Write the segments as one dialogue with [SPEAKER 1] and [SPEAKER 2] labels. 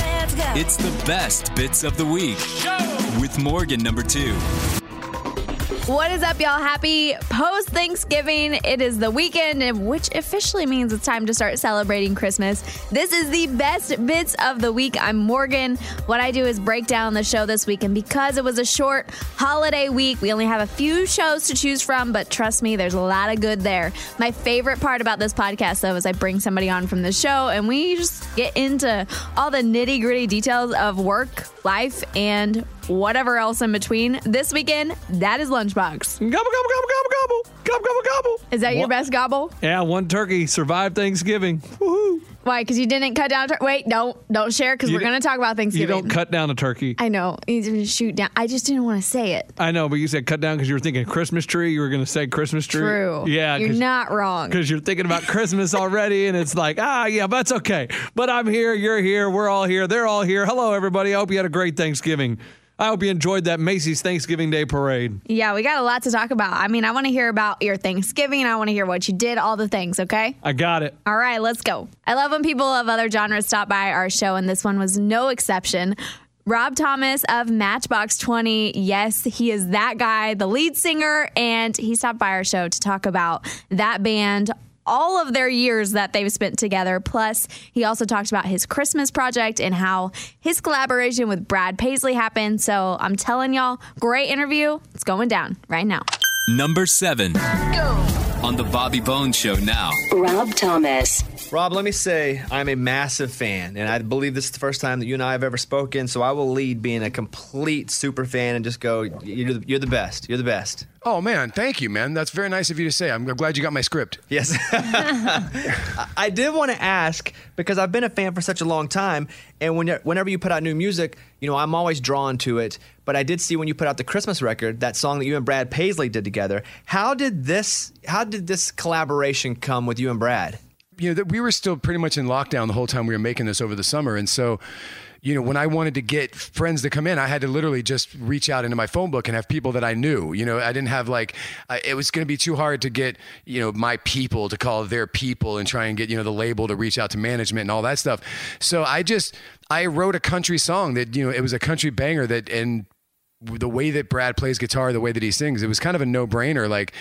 [SPEAKER 1] It's the best bits of the week with Morgan number two.
[SPEAKER 2] What is up, y'all? Happy post Thanksgiving. It is the weekend, and which officially means it's time to start celebrating Christmas. This is the best bits of the week. I'm Morgan. What I do is break down the show this week, and because it was a short holiday week, we only have a few shows to choose from, but trust me, there's a lot of good there. My favorite part about this podcast, though, is I bring somebody on from the show, and we just get into all the nitty gritty details of work, life, and whatever else in between. This weekend, that is Lunchbox.
[SPEAKER 3] Gobble, gobble, gobble, gobble, gobble. Gobble, gobble, gobble.
[SPEAKER 2] Is that your
[SPEAKER 3] One-
[SPEAKER 2] best gobble?
[SPEAKER 3] Yeah, one turkey survived Thanksgiving. Woohoo.
[SPEAKER 2] Why? Because you didn't cut down. A tur- Wait, don't don't share because
[SPEAKER 3] You
[SPEAKER 2] we're
[SPEAKER 3] don't-
[SPEAKER 2] gonna talk about
[SPEAKER 3] You
[SPEAKER 2] Thanksgiving.
[SPEAKER 3] don't cut down a turkey.
[SPEAKER 2] I know. You didn't shoot down. I just didn't want to say it.
[SPEAKER 3] I know, but you said cut down because you were thinking Christmas tree. You were going to say Christmas tree.
[SPEAKER 2] True.
[SPEAKER 3] Yeah,
[SPEAKER 2] You're not wrong.
[SPEAKER 3] Because you're thinking about Christmas already, and it's like, ah, yeah, but it's okay. But I'm here, you're here, we're all here, they're all here. Hello, everybody. I hope you had a great Thanksgiving. I hope you enjoyed that Macy's Thanksgiving Day parade.
[SPEAKER 2] Yeah, we got a lot to talk about. I mean, I want to hear about your Thanksgiving. I want to hear what you did. All the things. Okay.
[SPEAKER 3] I got it.
[SPEAKER 2] All right, let's go. I love when people of other genres stop by our show, and this one was no exception. Rob Thomas of Matchbox 20. Yes, he is that guy, the lead singer, and he stopped by our show to talk about that band. All of their years that they've spent together. Plus, he also talked about his Christmas project and how his collaboration with Brad Paisley happened. So I'm telling y'all, great interview. It's going down right now.
[SPEAKER 1] Number seven on the Bobby Bones Show now.
[SPEAKER 4] Rob Thomas.
[SPEAKER 5] Rob, let me say I'm a massive fan, and I believe this is the first time that you and I have ever spoken. So I will lead being a complete super fan and just go, "You're the, you're the best. You're the best."
[SPEAKER 6] Oh man, thank you, man. That's very nice of you to say. I'm glad you got my script.
[SPEAKER 5] Yes. I- I did want to ask because I've been a fan for such a long time, and when, whenever you put out new music, you know I'm always drawn to it. But I did see when you put out the Christmas record, that song that you and Brad Paisley did together. How did this? How did this collaboration come with you and Brad?
[SPEAKER 6] You know that we were still pretty much in lockdown the whole time we were making this over the summer, and so. You know, when I wanted to get friends to come in, I had to literally just reach out into my phone book and have people that I knew. You know, I didn't have like, I, it was going to be too hard to get, you know, my people to call their people and try and get, you know, the label to reach out to management and all that stuff. So I just, I wrote a country song that, you know, it was a country banger that, and the way that Brad plays guitar, the way that he sings, it was kind of a no brainer. Like,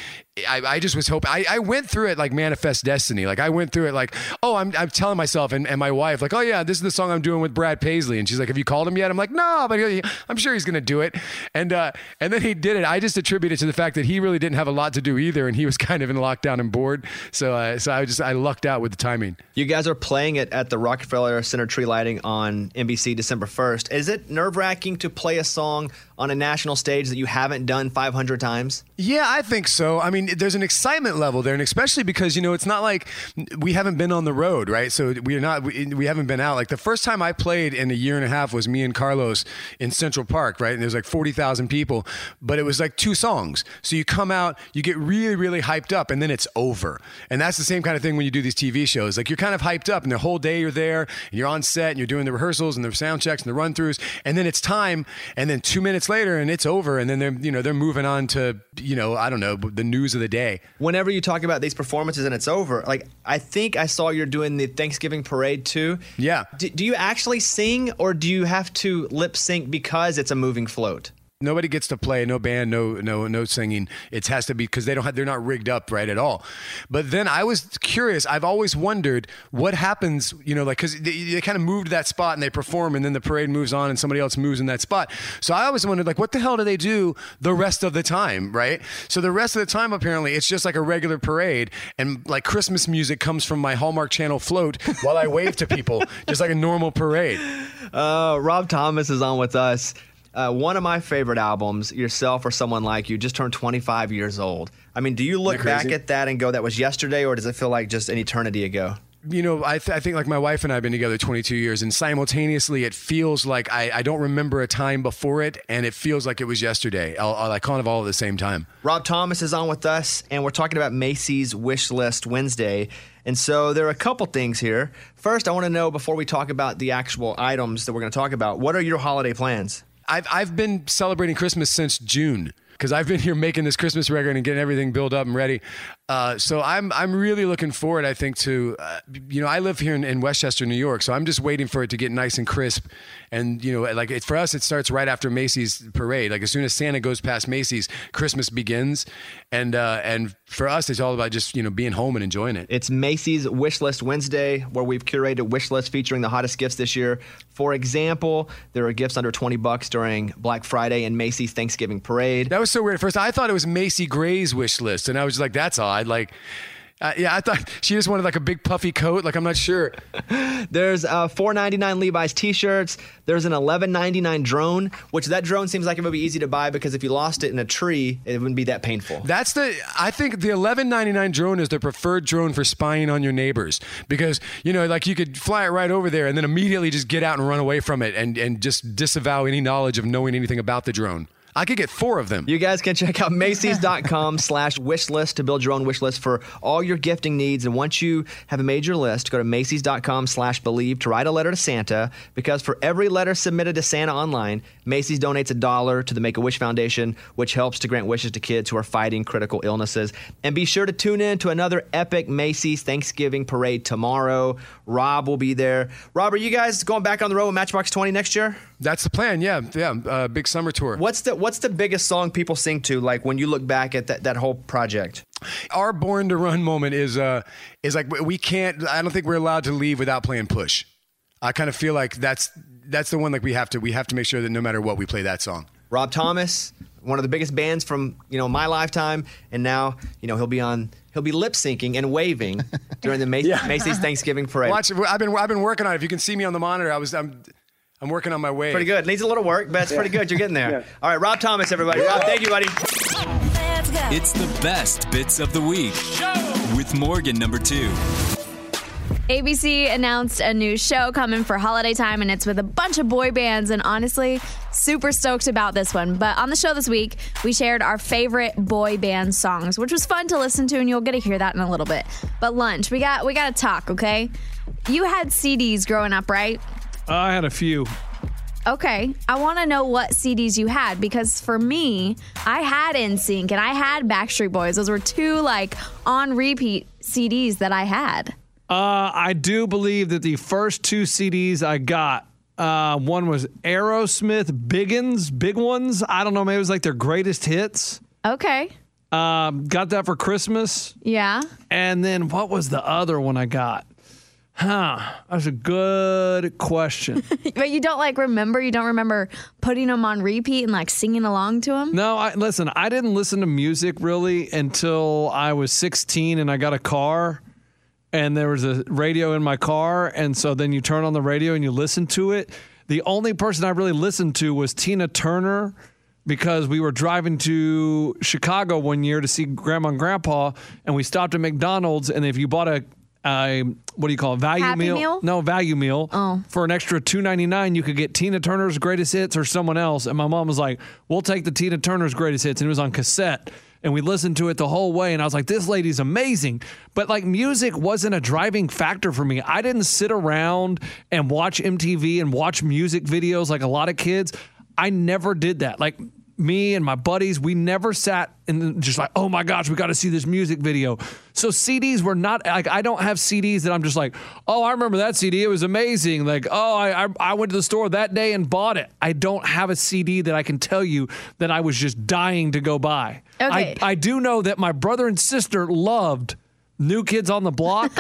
[SPEAKER 6] I, I just was hoping. I, I went through it like manifest destiny. Like, I went through it like, oh, I'm, I'm telling myself and, and my wife, like, oh yeah, this is the song I'm doing with Brad Paisley, and she's like, have you called him yet? I'm like, no, but he, I'm sure he's gonna do it. And uh, and then he did it. I just attribute it to the fact that he really didn't have a lot to do either, and he was kind of in lockdown and bored. So uh, so I just I lucked out with the timing.
[SPEAKER 5] You guys are playing it at the Rockefeller Center Tree Lighting on NBC December 1st. Is it nerve wracking to play a song on a national stage that you haven't done 500 times?
[SPEAKER 6] Yeah, I think so. I mean, there's an excitement level there, and especially because you know it's not like we haven't been on the road, right? So we're not we, we haven't been out. Like the first time I played in a year and a half was me and Carlos in Central Park, right? And there's like forty thousand people, but it was like two songs. So you come out, you get really really hyped up, and then it's over. And that's the same kind of thing when you do these TV shows. Like you're kind of hyped up, and the whole day you're there, and you're on set, and you're doing the rehearsals and the sound checks and the run throughs, and then it's time, and then two minutes later, and it's over, and then they're you know they're moving on to you know I don't know the news of the day.
[SPEAKER 5] Whenever you talk about these performances and it's over, like I think I saw you're doing the Thanksgiving parade too.
[SPEAKER 6] Yeah.
[SPEAKER 5] D- do you actually sing or do you have to lip sync because it's a moving float?
[SPEAKER 6] Nobody gets to play, no band, no no no singing. It has to be because they don't have, they're not rigged up right at all. But then I was curious. I've always wondered what happens, you know, like because they, they kind of moved that spot and they perform, and then the parade moves on and somebody else moves in that spot. So I always wondered, like, what the hell do they do the rest of the time, right? So the rest of the time, apparently, it's just like a regular parade, and like Christmas music comes from my Hallmark Channel float while I wave to people, just like a normal parade.
[SPEAKER 5] Uh, Rob Thomas is on with us. Uh, one of my favorite albums, Yourself or Someone Like You, just turned 25 years old. I mean, do you look back at that and go, that was yesterday, or does it feel like just an eternity ago?
[SPEAKER 6] you know, I, th- I think like my wife and I have been together 22 years, and simultaneously, it feels like I, I don't remember a time before it, and it feels like it was yesterday. I'll, I'll, like kind of all at the same time.
[SPEAKER 5] Rob Thomas is on with us, and we're talking about Macy's Wish List Wednesday. And so there are a couple things here. First, I want to know before we talk about the actual items that we're going to talk about, what are your holiday plans?
[SPEAKER 6] I've, I've been celebrating Christmas since June because I've been here making this Christmas record and getting everything built up and ready. Uh, so I'm I'm really looking forward. I think to uh, you know I live here in, in Westchester, New York, so I'm just waiting for it to get nice and crisp. And you know, like it, for us, it starts right after Macy's parade. Like as soon as Santa goes past Macy's, Christmas begins. And uh, and for us, it's all about just you know being home and enjoying it.
[SPEAKER 5] It's Macy's Wish List Wednesday, where we've curated wish lists featuring the hottest gifts this year. For example, there are gifts under 20 bucks during Black Friday and Macy's Thanksgiving Parade.
[SPEAKER 6] That was so weird. At first, I thought it was Macy Gray's wish list, and I was like, "That's odd." Like, uh, yeah, I thought she just wanted like a big puffy coat. Like, I'm not sure.
[SPEAKER 5] There's uh, 4.99 Levi's T-shirts. There's an 11.99 drone, which that drone seems like it would be easy to buy because if you lost it in a tree, it wouldn't be that painful.
[SPEAKER 6] That's the. I think the 1199 drone is the preferred drone for spying on your neighbors because you know, like, you could fly it right over there and then immediately just get out and run away from it and and just disavow any knowledge of knowing anything about the drone. I could get four of them.
[SPEAKER 5] You guys can check out Macy's.com slash wish list to build your own wish list for all your gifting needs. And once you have made your list, go to Macy's.com slash believe to write a letter to Santa because for every letter submitted to Santa online, Macy's donates a dollar to the Make a Wish Foundation, which helps to grant wishes to kids who are fighting critical illnesses. And be sure to tune in to another epic Macy's Thanksgiving parade tomorrow. Rob will be there. Rob, are you guys going back on the road with Matchbox 20 next year?
[SPEAKER 6] That's the plan. Yeah, yeah. Uh, big summer tour.
[SPEAKER 5] What's the what's the biggest song people sing to like when you look back at that, that whole project?
[SPEAKER 6] Our born to run moment is uh is like we can't. I don't think we're allowed to leave without playing push. I kind of feel like that's that's the one like we have to we have to make sure that no matter what we play that song.
[SPEAKER 5] Rob Thomas, one of the biggest bands from you know my lifetime, and now you know he'll be on he'll be lip syncing and waving during the Macy, Macy's Thanksgiving parade.
[SPEAKER 6] Watch, I've been I've been working on it. If you can see me on the monitor, I was I'm I'm working on my way.
[SPEAKER 5] Pretty good. Needs a little work, but it's pretty good. You're getting there. All right, Rob Thomas, everybody. Rob, thank you, buddy.
[SPEAKER 4] Let's go.
[SPEAKER 1] It's the best bits of the week with Morgan number two.
[SPEAKER 2] ABC announced a new show coming for holiday time, and it's with a bunch of boy bands. And honestly, super stoked about this one. But on the show this week, we shared our favorite boy band songs, which was fun to listen to, and you'll get to hear that in a little bit. But lunch, we got we got to talk, okay? You had CDs growing up, right?
[SPEAKER 3] I had a few.
[SPEAKER 2] Okay, I want to know what CDs you had because for me, I had NSYNC and I had Backstreet Boys. Those were two like on repeat CDs that I had.
[SPEAKER 3] Uh, I do believe that the first two CDs I got, uh, one was Aerosmith Biggins, Big Ones. I don't know, maybe it was like their greatest hits.
[SPEAKER 2] Okay,
[SPEAKER 3] Um, got that for Christmas.
[SPEAKER 2] yeah.
[SPEAKER 3] And then what was the other one I got? Huh, that's a good question.
[SPEAKER 2] But you don't like remember, you don't remember putting them on repeat and like singing along to them?
[SPEAKER 3] No, I listen, I didn't listen to music really until I was 16 and I got a car and there was a radio in my car and so then you turn on the radio and you listen to it. The only person I really listened to was Tina Turner because we were driving to Chicago one year to see grandma and grandpa and we stopped at McDonald's and if you bought a a what do you call it? Value
[SPEAKER 2] Happy meal?
[SPEAKER 3] No, value meal. For an extra two ninety nine, you could get Tina Turner's greatest hits or someone else. And my mom was like, "We'll take the Tina Turner's greatest hits," and it was on cassette. And we listened to it the whole way, and I was like, "This lady's amazing." But like, music wasn't a driving factor for me. I didn't sit around and watch MTV and watch music videos like a lot of kids. I never did that. Like me and my buddies, we never sat and just like, oh my gosh, we got to see this music video. So CDs were not like I don't have CDs that I'm just like, oh, I remember that CD. It was amazing. Like, oh, I I, I went to the store that day and bought it. I don't have a CD that I can tell you that I was just dying to go buy.
[SPEAKER 2] Okay.
[SPEAKER 3] I, I do know that my brother and sister loved New Kids on the Block.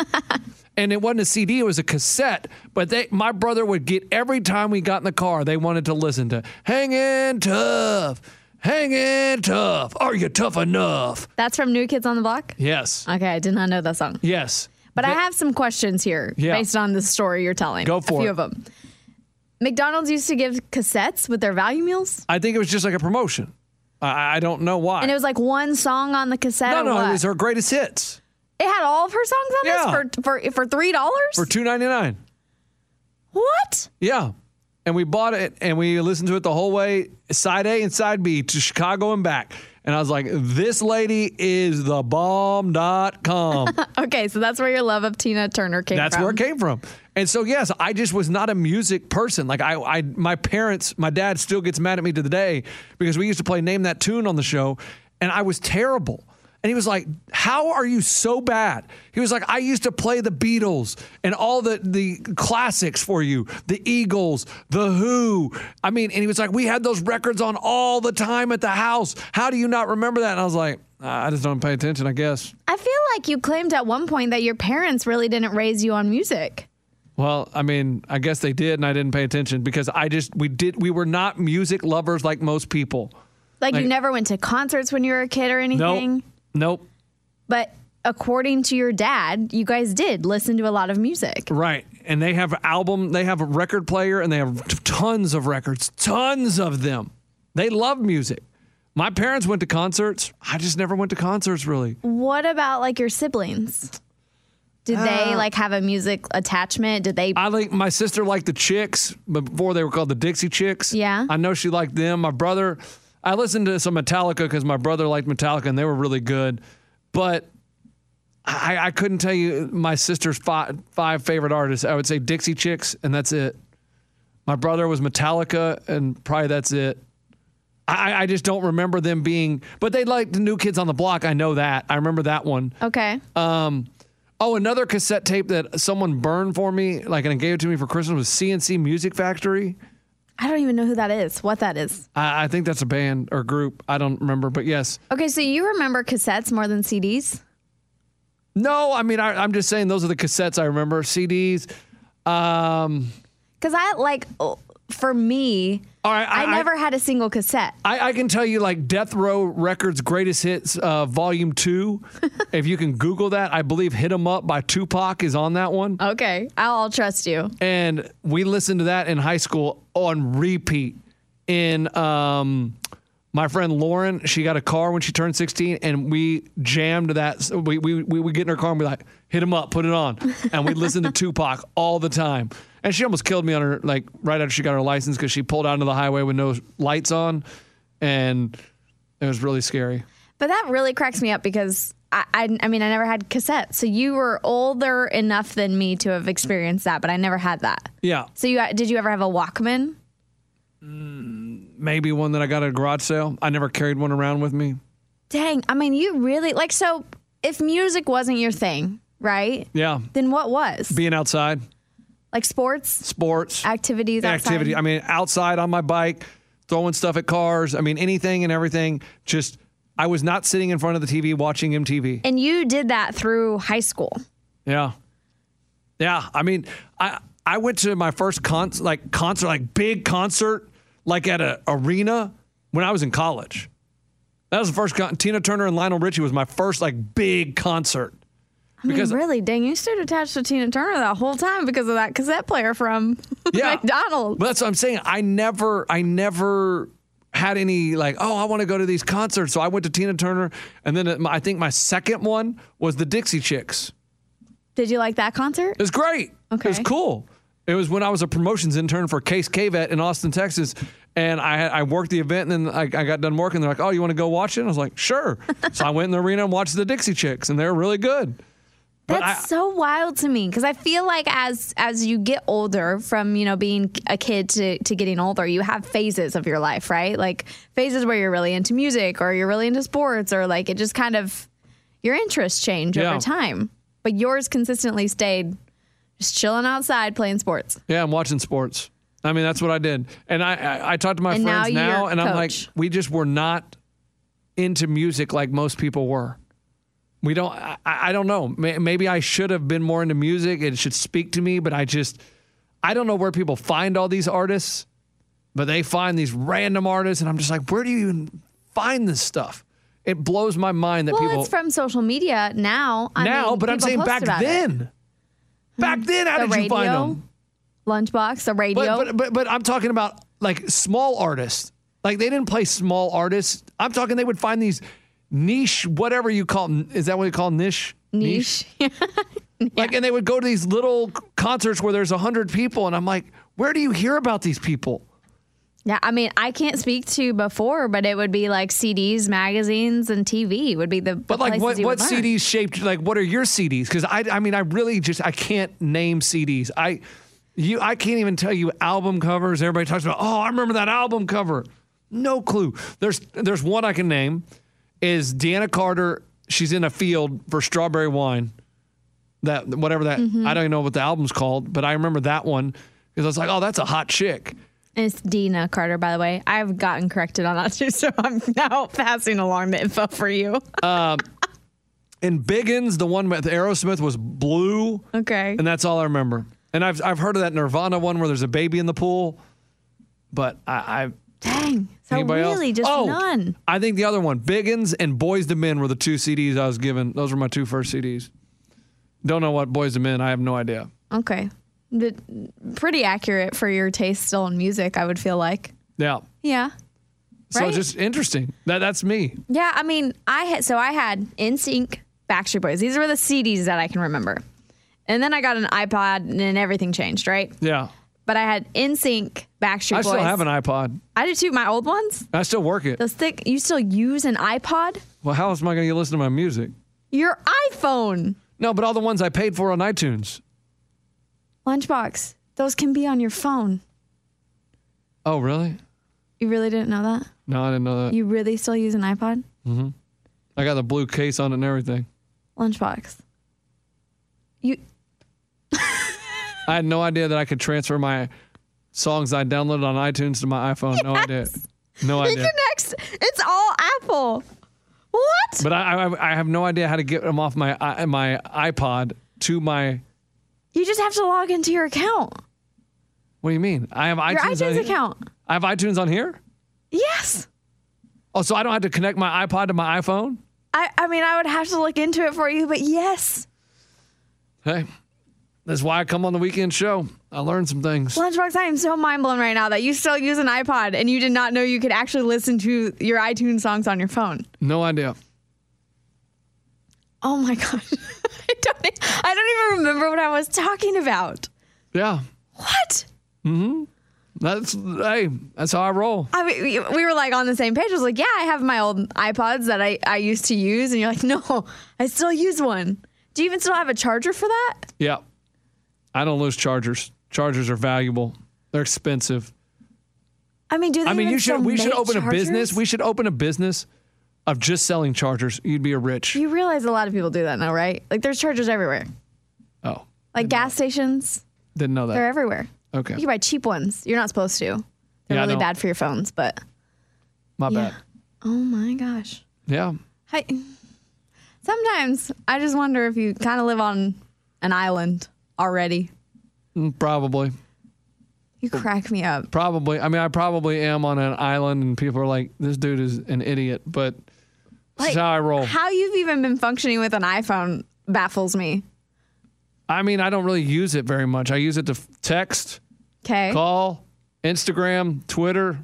[SPEAKER 3] and it wasn't a CD, it was a cassette. But they, my brother would get every time we got in the car, they wanted to listen to Hangin' Tough, Hangin' Tough, Are You Tough Enough?
[SPEAKER 2] That's from New Kids on the Block?
[SPEAKER 3] Yes.
[SPEAKER 2] Okay, I did not know that song.
[SPEAKER 3] Yes.
[SPEAKER 2] But I have some questions here
[SPEAKER 3] Yeah.
[SPEAKER 2] based on the story you're telling.
[SPEAKER 3] Go for
[SPEAKER 2] A few
[SPEAKER 3] it.
[SPEAKER 2] of them. McDonald's used to give cassettes with their value meals,
[SPEAKER 3] I think it was just like a promotion. I, I don't know why.
[SPEAKER 2] and it was like one song on the cassette.
[SPEAKER 3] no,
[SPEAKER 2] or
[SPEAKER 3] no,
[SPEAKER 2] what?
[SPEAKER 3] it was her greatest hits
[SPEAKER 2] It had all of her songs on
[SPEAKER 3] Yeah.
[SPEAKER 2] this for for for three dollars.
[SPEAKER 3] for two ninety nine.
[SPEAKER 2] what?
[SPEAKER 3] Yeah. And we bought it and we listened to it the whole way, side A and side B to Chicago and back. And I was like, this lady is the bomb.com.
[SPEAKER 2] Okay, so that's where your love of Tina Turner came
[SPEAKER 3] That's
[SPEAKER 2] from.
[SPEAKER 3] where it came from. And so yes, I just was not a music person. Like I, I my parents, my dad still gets mad at me to the day because we used to play Name That Tune on the show and I was terrible. And he was like, How are you so bad? He was like, I used to play the Beatles and all the, the classics for you, the Eagles, the Who. I mean, and he was like, We had those records on all the time at the house. How do you not remember that? And I was like, I just don't pay attention, I guess.
[SPEAKER 2] I feel like you claimed at one point that your parents really didn't raise you on music.
[SPEAKER 3] Well, I mean, I guess they did, and I didn't pay attention because I just we did we were not music lovers like most people.
[SPEAKER 2] Like,
[SPEAKER 3] Like-
[SPEAKER 2] you never went to concerts when you were a kid or anything.
[SPEAKER 3] Nope, nope.
[SPEAKER 2] But according to your dad, you guys did listen to a lot of music.
[SPEAKER 3] Right, and they have album, they have a record player, and they have t- tons of records, tons of them. They love music. My parents went to concerts. I just never went to concerts really.
[SPEAKER 2] What about like your siblings? Did they like have a music attachment? Did they
[SPEAKER 3] I think my sister liked the Chicks but before they were called the Dixie Chicks.
[SPEAKER 2] Yeah.
[SPEAKER 3] I know she liked them. My brother, I listened to some Metallica because my brother liked Metallica and they were really good, but I, I couldn't tell you my sister's five, five favorite artists. I would say Dixie Chicks and that's it. My brother was Metallica and probably that's it. I, I just don't remember them being, but they liked the New Kids on the Block. I know that. I remember that one.
[SPEAKER 2] Okay.
[SPEAKER 3] Um, oh, another cassette tape that someone burned for me, like, and gave it to me for Christmas was CNC Music Factory.
[SPEAKER 2] I don't even know who that is. What that is.
[SPEAKER 3] I, I think that's a band or group. I don't remember, but yes.
[SPEAKER 2] Okay, so you remember cassettes more than CDs?
[SPEAKER 3] No, I mean, I, I'm just saying those are the cassettes I remember. CDs. Um,
[SPEAKER 2] Cuz I like oh, for me,
[SPEAKER 3] all right.
[SPEAKER 2] I, never had a single cassette.
[SPEAKER 3] I, I can tell you like Death Row Records Greatest Hits uh, Volume 2. if you can Google that, I believe Hit 'em Up by Tupac is on that one.
[SPEAKER 2] Okay, I'll, I'll trust you.
[SPEAKER 3] and we listened to that in high school on repeat. In um, my friend Lauren, she got a car when she turned 16, and we jammed that. So we we we would get in her car and be like, "Hit him up, put it on," and we listened to Tupac all the time. And she almost killed me on her like right after she got her license because she pulled out into the highway with no lights on, and it was really scary.
[SPEAKER 2] But that really cracks me up because I, I, I mean, I never had cassettes. So you were older enough than me to have experienced that, but I never had that.
[SPEAKER 3] Yeah,
[SPEAKER 2] So you did you ever have a Walkman?
[SPEAKER 3] maybe one that I got at a garage sale. I never carried one around with me.
[SPEAKER 2] Dang, I mean, you really like so. If music wasn't your thing, right?
[SPEAKER 3] Yeah,
[SPEAKER 2] Then what was
[SPEAKER 3] being outside,
[SPEAKER 2] like sports
[SPEAKER 3] sports.
[SPEAKER 2] activities? Outside?
[SPEAKER 3] activity. I mean, outside on my bike, throwing stuff at cars. I mean, anything and everything. Just, I was not sitting in front of the TV watching MTV.
[SPEAKER 2] and you did that through high school.
[SPEAKER 3] Yeah, yeah. I mean, I I went to my first con like concert, like big concert, like at a arena when I was in college. That was the first con- Tina Turner and Lionel Richie was my first like big concert.
[SPEAKER 2] I mean,
[SPEAKER 3] Because-
[SPEAKER 2] really, dang, you stood attached to Tina Turner that whole time because of that cassette player from McDonald's.
[SPEAKER 3] But that's what I'm saying. I never, I never had any like, oh, I want to go to these concerts. So I went to Tina Turner, and then it- my- I think my second one was the Dixie Chicks.
[SPEAKER 2] Did you like that concert?
[SPEAKER 3] It was great. It was
[SPEAKER 2] Okay.
[SPEAKER 3] cool. It was when I was a promotions intern for Case Cavet in Austin, Texas, and I had, I worked the event, and then I, I got done working. They're like, "Oh, you want to go watch it?" And I was like, "Sure." so I went in the arena and watched the Dixie Chicks, and they were really good. But
[SPEAKER 2] That's
[SPEAKER 3] I-
[SPEAKER 2] so wild to me because I feel like as as you get older, from you know being a kid to, to getting older, you have phases of your life, right? Like phases where you're really into music or you're really into sports or like it just kind of your interests change
[SPEAKER 3] Yeah.
[SPEAKER 2] over time. But yours consistently stayed just chilling outside playing sports.
[SPEAKER 3] Yeah, I'm watching sports. I mean, that's what I did. And I I, I talked to my
[SPEAKER 2] And now
[SPEAKER 3] friends
[SPEAKER 2] you're
[SPEAKER 3] now, and I'm like,
[SPEAKER 2] coach.
[SPEAKER 3] we just were not into music like most people were. We don't. I, I don't know. May- Maybe I should have been more into music. It should speak to me, but I just I don't know where people find all these artists, but they find these random artists, and I'm just like, where do you even find this stuff? It blows my mind that
[SPEAKER 2] Well,
[SPEAKER 3] people
[SPEAKER 2] it's from social media now. I
[SPEAKER 3] now,
[SPEAKER 2] mean,
[SPEAKER 3] but I'm
[SPEAKER 2] people
[SPEAKER 3] saying
[SPEAKER 2] post
[SPEAKER 3] back
[SPEAKER 2] about it.
[SPEAKER 3] then. Back then, how
[SPEAKER 2] The
[SPEAKER 3] did you find
[SPEAKER 2] radio,
[SPEAKER 3] them?
[SPEAKER 2] Lunchbox, the radio.
[SPEAKER 3] But, but but but I'm talking about like small artists. Like they didn't play small artists. I'm talking they would find these niche, whatever you call. Is that what you call niche?
[SPEAKER 2] Niche.
[SPEAKER 3] Like, and they would go to these little concerts where there's a hundred people, and I'm like, where do you hear about these people?
[SPEAKER 2] Yeah, I mean, I can't speak to before, but it would be like CDs, magazines, and TV would be the.
[SPEAKER 3] But like, what what CDs shaped? Like, what are your CDs? Because I I mean, I really just I can't name CDs. I you I can't even tell you album covers. Everybody talks about. Oh, I remember that album cover. No clue. There's there's one I can name is Deanna Carter she's in a field for strawberry wine. That whatever that I don't even know what the album's called, but I remember that one because I was like, oh, that's a hot chick.
[SPEAKER 2] And It's Dina Carter, by the way. I've gotten corrected on that too, so I'm now passing along the info for you.
[SPEAKER 3] And Biggins, the one with Aerosmith, was blue.
[SPEAKER 2] Okay.
[SPEAKER 3] and that's all I remember. And I've I've heard of that Nirvana one where there's a baby in the pool, but I, I
[SPEAKER 2] Dang. So
[SPEAKER 3] anybody
[SPEAKER 2] really,
[SPEAKER 3] else?
[SPEAKER 2] just
[SPEAKER 3] oh,
[SPEAKER 2] none.
[SPEAKER 3] I think the other one, Biggins and Boys to Men, were the two CDs I was given. Those were my two first CDs. Don't know what Boys to Men. I have no idea.
[SPEAKER 2] Okay. But pretty accurate for your taste still in music, I would feel like.
[SPEAKER 3] Yeah.
[SPEAKER 2] Yeah.
[SPEAKER 3] So
[SPEAKER 2] Right?
[SPEAKER 3] just interesting. That that's me.
[SPEAKER 2] Yeah, I mean, I had so I had NSYNC, Backstreet Boys. These were the CDs that I can remember. And then I got an iPod and then everything changed, right?
[SPEAKER 3] Yeah.
[SPEAKER 2] But I had NSYNC, Backstreet
[SPEAKER 3] I
[SPEAKER 2] Boys.
[SPEAKER 3] still have an iPod.
[SPEAKER 2] I did too, my old ones.
[SPEAKER 3] I still work it.
[SPEAKER 2] Those thick you still use an iPod?
[SPEAKER 3] Well, how else am I going to listen to my music?
[SPEAKER 2] Your iPhone.
[SPEAKER 3] No, but all the ones I paid for on iTunes.
[SPEAKER 2] Lunchbox. Those can be on your phone.
[SPEAKER 3] Oh, really?
[SPEAKER 2] You really didn't know that?
[SPEAKER 3] No, I didn't know that.
[SPEAKER 2] You really still use an iPod?
[SPEAKER 3] I got the blue case on it and everything.
[SPEAKER 2] Lunchbox. You
[SPEAKER 3] I had no idea that I could transfer my songs I downloaded on iTunes to my iPhone. No idea. No
[SPEAKER 2] He
[SPEAKER 3] idea.
[SPEAKER 2] connects. It's all Apple. What?
[SPEAKER 3] But I, I, I have no idea how to get them off my i- my iPod to my.
[SPEAKER 2] You just have to log into your account.
[SPEAKER 3] What do you mean? I have
[SPEAKER 2] Your
[SPEAKER 3] iTunes. on
[SPEAKER 2] iTunes
[SPEAKER 3] here?
[SPEAKER 2] account.
[SPEAKER 3] I have iTunes on here.
[SPEAKER 2] Yes.
[SPEAKER 3] Oh, so I don't have to connect my iPod to my iPhone.
[SPEAKER 2] I, I mean, I would have to look into it for you, but yes.
[SPEAKER 3] Hey, that's why I come on the weekend show. I learned some things.
[SPEAKER 2] Lunchbox, I am so mind blown right now that you still use an iPod and you did not know you could actually listen to your iTunes songs on your phone.
[SPEAKER 3] No idea.
[SPEAKER 2] Oh my gosh. I, don't, e, I don't even remember what I was talking about.
[SPEAKER 3] Yeah,
[SPEAKER 2] What?
[SPEAKER 3] that's hey, that's how I roll.
[SPEAKER 2] I mean, we, we were like on the same page. I was like, yeah, I have my old iPods that I, I used to use. And you're like, no, I still use one. Do you even still have a charger for that?
[SPEAKER 3] Yeah, I don't lose chargers. Chargers are valuable. They're expensive.
[SPEAKER 2] I mean, do they
[SPEAKER 3] I mean,
[SPEAKER 2] even
[SPEAKER 3] you
[SPEAKER 2] still
[SPEAKER 3] should. We should
[SPEAKER 2] make
[SPEAKER 3] open a business.
[SPEAKER 2] chargers?
[SPEAKER 3] We should open a business of just selling chargers. You'd be a rich.
[SPEAKER 2] you realize a lot of people do that now, right? Like, there's chargers everywhere.
[SPEAKER 3] Oh,
[SPEAKER 2] Like gas stations,
[SPEAKER 3] didn't know
[SPEAKER 2] they're
[SPEAKER 3] that.
[SPEAKER 2] everywhere.
[SPEAKER 3] Okay,
[SPEAKER 2] You can buy cheap ones. You're not supposed to. They're
[SPEAKER 3] Yeah, I
[SPEAKER 2] really
[SPEAKER 3] know.
[SPEAKER 2] bad for your phones, but
[SPEAKER 3] my
[SPEAKER 2] yeah.
[SPEAKER 3] bad.
[SPEAKER 2] Oh my gosh.
[SPEAKER 3] Yeah,
[SPEAKER 2] I, sometimes I just wonder if you kind of live on an island already.
[SPEAKER 3] Mm, probably,
[SPEAKER 2] You crack me up.
[SPEAKER 3] probably. I mean, I probably am on an island, and people are like, "This dude is an idiot." But this is how I roll.
[SPEAKER 2] How you've even been functioning with an iPhone baffles me.
[SPEAKER 3] I mean, I don't really use it very much. I use it to f- text,
[SPEAKER 2] Okay.
[SPEAKER 3] call, Instagram, Twitter.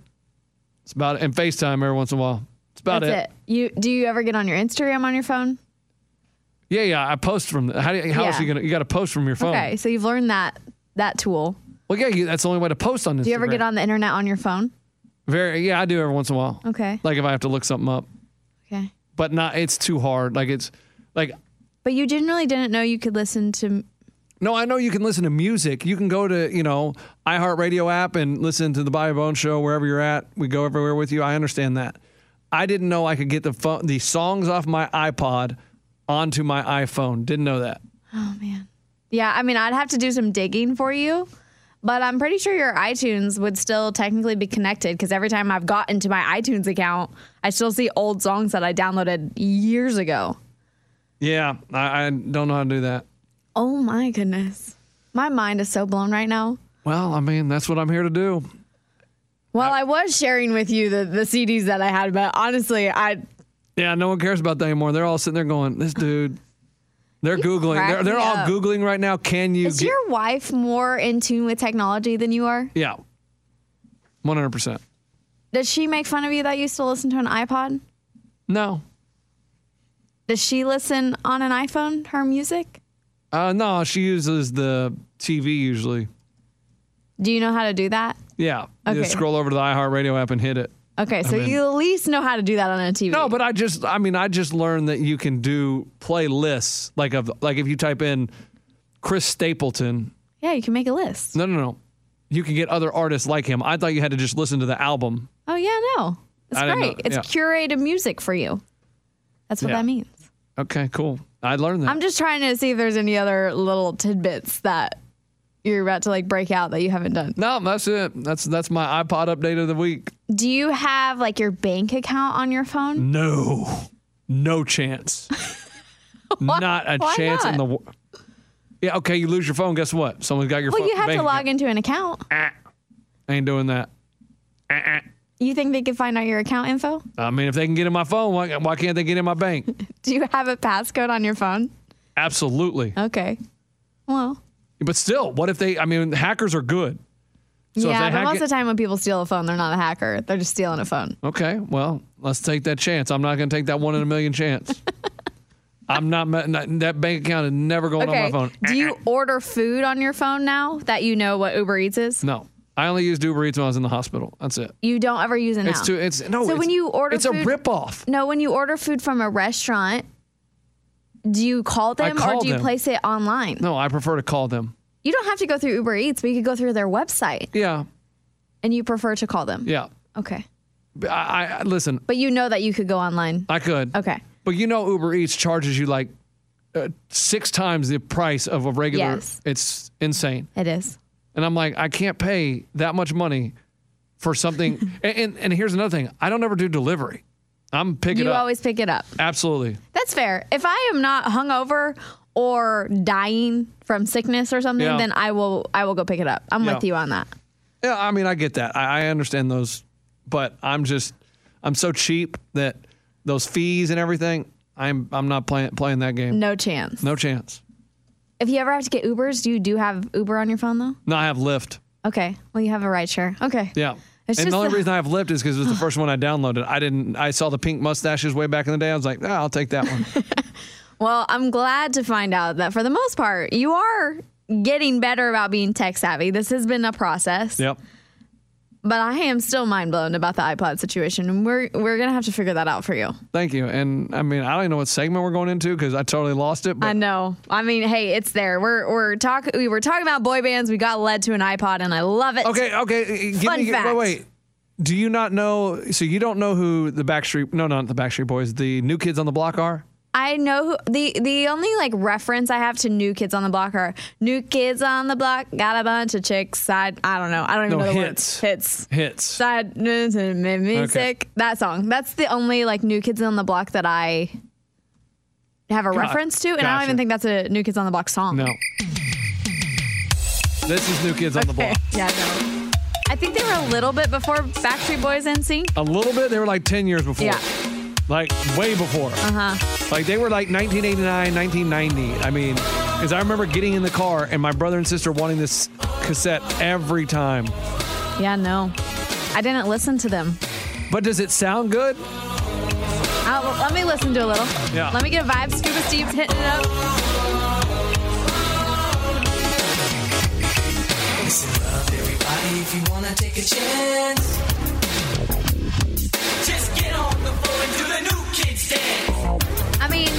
[SPEAKER 3] It's about it, and FaceTime every once in a while. It's about
[SPEAKER 2] That's it. You do you ever get on your Instagram on your phone?
[SPEAKER 3] Yeah, yeah. I post from. The, how do you, how else
[SPEAKER 2] Yeah.
[SPEAKER 3] you gonna? You got to post from your phone.
[SPEAKER 2] Okay, so you've learned that that tool.
[SPEAKER 3] Well, yeah. You, that's the only way to post on Instagram.
[SPEAKER 2] Do you ever get on the internet on your phone?
[SPEAKER 3] Very yeah, I do every once in a while.
[SPEAKER 2] Okay.
[SPEAKER 3] Like if I have to look something up,
[SPEAKER 2] Okay.
[SPEAKER 3] but not it's too hard. Like it's like
[SPEAKER 2] But you generally didn't know you could listen to.
[SPEAKER 3] no, I know you can listen to music. You can go to you know iHeartRadio app and listen to the Bobby Bone Show wherever you're at. We go everywhere with you. I understand that. I didn't know I could get the phone, the songs off my iPod onto my iPhone. Didn't know that.
[SPEAKER 2] Oh man. Yeah, I mean, I'd have to do some digging for you, but I'm pretty sure your iTunes would still technically be connected because every time I've gotten to my iTunes account, I still see old songs that I downloaded years ago.
[SPEAKER 3] Yeah, I, I don't know how to do that.
[SPEAKER 2] Oh my goodness, my mind is so blown right now.
[SPEAKER 3] Well, I mean that's what I'm here to do.
[SPEAKER 2] Well, I was sharing with you the, the CDs that I had, but honestly, I
[SPEAKER 3] Yeah, no one cares about that anymore. They're all sitting there going, "This dude." They're googling.
[SPEAKER 2] crack
[SPEAKER 3] They're, they're
[SPEAKER 2] me
[SPEAKER 3] all
[SPEAKER 2] up.
[SPEAKER 3] googling right now. Can you?
[SPEAKER 2] is
[SPEAKER 3] get-
[SPEAKER 2] your wife more in tune with technology than you are?
[SPEAKER 3] Yeah. 100%.
[SPEAKER 2] Does she make fun of you that you still listen to an iPod?
[SPEAKER 3] No.
[SPEAKER 2] Does she listen on an iPhone, her music?
[SPEAKER 3] Uh, no, she uses the TV usually.
[SPEAKER 2] Do you know how to do that?
[SPEAKER 3] Yeah.
[SPEAKER 2] Okay.
[SPEAKER 3] Just scroll over to the iHeartRadio app and hit it.
[SPEAKER 2] Okay, so you at least know how to do that on a TV.
[SPEAKER 3] No, but I just, I mean, I just learned that you can do playlists. Like, of, like if you type in Chris Stapleton,
[SPEAKER 2] yeah, you can make a list.
[SPEAKER 3] no, no, no. You can get other artists like him. I thought you had to just listen to the album.
[SPEAKER 2] Oh yeah, no, it's
[SPEAKER 3] I didn't
[SPEAKER 2] great.
[SPEAKER 3] know-
[SPEAKER 2] It's
[SPEAKER 3] yeah.
[SPEAKER 2] curated music for you. That's what
[SPEAKER 3] Yeah.
[SPEAKER 2] that means.
[SPEAKER 3] Okay, cool. I learned that.
[SPEAKER 2] I'm just trying to see if there's any other little tidbits that you're about to like break out that you haven't done.
[SPEAKER 3] no, that's it. That's that's my iPod update of the week.
[SPEAKER 2] Do you have like your bank account on your phone?
[SPEAKER 3] No, no chance. not a
[SPEAKER 2] Why
[SPEAKER 3] chance in
[SPEAKER 2] not?
[SPEAKER 3] the. Wor- yeah, okay. You lose your phone. Guess what? Someone's got your.
[SPEAKER 2] Well,
[SPEAKER 3] phone,
[SPEAKER 2] you have to
[SPEAKER 3] bank
[SPEAKER 2] log into an account.
[SPEAKER 3] account. Ain't doing that.
[SPEAKER 2] You think they could find out your account info?
[SPEAKER 3] I mean, if they can get in my phone, why, why can't they get in my bank?
[SPEAKER 2] Do you have a passcode on your phone?
[SPEAKER 3] Absolutely.
[SPEAKER 2] Okay. Well,
[SPEAKER 3] But still, what if they? I mean, hackers are good. So if
[SPEAKER 2] yeah,
[SPEAKER 3] they
[SPEAKER 2] but
[SPEAKER 3] hack
[SPEAKER 2] most
[SPEAKER 3] it-
[SPEAKER 2] of the time when people steal a phone, they're not a hacker. They're just stealing a phone.
[SPEAKER 3] Okay, well, let's take that chance. I'm not going to take that one in a million chance. I'm not, not that bank account is never going
[SPEAKER 2] okay.
[SPEAKER 3] on my phone.
[SPEAKER 2] Do you order food on your phone now that you know what Uber Eats is?
[SPEAKER 3] No, I only used Uber Eats when I was in the hospital. That's it.
[SPEAKER 2] You don't ever use it now.
[SPEAKER 3] It's too. It's no.
[SPEAKER 2] So
[SPEAKER 3] it's-
[SPEAKER 2] when you order
[SPEAKER 3] it's
[SPEAKER 2] food-
[SPEAKER 3] a ripoff.
[SPEAKER 2] No, when you order food from a restaurant, do you call them or
[SPEAKER 3] call
[SPEAKER 2] do you
[SPEAKER 3] them.
[SPEAKER 2] place it online?
[SPEAKER 3] No, I prefer to call them.
[SPEAKER 2] You don't have to go through Uber Eats, but you could go through their website
[SPEAKER 3] Yeah,
[SPEAKER 2] and you prefer to call them.
[SPEAKER 3] yeah.
[SPEAKER 2] Okay.
[SPEAKER 3] I, I I- listen.
[SPEAKER 2] But you know that you could go online.
[SPEAKER 3] I could.
[SPEAKER 2] Okay.
[SPEAKER 3] But you know, Uber Eats charges you like uh, six times the price of a regular.
[SPEAKER 2] Yes.
[SPEAKER 3] It's insane.
[SPEAKER 2] It is.
[SPEAKER 3] And I'm like, I can't pay that much money for something. and, and and here's another thing. I don't ever do delivery. I'm picking
[SPEAKER 2] you
[SPEAKER 3] up.
[SPEAKER 2] always pick it up.
[SPEAKER 3] Absolutely.
[SPEAKER 2] That's fair. If I am not hungover or dying from sickness or something,
[SPEAKER 3] Yeah.
[SPEAKER 2] then I will I will go pick it up. I'm
[SPEAKER 3] Yeah.
[SPEAKER 2] with you on that.
[SPEAKER 3] Yeah, I mean, I get that. I, I understand those, but I'm just, I'm so cheap that those fees and everything. I'm, I'm not playing playing that game.
[SPEAKER 2] No chance.
[SPEAKER 3] No chance.
[SPEAKER 2] If you ever have to get Ubers, do you do have Uber on your phone though?
[SPEAKER 3] No, I have Lyft.
[SPEAKER 2] Okay. Well, you have a rideshare. Okay.
[SPEAKER 3] Yeah.
[SPEAKER 2] It's
[SPEAKER 3] and
[SPEAKER 2] just
[SPEAKER 3] the only
[SPEAKER 2] the-
[SPEAKER 3] reason I have Lyft is because it was the first one I downloaded. I didn't. I saw the pink mustaches way back in the day. I was like, ah, I'll take that one.
[SPEAKER 2] Well, I'm glad to find out that for the most part, you are getting better about being tech savvy. This has been a process,
[SPEAKER 3] yep.
[SPEAKER 2] but I am still mind blown about the iPod situation, and we're we're gonna have to figure that out for you.
[SPEAKER 3] Thank you. And I mean, I don't even know what segment we're going into because I totally lost it. But
[SPEAKER 2] I know. I mean, hey, it's there. We're we're talk we were talking about boy bands. We got led to an iPod, and I love it.
[SPEAKER 3] Okay, okay. uh, Give
[SPEAKER 2] Fun
[SPEAKER 3] me,
[SPEAKER 2] fact.
[SPEAKER 3] Wait, wait. Do you not know? So you don't know who the Backstreet? No, not the Backstreet Boys. The New Kids on the Block are.
[SPEAKER 2] I know who, the the only like reference I have to New Kids on the Block are New Kids on the Block got a bunch of chicks. I I don't know. I don't even
[SPEAKER 3] No,
[SPEAKER 2] know the words.
[SPEAKER 3] hits.
[SPEAKER 2] Hits.
[SPEAKER 3] Hits.
[SPEAKER 2] Sad news and made me
[SPEAKER 3] Okay.
[SPEAKER 2] sick. That song. That's the only like New Kids on the Block that I have a reference to, and I don't
[SPEAKER 3] Gotcha.
[SPEAKER 2] even think that's a New Kids on the Block song.
[SPEAKER 3] No. This is New Kids on the
[SPEAKER 2] Okay.
[SPEAKER 3] Block.
[SPEAKER 2] Yeah, no. I think they were a little bit before Backstreet Boys and Sync.
[SPEAKER 3] A little bit. They were like 10 years before.
[SPEAKER 2] Yeah. uh-huh.
[SPEAKER 3] Like way before. Uh huh. Like they were like 1989, 1990. I mean, because I remember getting in the car and my brother and sister wanting this cassette every time.
[SPEAKER 2] Yeah, no. I didn't listen to them.
[SPEAKER 3] But does it sound good?
[SPEAKER 2] I'll, Uh, let me listen to a little.
[SPEAKER 3] Yeah.
[SPEAKER 2] Let me get a vibe. Scuba Steve's hitting it up.
[SPEAKER 4] It's in love, everybody, if you wanna take a chance. Just get on the floor and do the new kids dance.
[SPEAKER 2] I mean,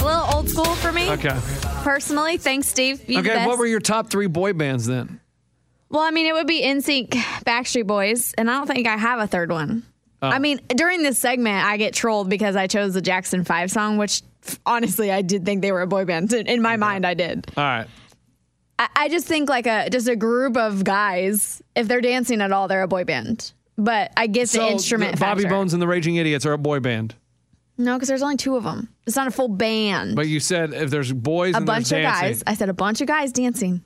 [SPEAKER 2] a little old school for me.
[SPEAKER 3] Okay.
[SPEAKER 2] Personally, thanks, Steve. You the
[SPEAKER 3] Okay.
[SPEAKER 2] best.
[SPEAKER 3] What were your top three boy bands then?
[SPEAKER 2] Well, I mean, it would be NSYNC, Backstreet Boys, and I don't think I have a third one.
[SPEAKER 3] Oh.
[SPEAKER 2] I mean, during this segment, I get trolled because I chose the Jackson Five song, which honestly, I did think they were a boy band. In in my mind, I did.
[SPEAKER 3] All right.
[SPEAKER 2] I, I just think like a just a group of guys, if they're dancing at all, they're a boy band. But I get the instrument.
[SPEAKER 3] Bobby
[SPEAKER 2] factor.
[SPEAKER 3] Bones and the Raging Idiots are a boy band.
[SPEAKER 2] No, because there's only two of them. It's not a full band.
[SPEAKER 3] But you said if there's boys
[SPEAKER 2] a
[SPEAKER 3] and
[SPEAKER 2] bunch of
[SPEAKER 3] there's
[SPEAKER 2] guys.
[SPEAKER 3] dancing.
[SPEAKER 2] I said a bunch of guys dancing,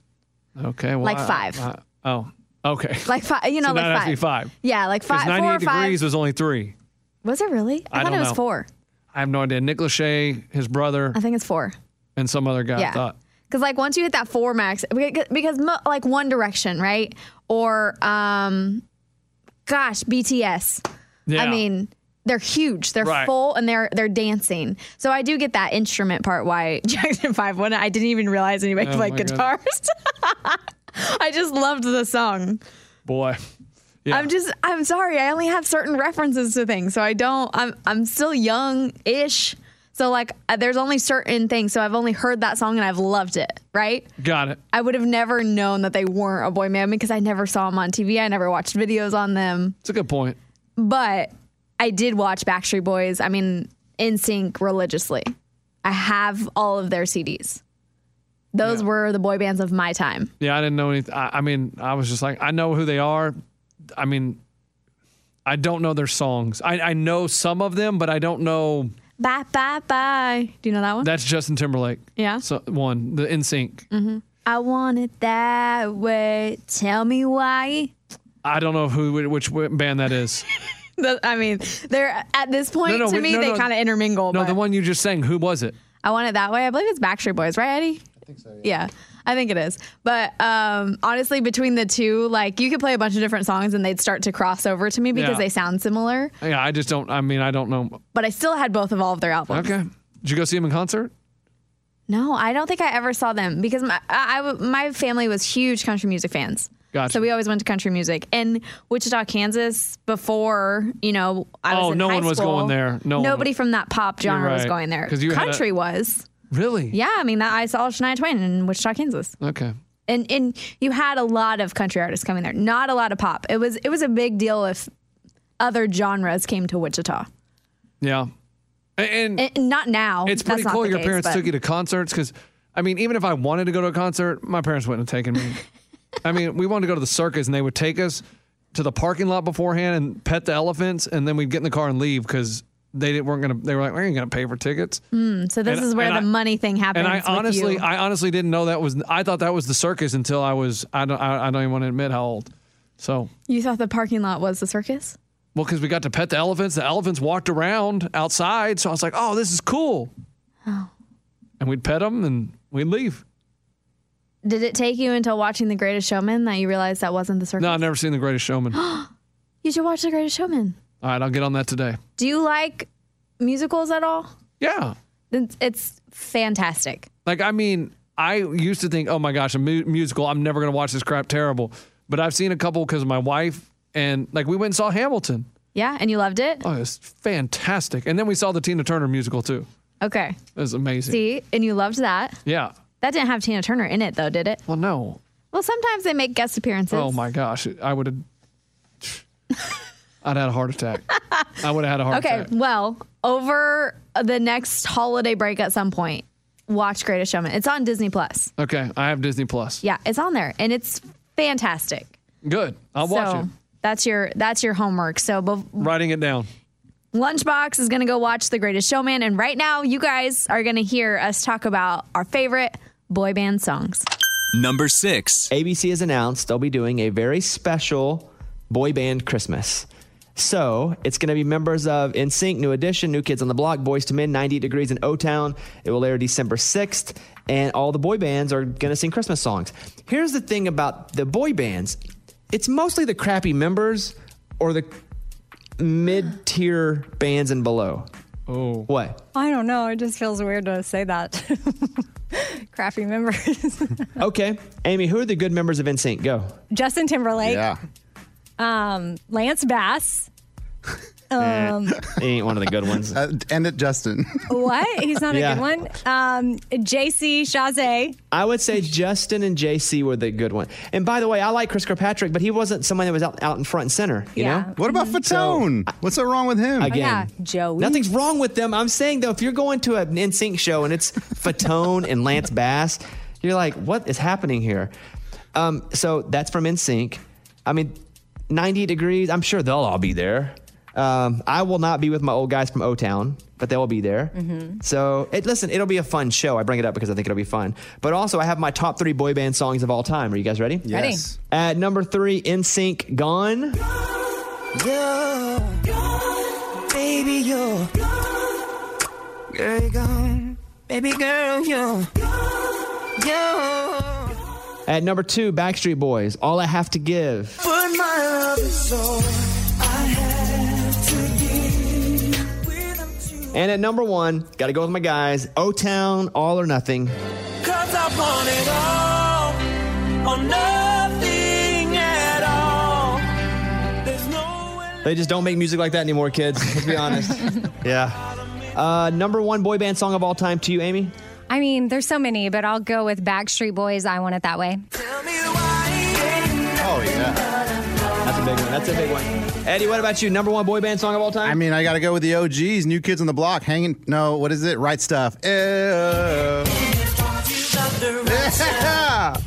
[SPEAKER 3] Okay. Well,
[SPEAKER 2] Like
[SPEAKER 3] I-
[SPEAKER 2] five.
[SPEAKER 3] I- oh. Okay.
[SPEAKER 2] like five. You know,
[SPEAKER 3] So
[SPEAKER 2] like
[SPEAKER 3] now it has to be
[SPEAKER 2] five.
[SPEAKER 3] five.
[SPEAKER 2] Yeah, like
[SPEAKER 3] Because
[SPEAKER 2] five, four
[SPEAKER 3] 98
[SPEAKER 2] or five.
[SPEAKER 3] degrees was only three.
[SPEAKER 2] was it really? I,
[SPEAKER 3] I
[SPEAKER 2] thought
[SPEAKER 3] don't
[SPEAKER 2] it was
[SPEAKER 3] know.
[SPEAKER 2] four.
[SPEAKER 3] I have no idea. Nick Lachey, his brother,
[SPEAKER 2] I think it's four.
[SPEAKER 3] and some other guy. I
[SPEAKER 2] Yeah.
[SPEAKER 3] thought.
[SPEAKER 2] Because like once you hit that four max, because because mo- like One Direction, right? Or um, gosh, BTS.
[SPEAKER 3] Yeah.
[SPEAKER 2] I mean, they're huge. They're
[SPEAKER 3] Right.
[SPEAKER 2] full and they're they're dancing. So I do get that instrument part. Why Jackson Five? When I didn't even realize anybody
[SPEAKER 3] Oh
[SPEAKER 2] played
[SPEAKER 3] my goodness.
[SPEAKER 2] guitars. I just loved the song.
[SPEAKER 3] boy. Yeah.
[SPEAKER 2] I'm just I'm sorry. I only have certain references to things, so I don't. I'm I'm still young ish. So like, uh, there's only certain things. So I've only heard that song and I've loved it. Right.
[SPEAKER 3] Got it.
[SPEAKER 2] I would have never known that they weren't a boy band because I never saw them on TV. I never watched videos on them,
[SPEAKER 3] It's a good point.
[SPEAKER 2] but I did watch Backstreet Boys. I mean, In Sync religiously. I have all of their CDs. Those were the boy bands of my time.
[SPEAKER 3] Yeah, I didn't know anything. I, I mean, I was just like, I know who they are. I mean, I don't know their songs. I, I know some of them, but I don't know.
[SPEAKER 2] Bye bye bye. Do you know that one?
[SPEAKER 3] That's Justin Timberlake.
[SPEAKER 2] Yeah.
[SPEAKER 3] So, one, the In Sync.
[SPEAKER 2] I want it that way. Tell me why.
[SPEAKER 3] I don't know who which band that is.
[SPEAKER 2] The- I mean, they're at this point
[SPEAKER 3] No, no,
[SPEAKER 2] to
[SPEAKER 3] wait,
[SPEAKER 2] me
[SPEAKER 3] no,
[SPEAKER 2] they
[SPEAKER 3] no.
[SPEAKER 2] kind of intermingle.
[SPEAKER 3] no,
[SPEAKER 2] Oh, but
[SPEAKER 3] the one you just sang. Who was it?
[SPEAKER 2] I want it that way. I believe it's Backstreet Boys, right, Eddie? I think so. Yeah. I think it is. But um, honestly, between the two, like you could play a bunch of different songs and they'd start to cross over to me because
[SPEAKER 3] Yeah.
[SPEAKER 2] they sound similar.
[SPEAKER 3] Yeah, I just don't. I mean, I don't know.
[SPEAKER 2] But I still had both of all of their albums.
[SPEAKER 3] Okay. Did you go see him in concert?
[SPEAKER 2] No, I don't think I ever saw them because my I, I- my family was huge country music fans.
[SPEAKER 3] Gotcha.
[SPEAKER 2] So we always went to country music in Wichita, Kansas. Before you know, I was
[SPEAKER 3] Oh,
[SPEAKER 2] in
[SPEAKER 3] no
[SPEAKER 2] high
[SPEAKER 3] one was
[SPEAKER 2] school.
[SPEAKER 3] going there. No one
[SPEAKER 2] nobody
[SPEAKER 3] was-
[SPEAKER 2] from that pop genre was
[SPEAKER 3] right.
[SPEAKER 2] going there.
[SPEAKER 3] 'Cause you had a-
[SPEAKER 2] country was.
[SPEAKER 3] Really?
[SPEAKER 2] Yeah, I mean, I saw Shania Twain in Wichita, Kansas,
[SPEAKER 3] Okay.
[SPEAKER 2] and and you had a lot of country artists coming there. Not a lot of pop. It was it was a big deal if other genres came to Wichita.
[SPEAKER 3] Yeah. And,
[SPEAKER 2] And and not now.
[SPEAKER 3] it's
[SPEAKER 2] That's
[SPEAKER 3] pretty
[SPEAKER 2] not
[SPEAKER 3] cool
[SPEAKER 2] the
[SPEAKER 3] your
[SPEAKER 2] case,
[SPEAKER 3] parents
[SPEAKER 2] but-
[SPEAKER 3] took you to concerts because, I mean, even if I wanted to go to a concert, my parents wouldn't have taken me. I mean, we wanted to go to the circus and they would take us to the parking lot beforehand and pet the elephants and then we'd get in the car and leave because they didn't, weren't going to, they were like, we ain't going to pay for tickets.
[SPEAKER 2] So this
[SPEAKER 3] and-
[SPEAKER 2] is where
[SPEAKER 3] and
[SPEAKER 2] the
[SPEAKER 3] I-
[SPEAKER 2] money thing happens.
[SPEAKER 3] And I
[SPEAKER 2] Mm-hmm. with
[SPEAKER 3] honestly,
[SPEAKER 2] you.
[SPEAKER 3] I honestly didn't know that was, I thought that was the circus until I was, I don't, I, I don't even want to admit how old. So,
[SPEAKER 2] You thought the parking lot was the circus?
[SPEAKER 3] well, because we got to pet the elephants, the elephants walked around outside. So I was like, oh, this is cool.
[SPEAKER 2] Oh.
[SPEAKER 3] And we'd pet them and we'd leave.
[SPEAKER 2] Did it take you until watching The Greatest Showman that you realized that wasn't the circus?
[SPEAKER 3] No, I've never seen The Greatest Showman. All
[SPEAKER 2] You should watch The Greatest Showman.
[SPEAKER 3] right, I'll get on that today.
[SPEAKER 2] Do you like musicals at all?
[SPEAKER 3] Yeah.
[SPEAKER 2] It's, it's fantastic.
[SPEAKER 3] Like, I mean, I used to think, oh my gosh, a mu- musical, I'm never going to watch this crap terrible. But I've seen a couple because of my wife, and like we went and saw Hamilton.
[SPEAKER 2] Yeah, and you loved it?
[SPEAKER 3] Oh, it's fantastic. And then we saw the Tina Turner musical too.
[SPEAKER 2] Okay.
[SPEAKER 3] It was amazing.
[SPEAKER 2] See, and you loved that.
[SPEAKER 3] Yeah.
[SPEAKER 2] That didn't have Tina Turner in it though, did it?
[SPEAKER 3] Well, no.
[SPEAKER 2] Well, sometimes they make guest appearances.
[SPEAKER 3] Oh my gosh, I would have. I'd had a heart attack. I would have had a heart
[SPEAKER 2] Okay,
[SPEAKER 3] attack.
[SPEAKER 2] well, over the next holiday break at some point, watch Greatest Showman. It's on Disney Plus.
[SPEAKER 3] Okay, I have Disney Plus.
[SPEAKER 2] Yeah, it's on there and it's fantastic.
[SPEAKER 3] Good. I'll
[SPEAKER 2] so
[SPEAKER 3] watch it.
[SPEAKER 2] that's your that's your homework. So bef-
[SPEAKER 3] Writing it down.
[SPEAKER 2] Lunchbox is going to go watch The Greatest Showman, and right now you guys are going to hear us talk about our favorite boy band songs.
[SPEAKER 1] Number six.
[SPEAKER 5] ABC has announced they'll be doing a very special boy band Christmas. So it's going to be members of NSYNC, New Edition, New Kids on the Block, Boys to Men, 90 Degrees, and O Town. It will air December 6th, and all the boy bands are going to sing Christmas songs. Here's the thing about the boy bands it's mostly the crappy members or the mid tier bands and below. Oh. What?
[SPEAKER 7] I don't know. It just feels weird to say that. Crappy members.
[SPEAKER 5] Okay. Amy, who are the good members of NSYNC? Go.
[SPEAKER 7] Justin Timberlake,
[SPEAKER 8] Yeah.
[SPEAKER 7] um, Lance Bass. Um,
[SPEAKER 5] He ain't one of the good ones.
[SPEAKER 8] Uh, end it, Justin.
[SPEAKER 7] What? He's not
[SPEAKER 5] Yeah.
[SPEAKER 7] a good one. Um, JC Chazé.
[SPEAKER 5] I would say Justin and JC were the good one. And by the way, I like Chris Kirkpatrick, but he wasn't someone that was out, out in front and center, you
[SPEAKER 7] Yeah. Mm-hmm. Oh,
[SPEAKER 5] know?
[SPEAKER 8] what about Fatone? What's so wrong with him?
[SPEAKER 5] Again.
[SPEAKER 7] Yeah, Joey.
[SPEAKER 5] Nothing's wrong with them. I'm saying though, if you're going to an NSYNC show and it's Fatone and Lance Bass, you're like, what is happening here? Um, so that's from NSYNC. I mean, 90 degrees. I'm sure they'll all be there. Um, I will not be with my old guys from O Town, but they will be there. So it, listen, it'll be a fun show. I bring it up because I think it'll be fun. But also, I have my top three boy band songs of all time. Are you guys ready?
[SPEAKER 8] yes.
[SPEAKER 5] At number three, NSYNC, Gone.
[SPEAKER 4] Baby, you're Girl, you're gone. Baby girl, you're You're
[SPEAKER 5] At number two, Backstreet Boys, All I Have to Give.
[SPEAKER 4] But my love is all I have to give without you.
[SPEAKER 5] And at number one, gotta go with my guys, O Town, All or Nothing.
[SPEAKER 4] Cause I want it all or nothing at all. There's no
[SPEAKER 5] They just don't make music like that anymore, kids. Let's be honest. yeah. Uh, number one boy band song of all time to you, Amy?
[SPEAKER 7] I mean, there's so many, but I'll go with Backstreet Boys. I want it that way.
[SPEAKER 4] Tell me why.
[SPEAKER 8] Oh yeah.
[SPEAKER 5] That's a big big one. That's a big one. Eddie, what about you? Number one boy band song of all time?
[SPEAKER 8] I mean, I got to go with the OGs, New Kids on the Block, hanging. No, what is it? Right stuff. Ew. Yeah.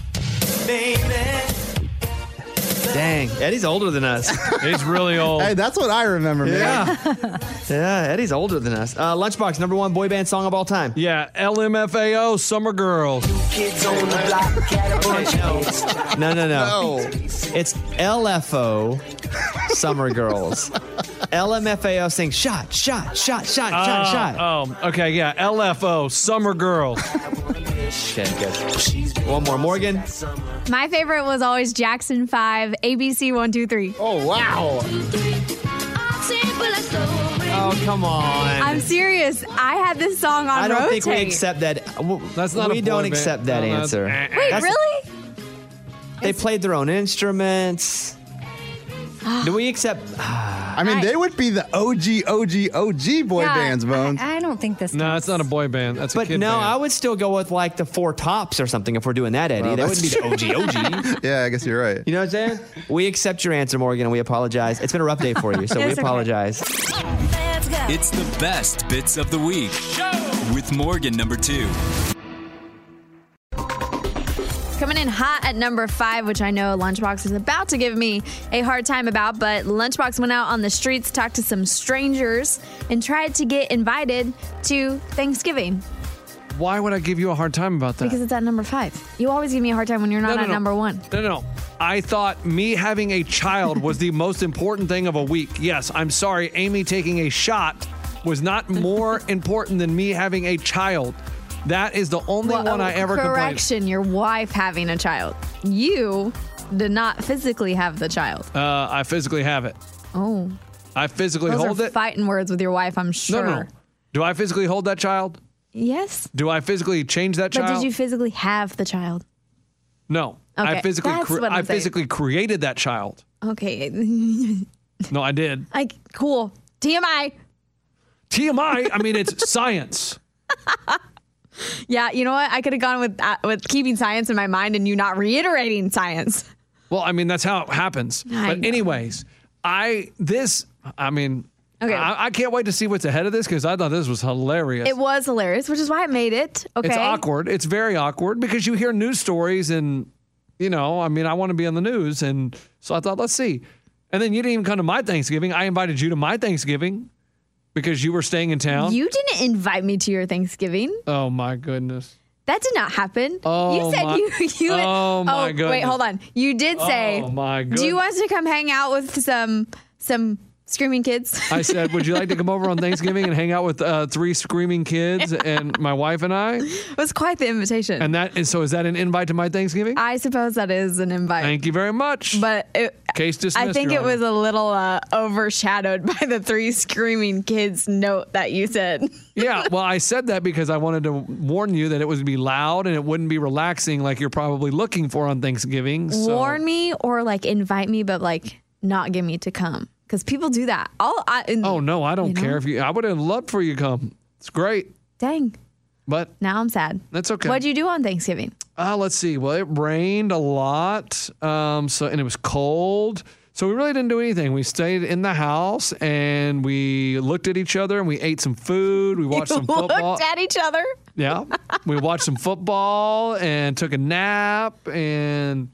[SPEAKER 5] Dang, Eddie's older than us.
[SPEAKER 3] He's really old.
[SPEAKER 8] Hey, that's what I remember, man.
[SPEAKER 5] yeah, yeah, Eddie's older than us. Uh, Lunchbox, number one boy band song of all time.
[SPEAKER 3] Yeah, LMFAO, Summer Girls.
[SPEAKER 4] Kids on the block, had a bunch of kids.
[SPEAKER 5] No, no, no. It's LFO, Summer Girls. LMFAO sings shot, shot, shot, shot, shot, shot.
[SPEAKER 3] Oh, okay, yeah. LFO, Summer Girls.
[SPEAKER 5] Okay, good. One more, Morgan.
[SPEAKER 2] My favorite was always Jackson 5, ABC 123.
[SPEAKER 5] Oh wow. Oh come on.
[SPEAKER 2] I'm serious. I had this song on
[SPEAKER 5] I don't
[SPEAKER 2] rotate.
[SPEAKER 5] think we accept that. w-
[SPEAKER 3] That's not.
[SPEAKER 5] We
[SPEAKER 3] a boy
[SPEAKER 5] don't
[SPEAKER 3] band.
[SPEAKER 5] accept that
[SPEAKER 3] No, that's-
[SPEAKER 5] answer.
[SPEAKER 2] Wait,
[SPEAKER 5] That's-
[SPEAKER 2] really?
[SPEAKER 5] They played their own instruments. Do we accept?
[SPEAKER 8] I mean, they would be the OG, OG, OG boy
[SPEAKER 7] Yeah,
[SPEAKER 8] bands, Bones.
[SPEAKER 7] I, I don't think this.
[SPEAKER 3] No, it's not a boy band. That's a
[SPEAKER 5] But
[SPEAKER 3] kid
[SPEAKER 5] no,
[SPEAKER 3] band.
[SPEAKER 5] I would still go with like the Four Tops or something if we're doing that, Eddie.
[SPEAKER 8] Well,
[SPEAKER 5] that would
[SPEAKER 8] that's
[SPEAKER 5] be the OG OG.
[SPEAKER 8] yeah, I guess you're right.
[SPEAKER 5] You know what I'm saying? we accept your answer, Morgan, and we apologize. It's been a rough day for you, so we
[SPEAKER 7] It's okay.
[SPEAKER 5] apologize.
[SPEAKER 1] It's the best bits of the week with Morgan number two.
[SPEAKER 2] Coming in hot at number five, which I know Lunchbox is about to give me a hard time about, but Lunchbox went out on the streets, talked to some strangers, and tried to get invited to Thanksgiving
[SPEAKER 3] Why would I give you a hard time about that?
[SPEAKER 2] because it's at number five. You always give me a hard time when you're not at number one.
[SPEAKER 3] No, no, no. I thought me having a child was the most important thing of a week. Yes, I'm sorry. Amy taking a shot was not more important than me having a child. That is the only
[SPEAKER 2] Well,
[SPEAKER 3] one I
[SPEAKER 2] oh,
[SPEAKER 3] ever complained.
[SPEAKER 2] correction, your wife having a child. You did not physically have the child.
[SPEAKER 3] Uh, I physically have it.
[SPEAKER 2] Oh,
[SPEAKER 3] I physically
[SPEAKER 2] those
[SPEAKER 3] hold
[SPEAKER 2] are
[SPEAKER 3] it.
[SPEAKER 2] fighting words with your wife. I'm
[SPEAKER 3] no,
[SPEAKER 2] sure.
[SPEAKER 3] no. Do I physically hold that child?
[SPEAKER 2] Yes,
[SPEAKER 3] Do I physically change that
[SPEAKER 2] but
[SPEAKER 3] child?
[SPEAKER 2] did you physically have the child?
[SPEAKER 3] no. I
[SPEAKER 2] Okay,
[SPEAKER 3] physically
[SPEAKER 2] that's
[SPEAKER 3] cre-
[SPEAKER 2] what I'm
[SPEAKER 3] I
[SPEAKER 2] saying.
[SPEAKER 3] physically created that child.
[SPEAKER 2] Okay,
[SPEAKER 3] No, I did.
[SPEAKER 2] like cool. TMI.
[SPEAKER 3] TMI, I mean it's science.
[SPEAKER 2] Yeah, you know what? I could have gone with uh, with keeping science in my mind and you not reiterating science.
[SPEAKER 3] Well, I mean, that's how it happens.
[SPEAKER 2] I
[SPEAKER 3] but
[SPEAKER 2] know.
[SPEAKER 3] anyways, I this I mean
[SPEAKER 2] Okay.
[SPEAKER 3] I, I can't wait to see what's ahead of this because I thought this was hilarious.
[SPEAKER 2] It was hilarious, which is why I made it. Okay.
[SPEAKER 3] It's awkward. It's very awkward because you hear news stories and you know, I mean, I want to be on the news and so I thought, let's see. And then you didn't even come to my Thanksgiving. I invited you to my Thanksgiving because you were staying in town.
[SPEAKER 2] You didn't invite me to your Thanksgiving.
[SPEAKER 3] oh my goodness.
[SPEAKER 2] That did not happen.
[SPEAKER 3] Oh,
[SPEAKER 2] you said
[SPEAKER 3] my-
[SPEAKER 2] you you
[SPEAKER 3] oh, my
[SPEAKER 2] wait,
[SPEAKER 3] goodness.
[SPEAKER 2] hold on. You did say
[SPEAKER 3] Oh, my
[SPEAKER 2] Do you
[SPEAKER 3] goodness.
[SPEAKER 2] want us to come hang out with some some screaming kids?
[SPEAKER 3] I said, "Would you like to come over on Thanksgiving and hang out with uh, three screaming kids and my wife and I?"
[SPEAKER 2] it was quite the invitation.
[SPEAKER 3] And that and so is that an invite to my Thanksgiving?
[SPEAKER 2] I suppose that is an invite.
[SPEAKER 3] Thank you very much.
[SPEAKER 2] but it,
[SPEAKER 3] Case dismissed.
[SPEAKER 2] I think
[SPEAKER 3] Your
[SPEAKER 2] it
[SPEAKER 3] Honor.
[SPEAKER 2] was a little uh, overshadowed by the three screaming kids note that you said.
[SPEAKER 3] yeah. Well, I said that because I wanted to warn you that it would be loud and it wouldn't be relaxing like you're probably looking for on Thanksgiving. So.
[SPEAKER 2] Warn me or like invite me, but like not get me to come because people do that. All I and-
[SPEAKER 3] Oh no, I don't
[SPEAKER 2] You know?
[SPEAKER 3] care if you. I would have loved for you to come. It's great,
[SPEAKER 2] dang.
[SPEAKER 3] but
[SPEAKER 2] Now I'm sad.
[SPEAKER 3] That's okay.
[SPEAKER 2] What'd you do on Thanksgiving?
[SPEAKER 3] Uh, let's see. Well, it rained a lot, um, so and it was cold. So we really didn't do anything. We stayed in the house and we looked at each other and we ate some food. We watched some football.
[SPEAKER 2] Looked at each other.
[SPEAKER 3] yeah, we watched some football and took a nap. And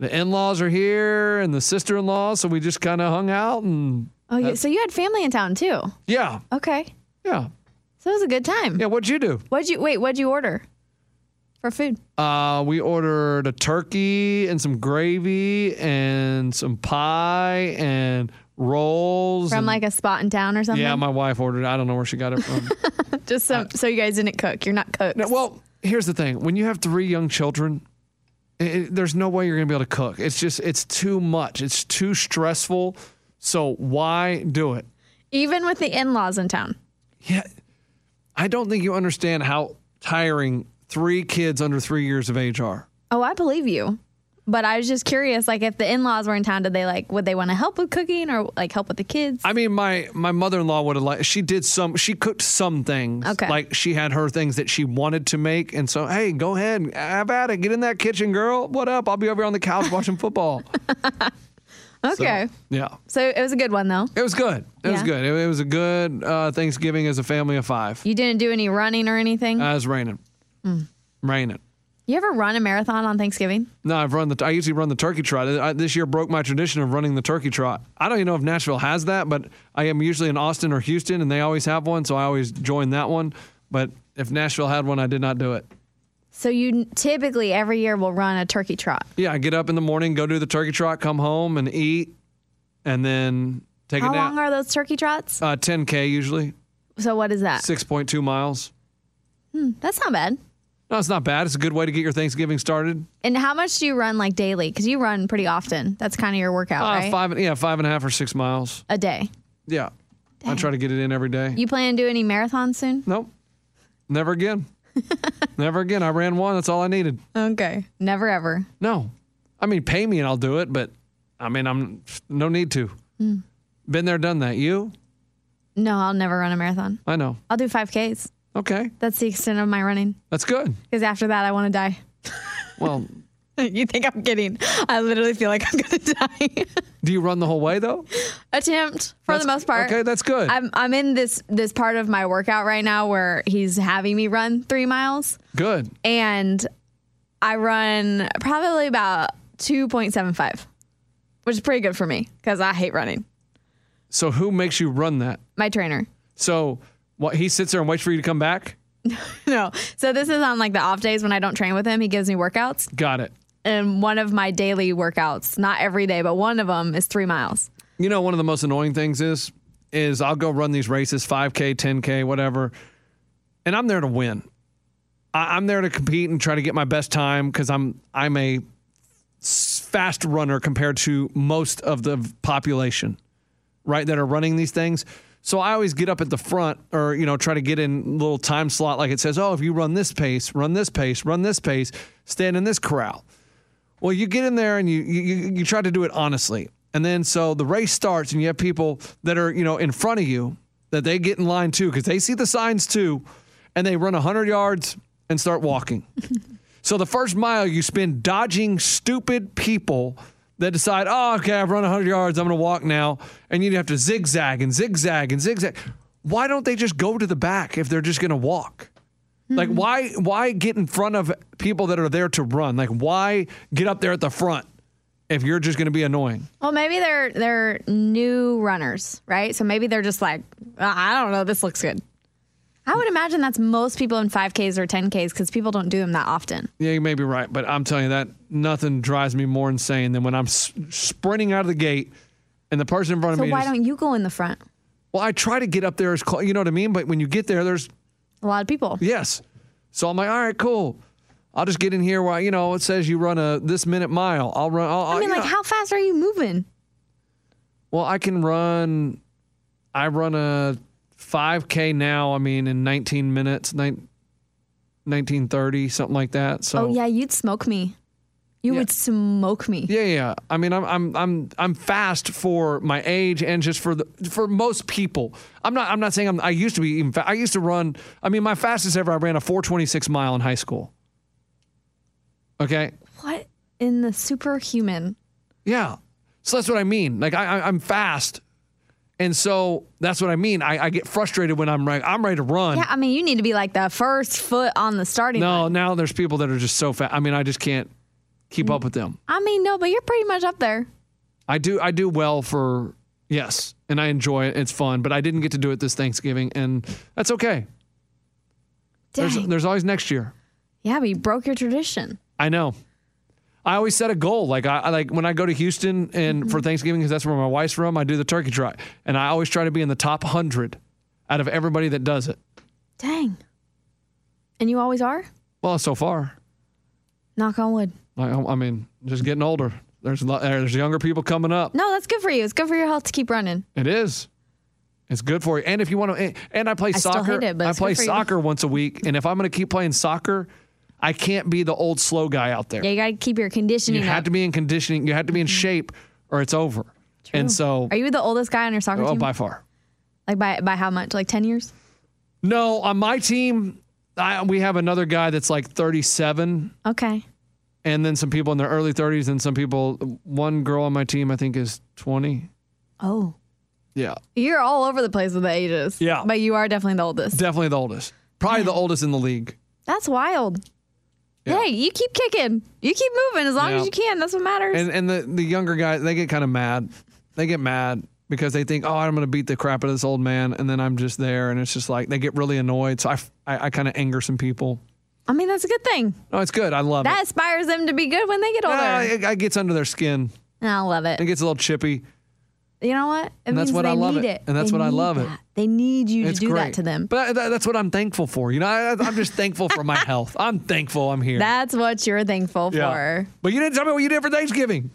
[SPEAKER 3] the in-laws are here and the sister-in-law, so we just kind of hung out and
[SPEAKER 2] Oh, you, so you had family in town too.
[SPEAKER 3] yeah,
[SPEAKER 2] Okay,
[SPEAKER 3] yeah,
[SPEAKER 2] so it was a good time.
[SPEAKER 3] yeah. What'd you do?
[SPEAKER 2] What'd you wait? What'd you order for food?
[SPEAKER 3] Uh, we ordered a turkey and some gravy and some pie and rolls.
[SPEAKER 2] From
[SPEAKER 3] and-
[SPEAKER 2] like a spot in town or something?
[SPEAKER 3] yeah, my wife ordered. it. I don't know where she got it from.
[SPEAKER 2] Just some, so you guys didn't cook. You're not cooked.
[SPEAKER 3] No, well, here's the thing: when you have three young children, i i- there's no way you're going to be able to cook. It's just it's too much. It's too stressful. So why do it?
[SPEAKER 2] Even with the in laws in town.
[SPEAKER 3] Yeah, I don't think you understand how tiring three kids under three years of age are.
[SPEAKER 2] Oh, I believe you. But I was just curious, like if the in laws were in town, did they like would they want to help with cooking or like help with the kids?
[SPEAKER 3] I mean, my my mother in law would have like she did some she cooked some things.
[SPEAKER 2] Okay.
[SPEAKER 3] Like she had her things that she wanted to make, and so hey, go ahead, have at it, get in that kitchen, girl. What up? I'll be over on the couch watching football.
[SPEAKER 2] Okay.
[SPEAKER 3] yeah.
[SPEAKER 2] So it was a good one, though.
[SPEAKER 3] It was good. It was
[SPEAKER 2] Yeah.
[SPEAKER 3] good. It, it was a good uh, Thanksgiving as a family of five.
[SPEAKER 2] You Mm. didn't do any running or anything.
[SPEAKER 3] Uh, it was raining. Raining.
[SPEAKER 2] you ever run a marathon on Thanksgiving?
[SPEAKER 3] No, I've run the. I usually run the turkey trot. I, this year broke my tradition of running the turkey trot. I don't even know if Nashville has that, but I am usually in Austin or Houston, and they always have one, so I always join that one. But if Nashville had one, I did not do it.
[SPEAKER 2] So you n- typically every year will run a turkey trot.
[SPEAKER 3] Yeah, I get up in the morning, go do the turkey trot, come home and eat, and then take
[SPEAKER 2] How
[SPEAKER 3] a nap.
[SPEAKER 2] long are those turkey trots?
[SPEAKER 3] uh, 10k usually,
[SPEAKER 2] So what is that?
[SPEAKER 3] 6.2 miles.
[SPEAKER 2] Hmm, that's not bad.
[SPEAKER 3] No, it's not bad. It's a good way to get your Thanksgiving started.
[SPEAKER 2] And how much do you run like daily? Because you run pretty often. That's kind of your workout,
[SPEAKER 3] Uh,
[SPEAKER 2] right?
[SPEAKER 3] Five, yeah, five and a half or six miles.
[SPEAKER 2] A day.
[SPEAKER 3] Yeah, I try to get it in every day.
[SPEAKER 2] You plan to do any marathons soon?
[SPEAKER 3] Nope. Never again. Never again. I ran one. That's all I needed.
[SPEAKER 2] Okay. Never ever.
[SPEAKER 3] No. I mean, pay me and I'll do it, but I mean, I'm no need to.
[SPEAKER 2] Mm.
[SPEAKER 3] Been there, done that. You?
[SPEAKER 2] No, I'll never run a marathon.
[SPEAKER 3] I know.
[SPEAKER 2] I'll do 5Ks.
[SPEAKER 3] Okay.
[SPEAKER 2] That's the extent of my running.
[SPEAKER 3] That's good.
[SPEAKER 2] Because after that, I want to die.
[SPEAKER 3] Well,
[SPEAKER 2] you think I'm kidding? I literally feel like I'm going to die.
[SPEAKER 3] do you run the whole way though?
[SPEAKER 2] Attempt for
[SPEAKER 3] That's-
[SPEAKER 2] the most part.
[SPEAKER 3] okay, that's good.
[SPEAKER 2] I'm I'm in this this part of my workout right now where he's having me run three miles,
[SPEAKER 3] Good.
[SPEAKER 2] and I run probably about two point seven five, which is pretty good for me because I hate running.
[SPEAKER 3] So who makes you run that?
[SPEAKER 2] My trainer.
[SPEAKER 3] So what he sits there and waits for you to come back?
[SPEAKER 2] no. So this is on like the off days when I don't train with him. He gives me workouts.
[SPEAKER 3] Got it.
[SPEAKER 2] And one of my daily workouts, not every day, but one of them is three miles.
[SPEAKER 3] You know, one of the most annoying things is is I'll go run these races, 5K, 10K, whatever, and I'm there to win. I, I'm there to compete and try to get my best time because I'm I'm a s- fast runner compared to most of the v- population, right? That are running these things. So I always get up at the front, or you know, try to get in little time slot like it says, oh, if you run this pace, run this pace, run this pace, stand in this corral. Well, you get in there and you you, you you try to do it honestly, and then so the race starts and you have people that are you know in front of you that they get in line too because they see the signs too, and they run hundred yards and start walking. so the first mile you spend dodging stupid people that decide, oh okay, I've run hundred yards, I'm going to walk now, and you have to zigzag and zigzag and zigzag. Why don't they just go to the back if they're just going to walk? Like
[SPEAKER 2] Mm-hmm.
[SPEAKER 3] why why get in front of people that are there to run? Like why get up there at the front if you're just going to be annoying?
[SPEAKER 2] Well, maybe they're they're new runners, right? So maybe they're just like, "Uh, I don't know, this looks good. I would imagine that's most people in 5Ks or 10Ks because people don't do them that often.
[SPEAKER 3] Yeah, you may be right, but I'm telling you that nothing drives me more insane than when I'm s- sprinting out of the gate and the person in front of
[SPEAKER 2] So
[SPEAKER 3] me.
[SPEAKER 2] why
[SPEAKER 3] just-
[SPEAKER 2] don't you go in the front?
[SPEAKER 3] well, I try to get up there as close, you know what I mean. But when you get there, there's
[SPEAKER 2] A lot of people.
[SPEAKER 3] Yes. So I'm like, all right, cool. I'll just get in here while you know it says you run a this minute mile. I'll run. I'll,
[SPEAKER 2] I mean,
[SPEAKER 3] you
[SPEAKER 2] like,
[SPEAKER 3] know-
[SPEAKER 2] how fast are you moving?
[SPEAKER 3] Well, I can run. I run a 5K now. I mean, in 19 minutes, nine, 1930, something like that. So
[SPEAKER 2] oh yeah, you'd smoke me. You would smoke me.
[SPEAKER 3] yeah, yeah. I mean, I'm I'm I'm I'm fast for my age and just for the for most people. I'm not I'm not saying I'm I used to be even fa- I used to run. I mean, my fastest ever I ran a 426 mile in high school. Okay.
[SPEAKER 2] What in the superhuman?
[SPEAKER 3] Yeah. So that's what I mean. Like I, I I'm fast. And so that's what I mean. I, I get frustrated when I'm right. I'm ready to run.
[SPEAKER 2] Yeah, I mean, you need to be like the first foot on the starting line.
[SPEAKER 3] No, now there's people that are just so fat. I mean, I just can't keep up with them.
[SPEAKER 2] I mean, no, but you're pretty much up there.
[SPEAKER 3] I do I do well for yes, and I enjoy it. It's fun, but I didn't get to do it this Thanksgiving, and that's okay. There's
[SPEAKER 2] Dang.
[SPEAKER 3] there's always next year.
[SPEAKER 2] Yeah, but you broke your tradition.
[SPEAKER 3] I know. I always set a goal. Like I I- like when I go to Houston and for Thanksgiving because that's where my wife's from. I do the turkey trot, and I always try to be in the top hundred out of everybody that does it.
[SPEAKER 2] Dang. And you always are?
[SPEAKER 3] Well, so far,
[SPEAKER 2] Knock on wood.
[SPEAKER 3] I, I mean, just getting older. There's a lot- there's younger people coming up.
[SPEAKER 2] No, that's good for you. It's good for your health to keep running.
[SPEAKER 3] It is. It's good for you. And if you want to, and I play
[SPEAKER 2] I still
[SPEAKER 3] soccer.
[SPEAKER 2] hate it, but
[SPEAKER 3] I
[SPEAKER 2] it's
[SPEAKER 3] play
[SPEAKER 2] good for you.
[SPEAKER 3] soccer once a week. And if I'm going to keep playing soccer, I can't be the old slow guy out there.
[SPEAKER 2] Yeah, you got to keep your conditioning
[SPEAKER 3] you
[SPEAKER 2] up.
[SPEAKER 3] have to be in conditioning. You have to be in shape, or it's over. And so,
[SPEAKER 2] Are you the oldest guy on your soccer
[SPEAKER 3] oh,
[SPEAKER 2] team?
[SPEAKER 3] by far.
[SPEAKER 2] like by by how much? Like 10 years?
[SPEAKER 3] No, on my team, I, we have another guy that's like 37,
[SPEAKER 2] Okay.
[SPEAKER 3] and then some people in their early 30s, and some people. One girl on my team, I think, is 20.
[SPEAKER 2] Oh.
[SPEAKER 3] Yeah,
[SPEAKER 2] You're all over the place with the ages.
[SPEAKER 3] Yeah.
[SPEAKER 2] But you are definitely the oldest.
[SPEAKER 3] definitely the oldest. Probably the oldest in the league.
[SPEAKER 2] That's wild. Hey, you keep kicking. You keep moving as long
[SPEAKER 3] Yeah.
[SPEAKER 2] as you can. That's what matters.
[SPEAKER 3] And and the, the younger guys, they get kind of mad. They get mad because they think, oh, I'm going to beat the crap out of this old man, and then I'm just there, and it's just like they get really annoyed. So I f- I, kind of anger some people.
[SPEAKER 2] I mean, that's a good thing.
[SPEAKER 3] No, it's good. I love
[SPEAKER 2] That
[SPEAKER 3] it.
[SPEAKER 2] inspires them to be good when they get older.
[SPEAKER 3] Yeah, it, it gets under their skin.
[SPEAKER 2] I love it.
[SPEAKER 3] It gets a little chippy.
[SPEAKER 2] You know what? It
[SPEAKER 3] And that's
[SPEAKER 2] means
[SPEAKER 3] what
[SPEAKER 2] they
[SPEAKER 3] I love
[SPEAKER 2] need
[SPEAKER 3] it. And that's
[SPEAKER 2] They
[SPEAKER 3] what I
[SPEAKER 2] need
[SPEAKER 3] love it.
[SPEAKER 2] that. They need you
[SPEAKER 3] It's
[SPEAKER 2] to do
[SPEAKER 3] great
[SPEAKER 2] that to them.
[SPEAKER 3] But that, that's what I'm thankful for. You know, I, I'm just thankful for my health. I'm thankful I'm here.
[SPEAKER 2] That's what you're thankful
[SPEAKER 3] Yeah.
[SPEAKER 2] for.
[SPEAKER 3] But you didn't tell me what you did for Thanksgiving.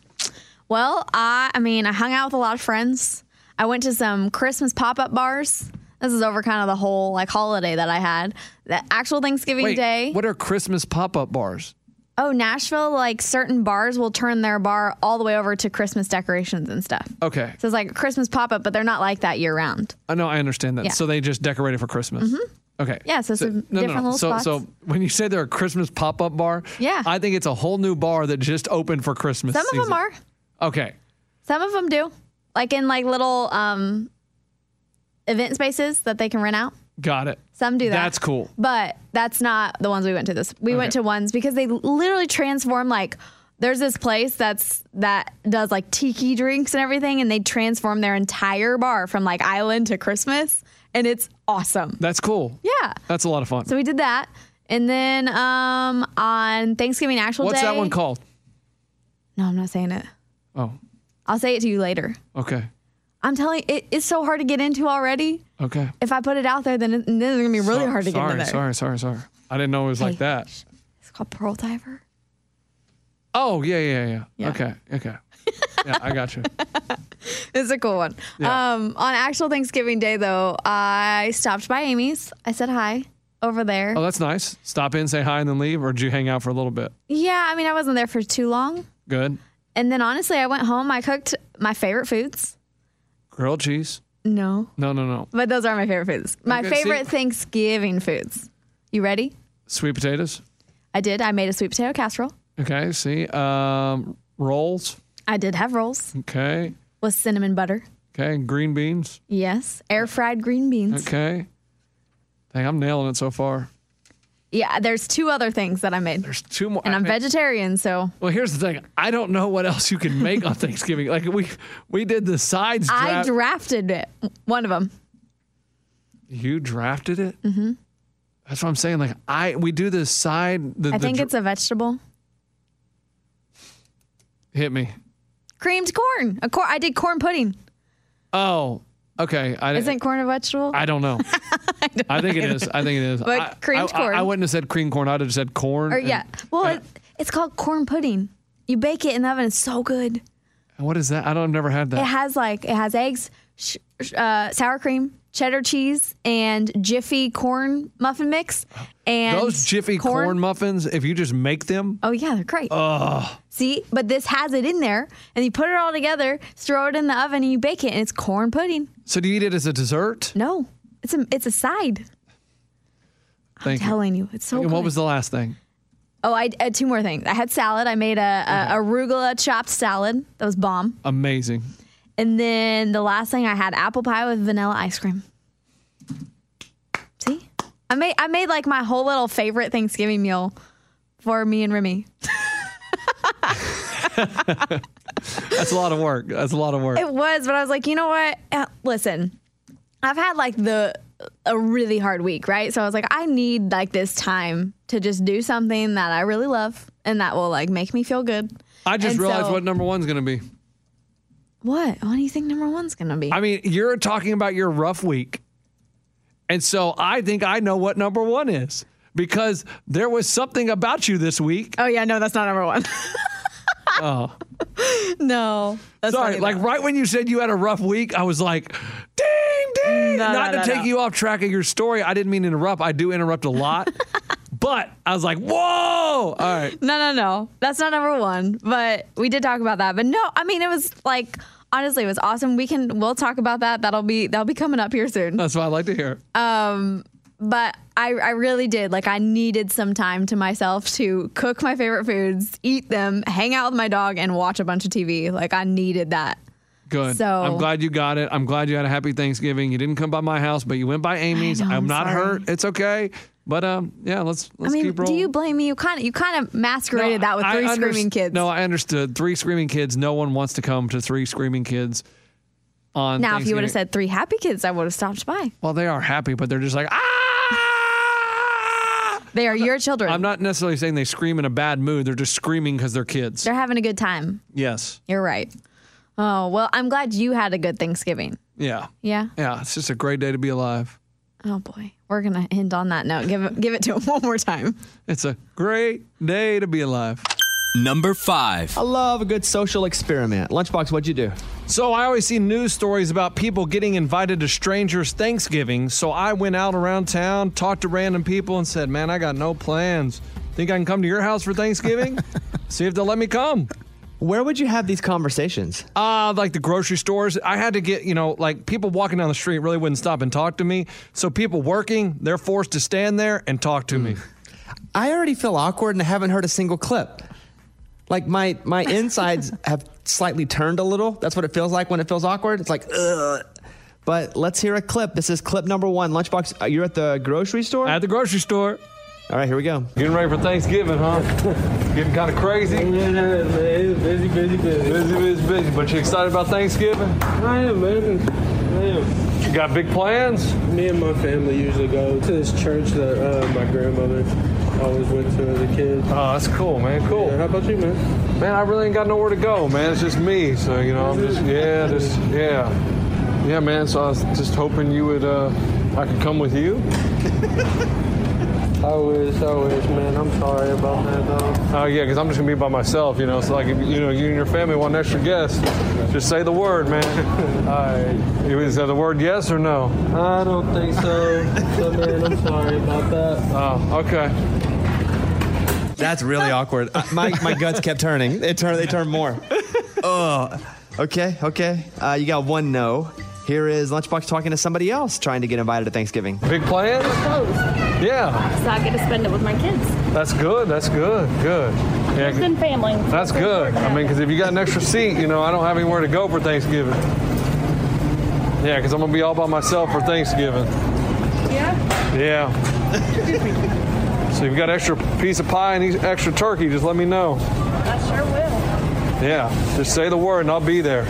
[SPEAKER 2] Well, I I mean, I hung out with a lot of friends. I went to some Christmas pop-up bars. This is over kind of the whole like holiday that I had. The actual Thanksgiving
[SPEAKER 3] Wait,
[SPEAKER 2] day.
[SPEAKER 3] What are Christmas pop up bars?
[SPEAKER 2] Oh, Nashville, like certain bars will turn their bar all the way over to Christmas decorations and stuff.
[SPEAKER 3] Okay.
[SPEAKER 2] So it's like a Christmas pop-up, but they're not like that year round.
[SPEAKER 3] I know Oh, I understand that.
[SPEAKER 2] Yeah. Mm-hmm.
[SPEAKER 3] So they just decorate it for Christmas. Okay.
[SPEAKER 2] Yeah, so some different little
[SPEAKER 3] so,
[SPEAKER 2] spots.
[SPEAKER 3] so when you say they're a Christmas pop up bar,
[SPEAKER 2] Yeah.
[SPEAKER 3] I think it's a whole new bar that just opened for Christmas.
[SPEAKER 2] Some of
[SPEAKER 3] season.
[SPEAKER 2] them are.
[SPEAKER 3] Okay.
[SPEAKER 2] Some of them do. Like in like little um event spaces that they can rent out.
[SPEAKER 3] Got it.
[SPEAKER 2] Some do that.
[SPEAKER 3] That's cool.
[SPEAKER 2] But that's not the ones we went to this. We went
[SPEAKER 3] Okay.
[SPEAKER 2] to ones because they literally transform like there's this place that's that does like tiki drinks and everything and they transform their entire bar from like island to Christmas and it's awesome.
[SPEAKER 3] That's cool.
[SPEAKER 2] Yeah.
[SPEAKER 3] That's a lot of fun.
[SPEAKER 2] So we did that. And then um on Thanksgiving actual
[SPEAKER 3] What's
[SPEAKER 2] day.
[SPEAKER 3] that one called?
[SPEAKER 2] No, I'm not saying it.
[SPEAKER 3] Oh,
[SPEAKER 2] I'll say it to you later.
[SPEAKER 3] okay.
[SPEAKER 2] I'm telling it, it's so hard to get into already.
[SPEAKER 3] Okay.
[SPEAKER 2] If I put it out there, then, it, then it's gonna be really
[SPEAKER 3] So-
[SPEAKER 2] hard to
[SPEAKER 3] sorry,
[SPEAKER 2] get into there.
[SPEAKER 3] Sorry, sorry, sorry. I didn't know it was like
[SPEAKER 2] Hey.
[SPEAKER 3] that.
[SPEAKER 2] It's called Pearl Diver.
[SPEAKER 3] Oh, yeah, yeah, yeah.
[SPEAKER 2] Yeah.
[SPEAKER 3] Okay, okay. yeah, I got you.
[SPEAKER 2] It's a cool one.
[SPEAKER 3] Yeah.
[SPEAKER 2] Um, on actual Thanksgiving Day, though, I stopped by Amy's. I said hi over there.
[SPEAKER 3] Oh, that's nice. Stop in, say hi, and then leave, or did you hang out for a little bit?
[SPEAKER 2] Yeah, I mean, I wasn't there for too long.
[SPEAKER 3] Good.
[SPEAKER 2] And then honestly, I went home. I cooked my favorite foods.
[SPEAKER 3] Grilled cheese.
[SPEAKER 2] No,
[SPEAKER 3] No, no, no.
[SPEAKER 2] but those are my favorite foods. My
[SPEAKER 3] Okay, see-
[SPEAKER 2] favorite Thanksgiving foods. You ready?
[SPEAKER 3] Sweet potatoes.
[SPEAKER 2] I did. I made a sweet potato casserole.
[SPEAKER 3] Okay, see. Um, rolls.
[SPEAKER 2] I did have rolls
[SPEAKER 3] Okay.
[SPEAKER 2] with cinnamon butter.
[SPEAKER 3] Okay. Green beans.
[SPEAKER 2] Yes, air fried green beans.
[SPEAKER 3] Okay. Dang, I'm nailing it so far.
[SPEAKER 2] Yeah, there's two other things that I made.
[SPEAKER 3] There's two more.
[SPEAKER 2] And
[SPEAKER 3] I
[SPEAKER 2] I'm
[SPEAKER 3] mean-
[SPEAKER 2] vegetarian, so
[SPEAKER 3] Well, here's the thing. I don't know what else you can make on Thanksgiving. Like we we did the sides.
[SPEAKER 2] I
[SPEAKER 3] draft-
[SPEAKER 2] drafted it. One of them.
[SPEAKER 3] You drafted it. Mm-hmm. That's what I'm saying. Like I, we do the side. The,
[SPEAKER 2] I think it's a vegetable.
[SPEAKER 3] hit me.
[SPEAKER 2] Creamed corn. A cor- I did corn pudding.
[SPEAKER 3] Oh, okay. I
[SPEAKER 2] Isn't corn a vegetable?
[SPEAKER 3] I don't know. I, think it is. I think it is.
[SPEAKER 2] But
[SPEAKER 3] I,
[SPEAKER 2] creamed
[SPEAKER 3] I- I-
[SPEAKER 2] corn.
[SPEAKER 3] I, wouldn't have said cream corn. I'd have said corn.
[SPEAKER 2] or
[SPEAKER 3] and-
[SPEAKER 2] yeah. Well, it, it's called corn pudding. You bake it in the oven. It's so good.
[SPEAKER 3] What is that? I don't. I've never had
[SPEAKER 2] It
[SPEAKER 3] that.
[SPEAKER 2] has like it has eggs, sh- sh- uh, sour cream, cheddar cheese, and Jiffy corn muffin mix. And
[SPEAKER 3] Those Jiffy corn. muffins. If you just make them,
[SPEAKER 2] Oh yeah, they're great. See, but this has it in there, and you put it all together, throw it in the oven, and you bake it, and it's corn pudding.
[SPEAKER 3] so do you eat it as a dessert?
[SPEAKER 2] No, it's a it's a side.
[SPEAKER 3] Thank
[SPEAKER 2] I'm telling you, it's so.
[SPEAKER 3] And what
[SPEAKER 2] good.
[SPEAKER 3] was the last thing?
[SPEAKER 2] Oh, I had two more things. I had salad. I made a, a arugula chopped salad that was bomb,
[SPEAKER 3] Amazing.
[SPEAKER 2] and then the last thing I had apple pie with vanilla ice cream. See, I made I made like my whole little favorite Thanksgiving meal for me and Remy.
[SPEAKER 3] That's a lot of work. That's a lot of work.
[SPEAKER 2] It was, but I was like, you know what? Uh, Listen, I've had like the a really hard week, right? So I was like, I need like this time to just do something that I really love and that will like make me feel good.
[SPEAKER 3] I just
[SPEAKER 2] and
[SPEAKER 3] realized
[SPEAKER 2] so-
[SPEAKER 3] what number one's going to be.
[SPEAKER 2] What? What do you think number one's gonna be?
[SPEAKER 3] I mean, you're talking about your rough week. And so I think I know what number one is because there was something about you this week.
[SPEAKER 2] oh yeah, no, that's not number one. oh no, that's
[SPEAKER 3] Sorry,
[SPEAKER 2] not
[SPEAKER 3] like
[SPEAKER 2] either.
[SPEAKER 3] right when you said you had a rough week, I was like, ding, ding.
[SPEAKER 2] No, no,
[SPEAKER 3] Not to
[SPEAKER 2] no,
[SPEAKER 3] take
[SPEAKER 2] no.
[SPEAKER 3] you off track of your story. I didn't mean to interrupt. I do interrupt a lot. but I was like, whoa. All right.
[SPEAKER 2] no, no, no, that's not number one. But we did talk about that. But no, I mean it was like honestly, it was awesome. We can we'll talk about that. That'll be that'll be coming up here soon.
[SPEAKER 3] That's what I like to hear.
[SPEAKER 2] Um, but I, I really did. Like, I needed some time to myself to cook my favorite foods, eat them, hang out with my dog, and watch a bunch of TV. Like, I needed that.
[SPEAKER 3] Good.
[SPEAKER 2] So-
[SPEAKER 3] I'm glad you got it. I'm glad you had a happy Thanksgiving. You didn't come by my house, but you went by Amy's.
[SPEAKER 2] know,
[SPEAKER 3] I'm,
[SPEAKER 2] I'm
[SPEAKER 3] not
[SPEAKER 2] sorry.
[SPEAKER 3] hurt. It's okay. But um, yeah, let's let's
[SPEAKER 2] I mean,
[SPEAKER 3] keep rolling.
[SPEAKER 2] do you blame me? You kind of you kind of masqueraded that with
[SPEAKER 3] I
[SPEAKER 2] three
[SPEAKER 3] underst-
[SPEAKER 2] screaming kids.
[SPEAKER 3] No, I understood. Three screaming kids. No one wants to come to three screaming kids. On
[SPEAKER 2] now, if you would have
[SPEAKER 3] Thanksgiving.
[SPEAKER 2] said three happy kids, I would have stopped by.
[SPEAKER 3] well, they are happy, but they're just like ah.
[SPEAKER 2] They are your children.
[SPEAKER 3] I'm not necessarily saying they scream in a bad mood. They're just screaming because they're kids.
[SPEAKER 2] They're having a good time.
[SPEAKER 3] yes.
[SPEAKER 2] You're right. Oh well, I'm glad you had a good Thanksgiving.
[SPEAKER 3] Yeah.
[SPEAKER 2] Yeah.
[SPEAKER 3] Yeah. It's just a great day to be alive.
[SPEAKER 2] Oh boy, we're gonna end on that note. Give it, give it to him one more time.
[SPEAKER 3] It's a great day to be alive.
[SPEAKER 1] Number five.
[SPEAKER 5] I love a good social experiment. Lunchbox, what'd you do?
[SPEAKER 3] So I always see news stories about people getting invited to strangers' Thanksgiving. So I went out around town, talked to random people, and said, "Man, I got no plans. Think I can come to your house for Thanksgiving? See if they'll let me come."
[SPEAKER 5] Where would you have these conversations?
[SPEAKER 3] Uh, like the grocery stores. I had to get, you know, like people walking down the street really wouldn't stop and talk to me. So people working, they're forced to stand there and talk to me.
[SPEAKER 5] I already feel awkward and haven't heard a single clip. Like my my insides have slightly turned a little. That's what it feels like when it feels awkward. It's like ugh. But let's hear a clip. This is clip number one. Lunchbox, uh, you're at the grocery store.
[SPEAKER 3] At the grocery store.
[SPEAKER 5] All right, here we go.
[SPEAKER 3] Getting ready for Thanksgiving, huh? Getting kind of crazy.
[SPEAKER 9] It's busy, busy, busy.
[SPEAKER 3] Busy, busy, busy. But you excited about Thanksgiving?
[SPEAKER 9] I am, man. I am.
[SPEAKER 3] You got big plans?
[SPEAKER 9] Me and my family usually go to this church that uh, my grandmother always went to as a kid.
[SPEAKER 3] Oh, that's cool, man. Cool.
[SPEAKER 9] Yeah, how about you, man?
[SPEAKER 3] Man, I really ain't got nowhere to go, man. It's just me. So, you know, I'm just, yeah, just, yeah. Yeah, man. So I was just hoping you would, uh, I could come with you.
[SPEAKER 9] I wish, I wish, man. I'm sorry about that, though.
[SPEAKER 3] Oh, yeah, because I'm just going to be by myself, you know. So, like, if, you know, you and your family want an extra guest, just say the word, man.
[SPEAKER 9] All
[SPEAKER 3] It was uh, the word yes or no?
[SPEAKER 9] right. I don't think so. so, man, I'm sorry about that.
[SPEAKER 3] Oh, okay.
[SPEAKER 5] That's really awkward. Uh, my my guts kept turning. It turned. They turned more. Oh. Okay. Okay. Uh, you got one no. Here is Lunchbox talking to somebody else trying to get invited to Thanksgiving.
[SPEAKER 3] Big plans? Yeah,
[SPEAKER 10] So I get to spend it with my kids
[SPEAKER 3] that's good. That's good. Good. Yeah,
[SPEAKER 10] and family.
[SPEAKER 3] That's good. I mean, because if you got an extra seat, you know, I don't have anywhere to go for Thanksgiving. Yeah, because I'm gonna be all by myself for Thanksgiving.
[SPEAKER 10] Yeah.
[SPEAKER 3] Yeah. so if you got extra piece of pie and extra turkey, just let me know.
[SPEAKER 10] I sure will.
[SPEAKER 3] Yeah, just say the word and I'll be there.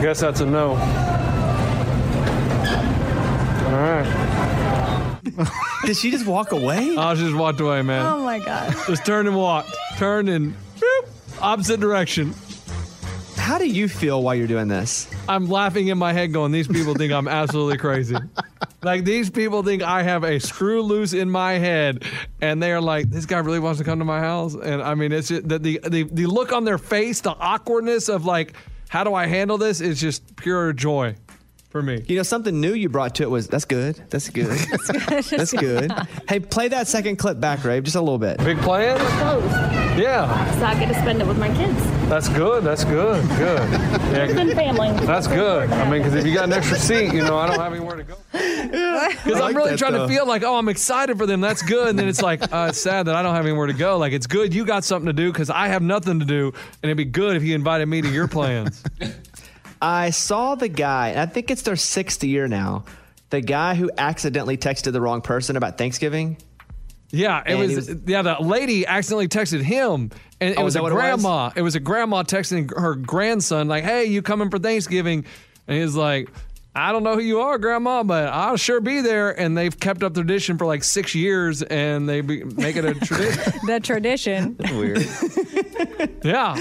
[SPEAKER 3] Guess that's a no. All right.
[SPEAKER 5] Did she just walk away?
[SPEAKER 3] I just walked away, man.
[SPEAKER 7] Oh my god.
[SPEAKER 3] Just turned and walked. Turned and opposite direction.
[SPEAKER 5] How do you feel while you're doing this?
[SPEAKER 3] I'm laughing in my head, going, "These people think I'm absolutely crazy. like these people think I have a screw loose in my head, and they are like, this guy really wants to come to my house." And I mean, it's just the the the, the look on their face, the awkwardness of like, how do I handle this? Is just pure joy for me.
[SPEAKER 5] You know, something new you brought to it was that's good. That's good. that's good. that's good. Hey, play that second clip back, Rave, just a little bit.
[SPEAKER 3] Big plans? Yeah,
[SPEAKER 10] So I get to spend it with my kids
[SPEAKER 3] that's good. That's good. Good. Yeah,
[SPEAKER 10] and family.
[SPEAKER 3] that's good. I mean, because if you got an extra seat, you know, I don't have anywhere to go. Because
[SPEAKER 5] I
[SPEAKER 3] I'm
[SPEAKER 5] like
[SPEAKER 3] really
[SPEAKER 5] that,
[SPEAKER 3] trying
[SPEAKER 5] though.
[SPEAKER 3] to feel like, oh, I'm excited for them. That's good. And then it's like, uh, it's sad that I don't have anywhere to go. Like, it's good you got something to do because I have nothing to do. And it'd be good if you invited me to your plans.
[SPEAKER 5] I saw the guy, and I think it's their sixth year now. The guy who accidentally texted the wrong person about Thanksgiving.
[SPEAKER 3] yeah, it
[SPEAKER 5] And he
[SPEAKER 3] was,
[SPEAKER 5] was-
[SPEAKER 3] Yeah, the lady accidentally texted him, and it
[SPEAKER 5] Oh,
[SPEAKER 3] was
[SPEAKER 5] is that
[SPEAKER 3] a
[SPEAKER 5] what it was?
[SPEAKER 3] grandma. It was? a grandma texting her grandson, like, "Hey, you coming for Thanksgiving?" And he's like, "I don't know who you are, grandma, but I'll sure be there." And they've kept up the tradition for like six years, and they be, make it a tradition.
[SPEAKER 7] The tradition.
[SPEAKER 5] Weird.
[SPEAKER 3] yeah,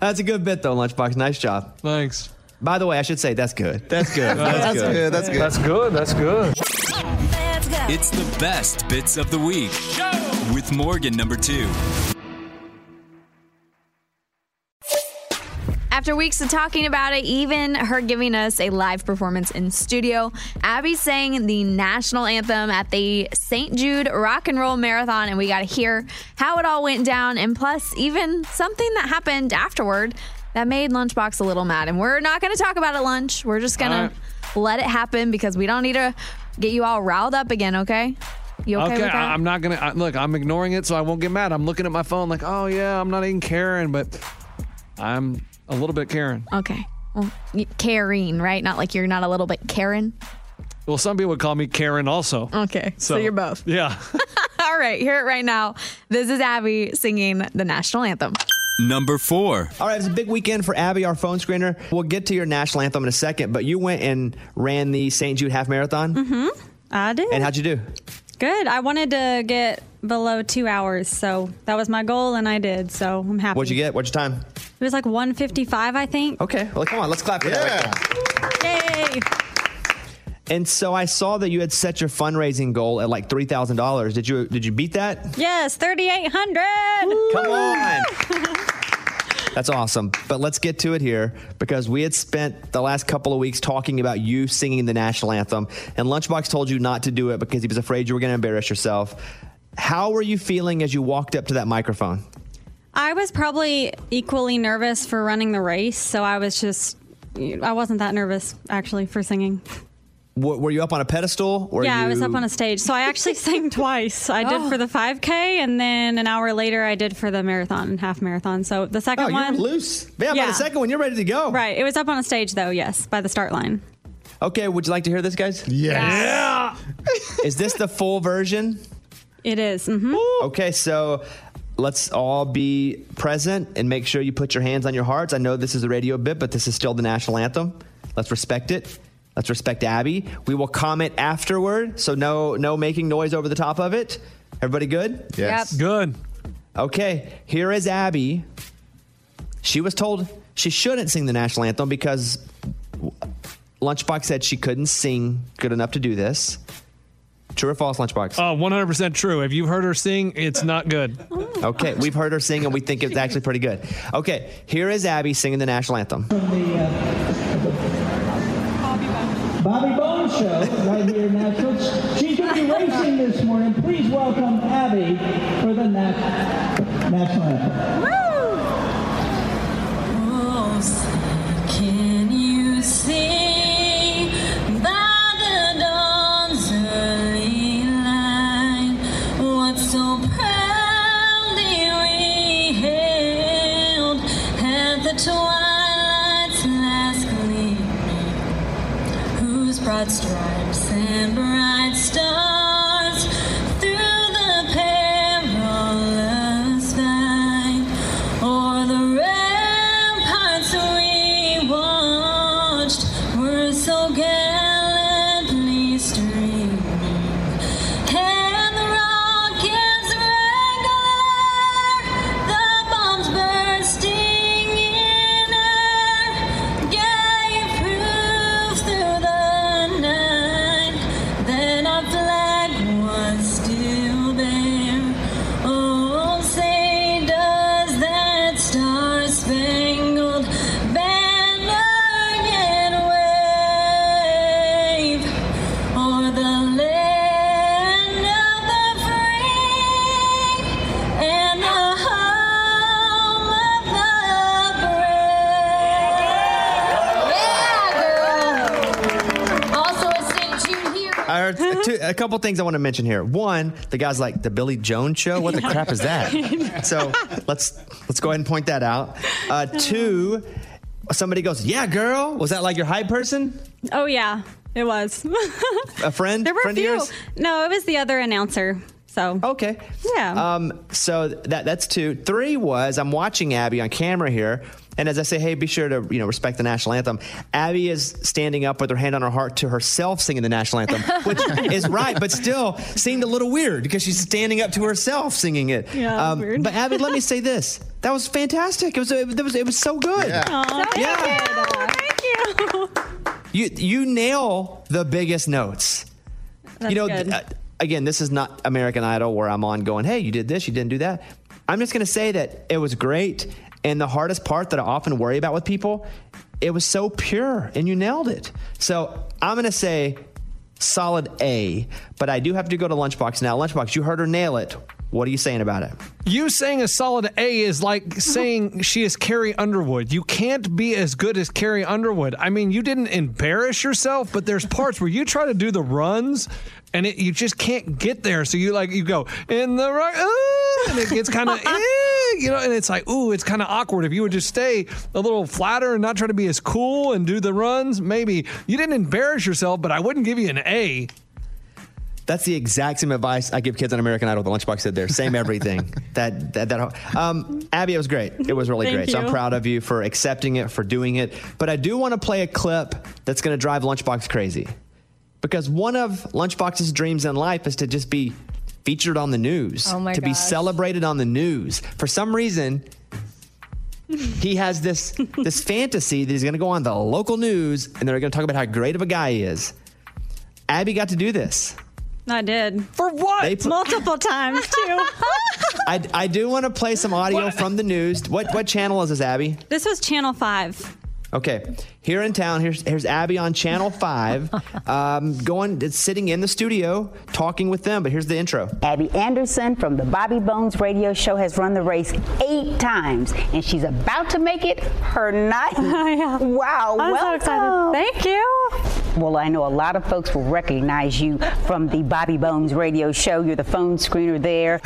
[SPEAKER 5] that's a good bit though, Lunchbox. Nice job.
[SPEAKER 3] thanks.
[SPEAKER 5] By the way, I should say that's good. That's good. that's good.
[SPEAKER 8] Yeah, that's good.
[SPEAKER 3] That's good. That's good.
[SPEAKER 1] It's the best bits of the week with Morgan number two.
[SPEAKER 2] After weeks of talking about it, even her giving us a live performance in studio, Abby sang the national anthem at the St. Jude Rock and Roll Marathon, and we got to hear how it all went down, and plus, even something that happened afterward that made Lunchbox a little mad. And we're not going to talk about it lunch. We're just going
[SPEAKER 3] All right.
[SPEAKER 2] to let it happen because we don't need to Get you all riled up again, okay? You okay,
[SPEAKER 3] okay,
[SPEAKER 2] with that?
[SPEAKER 3] I, am not gonna I, look. I'm ignoring it, so I won't get mad. I'm looking at my phone, like, oh yeah, I'm not even caring, but I'm a little bit caring.
[SPEAKER 2] okay. Well, y- Karen, right? Not like you're not a little bit Karen.
[SPEAKER 3] Well, some people would call me Karen also.
[SPEAKER 2] Okay, Mm, so you're both.
[SPEAKER 3] Yeah.
[SPEAKER 2] all right, hear it right now. This is Abby singing the national anthem.
[SPEAKER 5] Number four. All right, it's a big weekend for Abby, our phone screener. We'll get to your national anthem in a second, but you went and ran the St. Jude Half Marathon.
[SPEAKER 7] hmm I did.
[SPEAKER 5] And how'd you do?
[SPEAKER 7] Good. I wanted to get below two hours, so that was my goal, and I did. So I'm happy.
[SPEAKER 5] What'd you get? What's your time?
[SPEAKER 7] It was like 155, I think.
[SPEAKER 5] Okay. Well, come on, let's clap for that. right there.
[SPEAKER 7] Yay!
[SPEAKER 5] And so I saw that you had set your fundraising goal at like three thousand dollars. Did you did you beat that?
[SPEAKER 7] Yes, 3,800.
[SPEAKER 5] Come on. That's awesome. But let's get to it here because we had spent the last couple of weeks talking about you singing the national anthem, and Lunchbox told you not to do it because he was afraid you were going to embarrass yourself. How were you feeling as you walked up to that microphone?
[SPEAKER 7] I was probably equally nervous for running the race, so I was just, I wasn't that nervous actually for singing.
[SPEAKER 5] W- were you up on a pedestal? Or
[SPEAKER 7] yeah, I
[SPEAKER 5] you-
[SPEAKER 7] was up on a stage. So I actually sang twice. I did for the 5K, and then an hour later, I did for the marathon and half marathon. So the second
[SPEAKER 5] Oh, you were
[SPEAKER 7] one.
[SPEAKER 5] loose. Yeah, by the second one, you're ready to go.
[SPEAKER 7] Right. It was up on a stage, though, yes, by the start line.
[SPEAKER 5] Okay, would you like to hear this, guys?
[SPEAKER 7] Yes.
[SPEAKER 5] Yeah. Is this the full version?
[SPEAKER 7] It is. Mm-hmm.
[SPEAKER 5] Okay, so let's all be present and make sure you put your hands on your hearts. I know this is a radio bit, but this is still the national anthem. Let's respect it. Let's respect Abby. We will comment afterward, so no no making noise over the top of it. Everybody good?
[SPEAKER 4] Yes. Yep.
[SPEAKER 5] Good. Okay, here is Abby. She was told she shouldn't sing the national anthem because Lunchbox said she couldn't sing good enough to do this. True or false, Lunchbox?
[SPEAKER 3] Oh, 100% true. Have you heard her sing? It's not good.
[SPEAKER 5] Okay, we've heard her sing and we think it's actually pretty good. Okay, here is Abby singing the national anthem.
[SPEAKER 11] Bobby Bones Show, right here in Nashville. She's going to be racing this morning. Please welcome Abby for the na- national anthem.
[SPEAKER 4] Oh, say, can you see by the dawn's early light what so proudly we hailed at the twilight's last gleaming, whose broad stripes and bright stars through the perilous fight o'er the ramparts we watched were so gallantly streaming, and the rockets regular, the bombs bursting in air, gave proof through the night that our flag was still there. Oh, say does that star-spangled banner yet wave o'er the land of the free and the home of the brave? Yeah, girl. Also, a St. Jude hero.
[SPEAKER 5] I heard two, a couple things I want to mention here. One, the guy's like the Billy Jones show. What the crap is that? So let's let's go ahead and point that out. Uh, two, somebody goes, "Yeah, girl." Was that like your hype person?
[SPEAKER 7] Oh, yeah, it was.
[SPEAKER 5] A friend?
[SPEAKER 7] there were
[SPEAKER 5] friend
[SPEAKER 7] a
[SPEAKER 5] Of
[SPEAKER 7] few.
[SPEAKER 5] yours? Oh,
[SPEAKER 7] No, it was the other announcer. So.
[SPEAKER 5] Okay.
[SPEAKER 7] Yeah.
[SPEAKER 5] Um, so that that's two. Three was I'm watching Abby on camera here, and as I say, hey, be sure to you know respect the national anthem. Abby is standing up with her hand on her heart to herself singing the national anthem, which is right, but still seemed a little weird because she's standing up to herself singing it.
[SPEAKER 4] Yeah,
[SPEAKER 5] Um, But Abby, let me say this: that was fantastic. It was it was, it was so good.
[SPEAKER 7] Thank you.
[SPEAKER 5] You you nail the biggest notes.
[SPEAKER 7] That's
[SPEAKER 5] you know,
[SPEAKER 7] good.
[SPEAKER 5] uh, again, this is not American Idol where I'm on going, hey, you did this, you didn't do that. I'm just going to say that it was great. And the hardest part that I often worry about with people, it was so pure and you nailed it. So I'm going to say solid A, but I do have to go to Lunchbox now. Lunchbox, you heard her nail it. What are you saying about it?
[SPEAKER 3] You saying a solid A is like saying she is Carrie Underwood. You can't be as good as Carrie Underwood. I mean, you didn't embarrass yourself, but there's parts where you try to do the runs and it, you just can't get there. So you like you go in the right, ooh, and it gets kind of. You know, and it's like, ooh, it's kind of awkward. If you would just stay a little flatter and not try to be as cool and do the runs, maybe you didn't embarrass yourself, but I wouldn't give you an A.
[SPEAKER 5] That's the exact same advice I give kids on American Idol. The lunchbox said there, same everything. that that that. Um, Abby, it was great. It was really
[SPEAKER 12] Thank
[SPEAKER 5] great. So I'm
[SPEAKER 12] you.
[SPEAKER 5] proud of you for accepting it, for doing it. But I do want to play a clip that's going to drive Lunchbox crazy, because one of Lunchbox's dreams in life is to just be featured on the news,
[SPEAKER 13] Oh my
[SPEAKER 5] to be
[SPEAKER 13] gosh.
[SPEAKER 5] celebrated on the news. For some reason, he has this this fantasy that he's going to go on the local news and they're going to talk about how great of a guy he is. Abby got to do this.
[SPEAKER 7] I did.
[SPEAKER 3] For what?
[SPEAKER 5] They put-
[SPEAKER 7] Multiple times too.
[SPEAKER 5] I, I do want to play some audio from the news. What what channel is this, Abby?
[SPEAKER 7] this was Channel Five.
[SPEAKER 5] Okay, here in town. Here's here's Abby on Channel Five, um, going it's sitting in the studio talking with them. But here's the intro.
[SPEAKER 14] Abby Anderson from the Bobby Bones radio show has run the race eight times, and she's about to make it her ninth. Wow!
[SPEAKER 15] I'm so
[SPEAKER 14] welcome.
[SPEAKER 15] excited.
[SPEAKER 14] Thank you. Well, I know a lot of folks will recognize you from the Bobby Bones radio show. You're the phone screener there.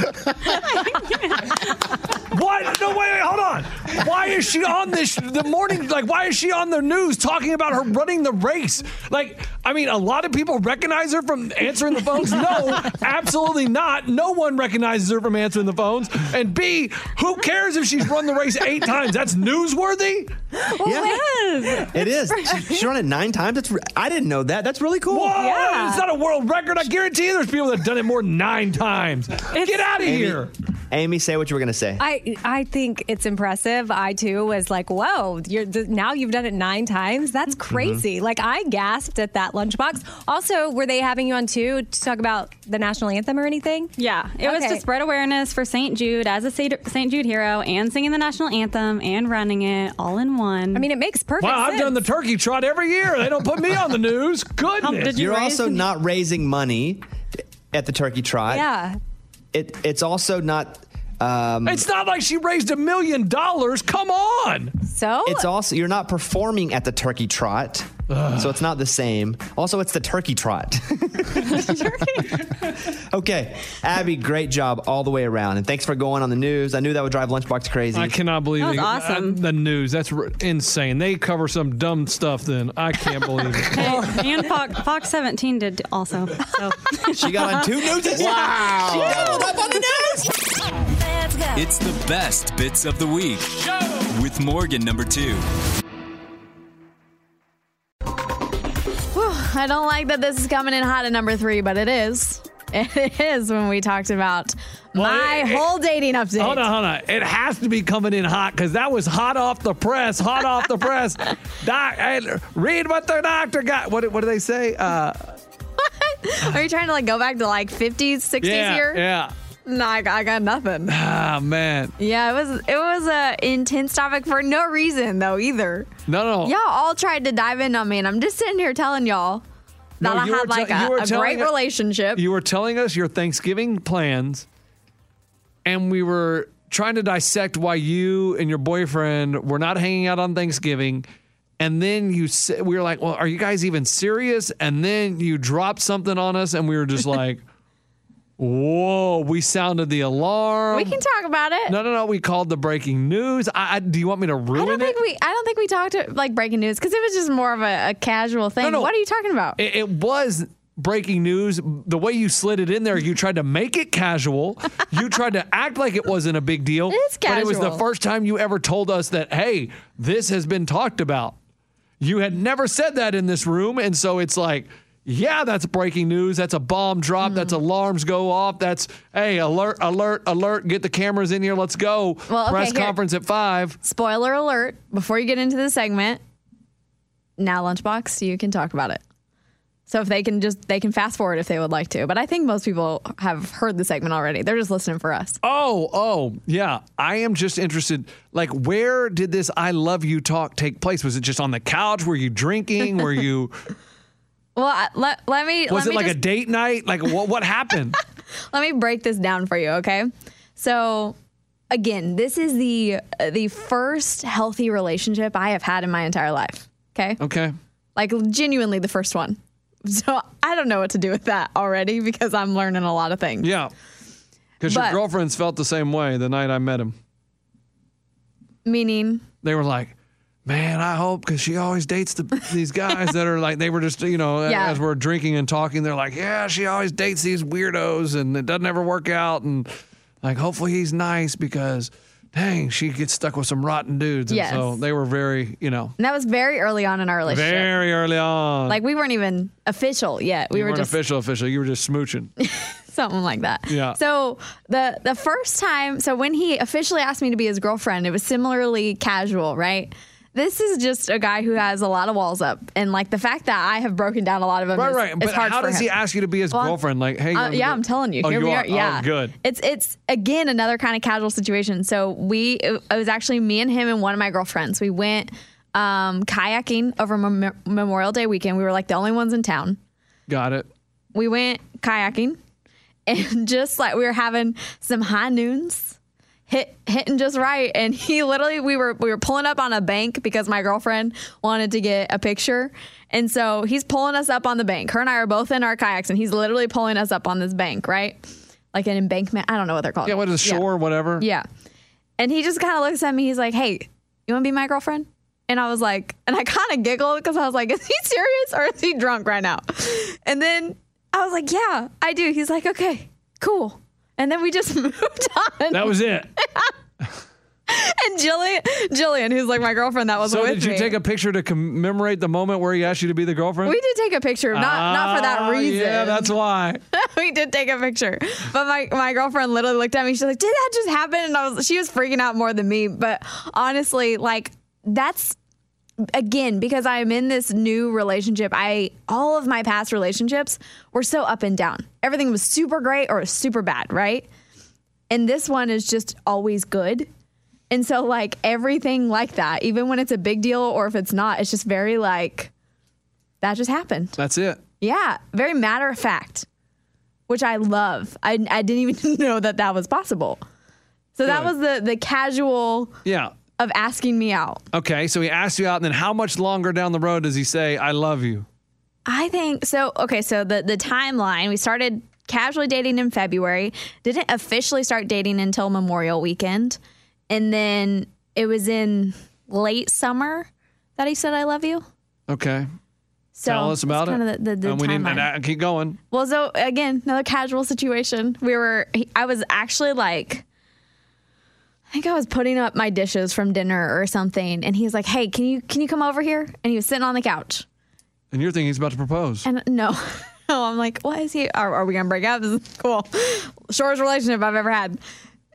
[SPEAKER 3] What? No, wait, wait, hold on. Why is she on this? The morning, like, why is she on the news talking about her running the race? Like, I mean, a lot of people recognize her from answering the phones. No, absolutely not. No one recognizes her from answering the phones. And B, who cares if she's run the race eight times? That's newsworthy.
[SPEAKER 5] yeah, it is. She, she ran it nine times. That's re- I didn't know that. That's really cool.
[SPEAKER 3] Whoa, Oh, it's not a world record. I guarantee you there's people that have done it more than nine times. Get out of
[SPEAKER 5] Amy-
[SPEAKER 3] here.
[SPEAKER 5] Amy, say what you were going to say.
[SPEAKER 13] I I think it's impressive. I too was like, "Whoa! You're th- now you've done it nine times. That's
[SPEAKER 3] Mm-hmm.
[SPEAKER 13] crazy!" Like I gasped at that lunchbox. Also, were they having you on too to talk about the national anthem or anything?
[SPEAKER 7] Yeah, it was
[SPEAKER 13] Okay.
[SPEAKER 7] to spread awareness for St. Jude as a St. Jude hero and singing the national anthem and running it all in one. I mean,
[SPEAKER 13] it makes perfect
[SPEAKER 3] Wow, I've done the turkey trot every year. They don't put me on the news. Goodness.
[SPEAKER 5] You're also not raising money at the turkey trot.
[SPEAKER 13] yeah.
[SPEAKER 5] It it's also not. Um,
[SPEAKER 3] It's not like she raised a million dollars. Come on.
[SPEAKER 13] So
[SPEAKER 5] It's also you're not performing at the turkey trot, so it's not the same. Also, it's the turkey trot. okay, Abby, great job all the way around, and thanks for going on the news. I knew that would drive Lunchbox crazy.
[SPEAKER 3] I cannot believe it. Uh, the news. That's r- insane. They cover some dumb stuff. Then I can't believe it.
[SPEAKER 7] and Fox, Fox 17 did also. So.
[SPEAKER 5] She got on two
[SPEAKER 1] newses?
[SPEAKER 5] Wow.
[SPEAKER 1] She doubled
[SPEAKER 5] up on the
[SPEAKER 1] It's the best bits of the week with Morgan number two.
[SPEAKER 2] Whew, I don't like that this is coming in hot at number three, but it is. It is when we talked about my
[SPEAKER 3] it- it-
[SPEAKER 2] whole dating update.
[SPEAKER 3] Hold on, hold on. It has to be coming in hot because that was hot off the press. Hot off the press. Doc, hey, read what the doctor got. What, what do they say? Uh,
[SPEAKER 2] Are you trying to like go back to like 50s, 60s
[SPEAKER 3] yeah,
[SPEAKER 2] here?
[SPEAKER 3] yeah.
[SPEAKER 2] No, I got, I got nothing.
[SPEAKER 3] Ah man.
[SPEAKER 2] Yeah, it was it was a intense topic for no reason though either.
[SPEAKER 3] No, no.
[SPEAKER 2] Y'all all tried to dive in on me, and I'm just sitting here telling y'all that
[SPEAKER 3] No,
[SPEAKER 2] I
[SPEAKER 3] you were
[SPEAKER 2] had like
[SPEAKER 3] tell- you were
[SPEAKER 2] a, a
[SPEAKER 3] telling
[SPEAKER 2] great
[SPEAKER 3] us-
[SPEAKER 2] relationship.
[SPEAKER 3] You were telling us your Thanksgiving plans, and we were trying to dissect why you and your boyfriend were not hanging out on Thanksgiving. And then you, sa- we were like, "Well, are you guys even serious?" And then you dropped something on us, and we were just like, "Whoa!" We sounded the alarm.
[SPEAKER 2] we can talk about it.
[SPEAKER 3] No, no, no. We called the breaking news. I, I, do you want me to ruin
[SPEAKER 2] I don't
[SPEAKER 3] it?
[SPEAKER 2] think we I don't think we talked to, like breaking news because it was just more of a, a casual thing.
[SPEAKER 3] no.
[SPEAKER 2] What are you talking about?
[SPEAKER 3] It, it was breaking news. The way you slid it in there, you tried to make it casual. you tried to act like it wasn't a big deal.
[SPEAKER 2] It's
[SPEAKER 3] But it was the
[SPEAKER 2] casual.
[SPEAKER 3] first time you ever told us that, hey, this has been talked about. You had never said that in this room. And so it's like, yeah, that's breaking news. That's a bomb drop. That's
[SPEAKER 2] Mm-hmm.
[SPEAKER 3] alarms go off. That's, hey, alert, alert, alert. Get the cameras in here. Let's go.
[SPEAKER 2] Well, okay,
[SPEAKER 3] Press
[SPEAKER 2] here.
[SPEAKER 3] conference at five.
[SPEAKER 2] Spoiler alert, before you get into the segment, now lunchbox, you can talk about it. So if they can just they can fast forward if they would like to. But I think most people have heard the segment already. They're just listening for us.
[SPEAKER 3] Oh, oh, yeah. I am just interested. Like, where did this "I love you" talk take place? Was it just on the couch? Were you drinking? Were you?
[SPEAKER 2] Well, I- let, let me let
[SPEAKER 3] was it
[SPEAKER 2] me
[SPEAKER 3] like
[SPEAKER 2] just,
[SPEAKER 3] a date night? Like, what what happened?
[SPEAKER 2] Let me break this down for you, okay? So, again, this is the the first healthy relationship I have had in my entire life, okay?
[SPEAKER 3] Okay.
[SPEAKER 2] Like genuinely the first one. So, I don't know what to do with that already because I'm learning a lot of things.
[SPEAKER 3] Yeah. Because your
[SPEAKER 2] But-
[SPEAKER 3] girlfriends felt the same way the night I met him.
[SPEAKER 2] Meaning,
[SPEAKER 3] They were like, man, I hope, because she always dates the, these guys that are like, they were just, you know,
[SPEAKER 2] Yeah.
[SPEAKER 3] as we're drinking and talking, they're like, yeah, she always dates these weirdos and it doesn't ever work out. And like, hopefully he's nice because, dang, she gets stuck with some rotten dudes. And
[SPEAKER 2] Yes.
[SPEAKER 3] so they were very, you know,
[SPEAKER 2] and that was very early on in our relationship.
[SPEAKER 3] very early on.
[SPEAKER 2] Like we weren't even official yet. We
[SPEAKER 3] you
[SPEAKER 2] were
[SPEAKER 3] weren't
[SPEAKER 2] just
[SPEAKER 3] official, official. You were just smooching.
[SPEAKER 2] something like that.
[SPEAKER 3] Yeah.
[SPEAKER 2] So the the first time, so when he officially asked me to be his girlfriend, it was similarly casual, right? This is just a guy who has a lot of walls up, and like the fact that I have broken down a lot of them.
[SPEAKER 3] Right,
[SPEAKER 2] is,
[SPEAKER 3] right.
[SPEAKER 2] is
[SPEAKER 3] But
[SPEAKER 2] hard
[SPEAKER 3] how
[SPEAKER 2] for
[SPEAKER 3] does
[SPEAKER 2] him.
[SPEAKER 3] he ask you to be his
[SPEAKER 2] Well,
[SPEAKER 3] girlfriend? Like, hey, you
[SPEAKER 2] Uh,
[SPEAKER 3] wanna be
[SPEAKER 2] yeah,
[SPEAKER 3] my-
[SPEAKER 2] I'm telling you.
[SPEAKER 3] Oh,
[SPEAKER 2] here
[SPEAKER 3] you
[SPEAKER 2] we
[SPEAKER 3] are?
[SPEAKER 2] are. Yeah,
[SPEAKER 3] Oh, good.
[SPEAKER 2] It's it's again another kind of casual situation. So we it, it was actually me and him and one of my girlfriends. We went um, kayaking over Mem- Memorial Day weekend. We were like the only ones in town
[SPEAKER 3] Got it.
[SPEAKER 2] we went kayaking and just like we were having some high noons hit hitting just right and he literally we were we were pulling up on a bank because my girlfriend wanted to get a picture and so he's pulling us up on the bank her and i are both in our kayaks and he's literally pulling us up on this bank right like an embankment i don't know what they're called
[SPEAKER 3] Yeah, what is it, shore, whatever?
[SPEAKER 2] yeah and he just kind of looks at me he's like hey you want to be my girlfriend and I was like, and I kind of giggled because I was like, is he serious or is he drunk right now? And then I was like, yeah, I do. He's like, okay, cool. And then we just moved on.
[SPEAKER 3] That was it.
[SPEAKER 2] And Jillian, Jillian, who's like my girlfriend that was
[SPEAKER 3] so
[SPEAKER 2] with
[SPEAKER 3] did you
[SPEAKER 2] me.
[SPEAKER 3] take a picture to commemorate the moment where he asked you to be the girlfriend?
[SPEAKER 2] we did take a picture, not not for that
[SPEAKER 3] Ah,
[SPEAKER 2] reason.
[SPEAKER 3] Yeah, that's why.
[SPEAKER 2] we did take a picture. But my, my girlfriend literally looked at me. She's like, Did that just happen? And I was she was freaking out more than me. But honestly, like that's again, because I am in this new relationship, I all of my past relationships were so up and down. Everything was super great or super bad, right? And this one is just always good. And so like everything like that, even when it's a big deal or if it's not, it's just very like that just happened.
[SPEAKER 3] That's it.
[SPEAKER 2] Yeah, very matter of fact, which I love. I, I didn't even know that that was possible. So that was
[SPEAKER 3] Good.
[SPEAKER 2] the the casual
[SPEAKER 3] Yeah.
[SPEAKER 2] of asking me out.
[SPEAKER 3] Okay, so he asked you out, and then how much longer down the road does he say, I love you?
[SPEAKER 2] I think so. Okay, so the the timeline we started casually dating in February. Didn't officially start dating until Memorial Weekend, and then it was in late summer that he said I love you.
[SPEAKER 3] Okay.
[SPEAKER 2] So
[SPEAKER 3] Tell us
[SPEAKER 2] that's
[SPEAKER 3] about
[SPEAKER 2] kinda
[SPEAKER 3] it.
[SPEAKER 2] the- the- the
[SPEAKER 3] and we need
[SPEAKER 2] timeline.
[SPEAKER 3] and I- keep going.
[SPEAKER 2] Well, so again, another casual situation. We were, he- I was actually like, I think I was putting up my dishes from dinner or something, and he's like, "Hey, can you can you come over here?" And he was sitting on the couch,
[SPEAKER 3] And you're thinking he's about to propose.
[SPEAKER 2] and no, no, I'm like, "What is he? Are, are we gonna break up? This is cool, shortest relationship I've ever had."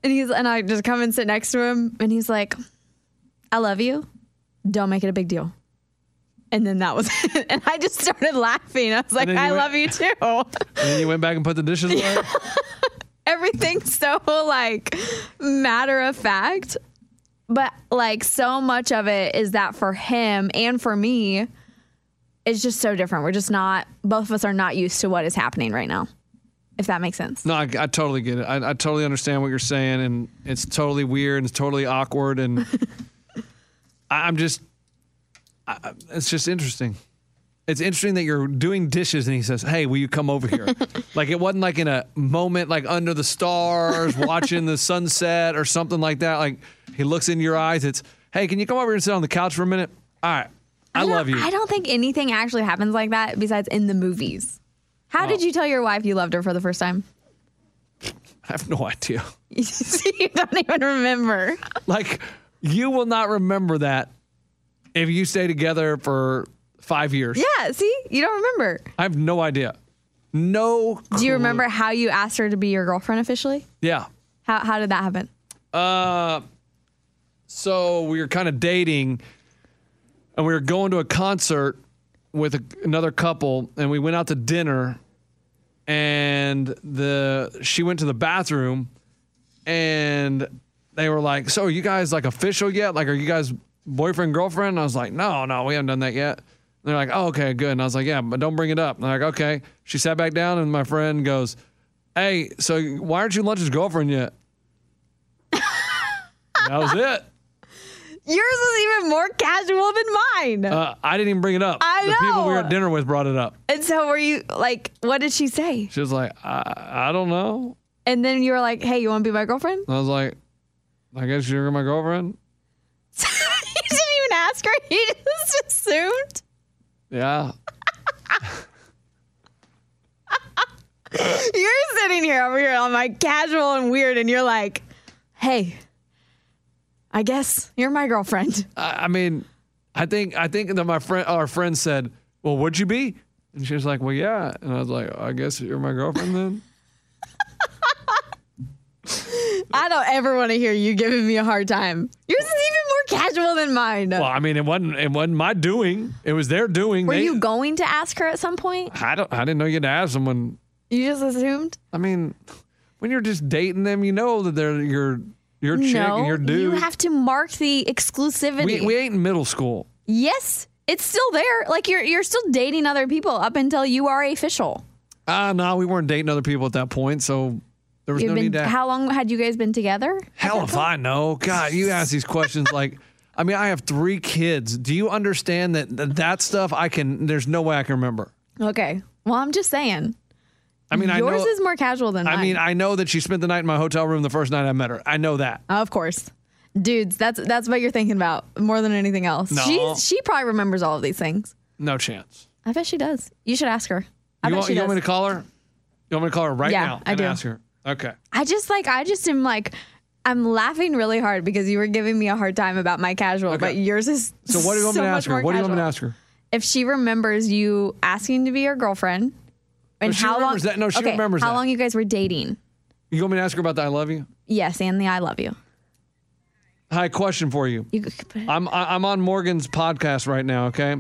[SPEAKER 2] And he's and I just come and sit next to him, and he's like, "I love you. Don't make it a big deal." And then that was it. And I just started laughing. I was like,
[SPEAKER 3] then you
[SPEAKER 2] I
[SPEAKER 3] went-
[SPEAKER 2] love you too.
[SPEAKER 3] and then you went back and put the dishes away?
[SPEAKER 2] everything's so like matter of fact but like so much of it is that for him and for me it's just so different we're just not both of us are not used to what is happening right now if that makes sense
[SPEAKER 3] No, I, I totally get it. I, I totally understand what you're saying, and it's totally weird and it's totally awkward, and I, I'm just, I, I- it's just interesting. It's interesting that you're doing dishes, and he says, "Hey, will you come over here?" like it wasn't like in a moment, like under the stars, watching the sunset or something like that. Like he looks into your eyes. It's, "Hey, can you come over here and sit on the couch for a minute?" All right, I,
[SPEAKER 2] don't-
[SPEAKER 3] love you.
[SPEAKER 2] i don't think anything actually happens like that besides in the movies how did you tell your wife you loved her for the first time
[SPEAKER 3] I have no idea.
[SPEAKER 2] you don't even remember
[SPEAKER 3] like you will not remember that if you stay together for five years.
[SPEAKER 2] yeah see you don't remember
[SPEAKER 3] I have no idea. No.
[SPEAKER 2] do you
[SPEAKER 3] clue.
[SPEAKER 2] remember how you asked her to be your girlfriend officially
[SPEAKER 3] Yeah.
[SPEAKER 2] how, how did that happen
[SPEAKER 3] Uh, so we were kind of dating, and we were going to a concert with a, another couple, and we went out to dinner, and the she went to the bathroom, and they were like, "So are you guys like official yet? Like, are you guys boyfriend girlfriend?" And I was like, "No, no, we haven't done that yet." And they're like, "Oh, okay, good." And I was like, "Yeah, but don't bring it up." And they're like, "Okay." She sat back down, and my friend goes, hey, so why aren't you lunch's girlfriend yet? that was it.
[SPEAKER 2] Yours was even more casual than mine.
[SPEAKER 3] Uh, I didn't even bring it up.
[SPEAKER 2] I
[SPEAKER 3] the people we were
[SPEAKER 2] know.
[SPEAKER 3] at dinner with brought it up.
[SPEAKER 2] and so were you like, what did she say?
[SPEAKER 3] She was like, I, I don't know.
[SPEAKER 2] And then you were like, hey, you want to be my girlfriend?
[SPEAKER 3] I was like, I guess you're my girlfriend.
[SPEAKER 2] you didn't even ask her. You just assumed.
[SPEAKER 3] Yeah.
[SPEAKER 2] You're sitting here over here on my casual and weird, and you're like, hey, I guess you're my girlfriend.
[SPEAKER 3] I, I mean, I think I think that my friend our friend said, "Well, would you be?" And she was like, "Well, yeah." And I was like, "I guess you're my girlfriend then."
[SPEAKER 2] I don't ever want to hear you giving me a hard time. Yours is even more casual than mine.
[SPEAKER 3] well, I mean, it wasn't it wasn't my doing. It was their doing.
[SPEAKER 2] Were
[SPEAKER 3] They-
[SPEAKER 2] you going to ask her at some point?
[SPEAKER 3] I don't. I didn't know you had to ask someone.
[SPEAKER 2] You just assumed?
[SPEAKER 3] I mean, when you're just dating them, you know that they're your your chick
[SPEAKER 2] no,
[SPEAKER 3] and your dude.
[SPEAKER 2] you have to mark the exclusivity.
[SPEAKER 3] we we ain't in middle school.
[SPEAKER 2] yes, it's still there. Like you're you're still dating other people up until you are official.
[SPEAKER 3] Ah, no, we weren't dating other people at that point, so there was
[SPEAKER 2] You've
[SPEAKER 3] no
[SPEAKER 2] been,
[SPEAKER 3] need to.
[SPEAKER 2] How long had you guys been together?
[SPEAKER 3] Hell if I know. God, you ask these questions like, I mean, I have three kids. Do you understand that that, that stuff I can, there's no way I can remember.
[SPEAKER 2] Okay. Well, I'm just saying.
[SPEAKER 3] I mean,
[SPEAKER 2] yours
[SPEAKER 3] I know.
[SPEAKER 2] is more casual than mine.
[SPEAKER 3] I mean, I know that she spent the night in my hotel room the first night I met her. I know that.
[SPEAKER 2] of course, dudes. That's that's what you're thinking about more than anything else.
[SPEAKER 3] No.
[SPEAKER 2] She she probably remembers all of these things.
[SPEAKER 3] No chance.
[SPEAKER 2] I bet she does. You should ask her. I bet
[SPEAKER 3] You want,
[SPEAKER 2] she
[SPEAKER 3] you
[SPEAKER 2] does.
[SPEAKER 3] want me to call her? You want me to call her right
[SPEAKER 2] Yeah,
[SPEAKER 3] now
[SPEAKER 2] I
[SPEAKER 3] and
[SPEAKER 2] do.
[SPEAKER 3] ask her? Okay.
[SPEAKER 2] I just like I just am like I'm laughing really hard because you were giving me a hard time about my casual, but yours is
[SPEAKER 3] So what do you want me to
[SPEAKER 2] much
[SPEAKER 3] ask her?
[SPEAKER 2] more
[SPEAKER 3] What do you want me to
[SPEAKER 2] casual.
[SPEAKER 3] ask her?
[SPEAKER 2] If she remembers you asking to be your girlfriend, and
[SPEAKER 3] she
[SPEAKER 2] how long?
[SPEAKER 3] remembers that. No, she
[SPEAKER 2] okay,
[SPEAKER 3] remembers
[SPEAKER 2] how
[SPEAKER 3] that.
[SPEAKER 2] long you guys were dating?
[SPEAKER 3] You want me to ask her about the I love you?
[SPEAKER 2] Yes, and the I love you.
[SPEAKER 3] Hi, question for you.
[SPEAKER 2] You
[SPEAKER 3] I'm I- I'm on Morgan's podcast right now, okay?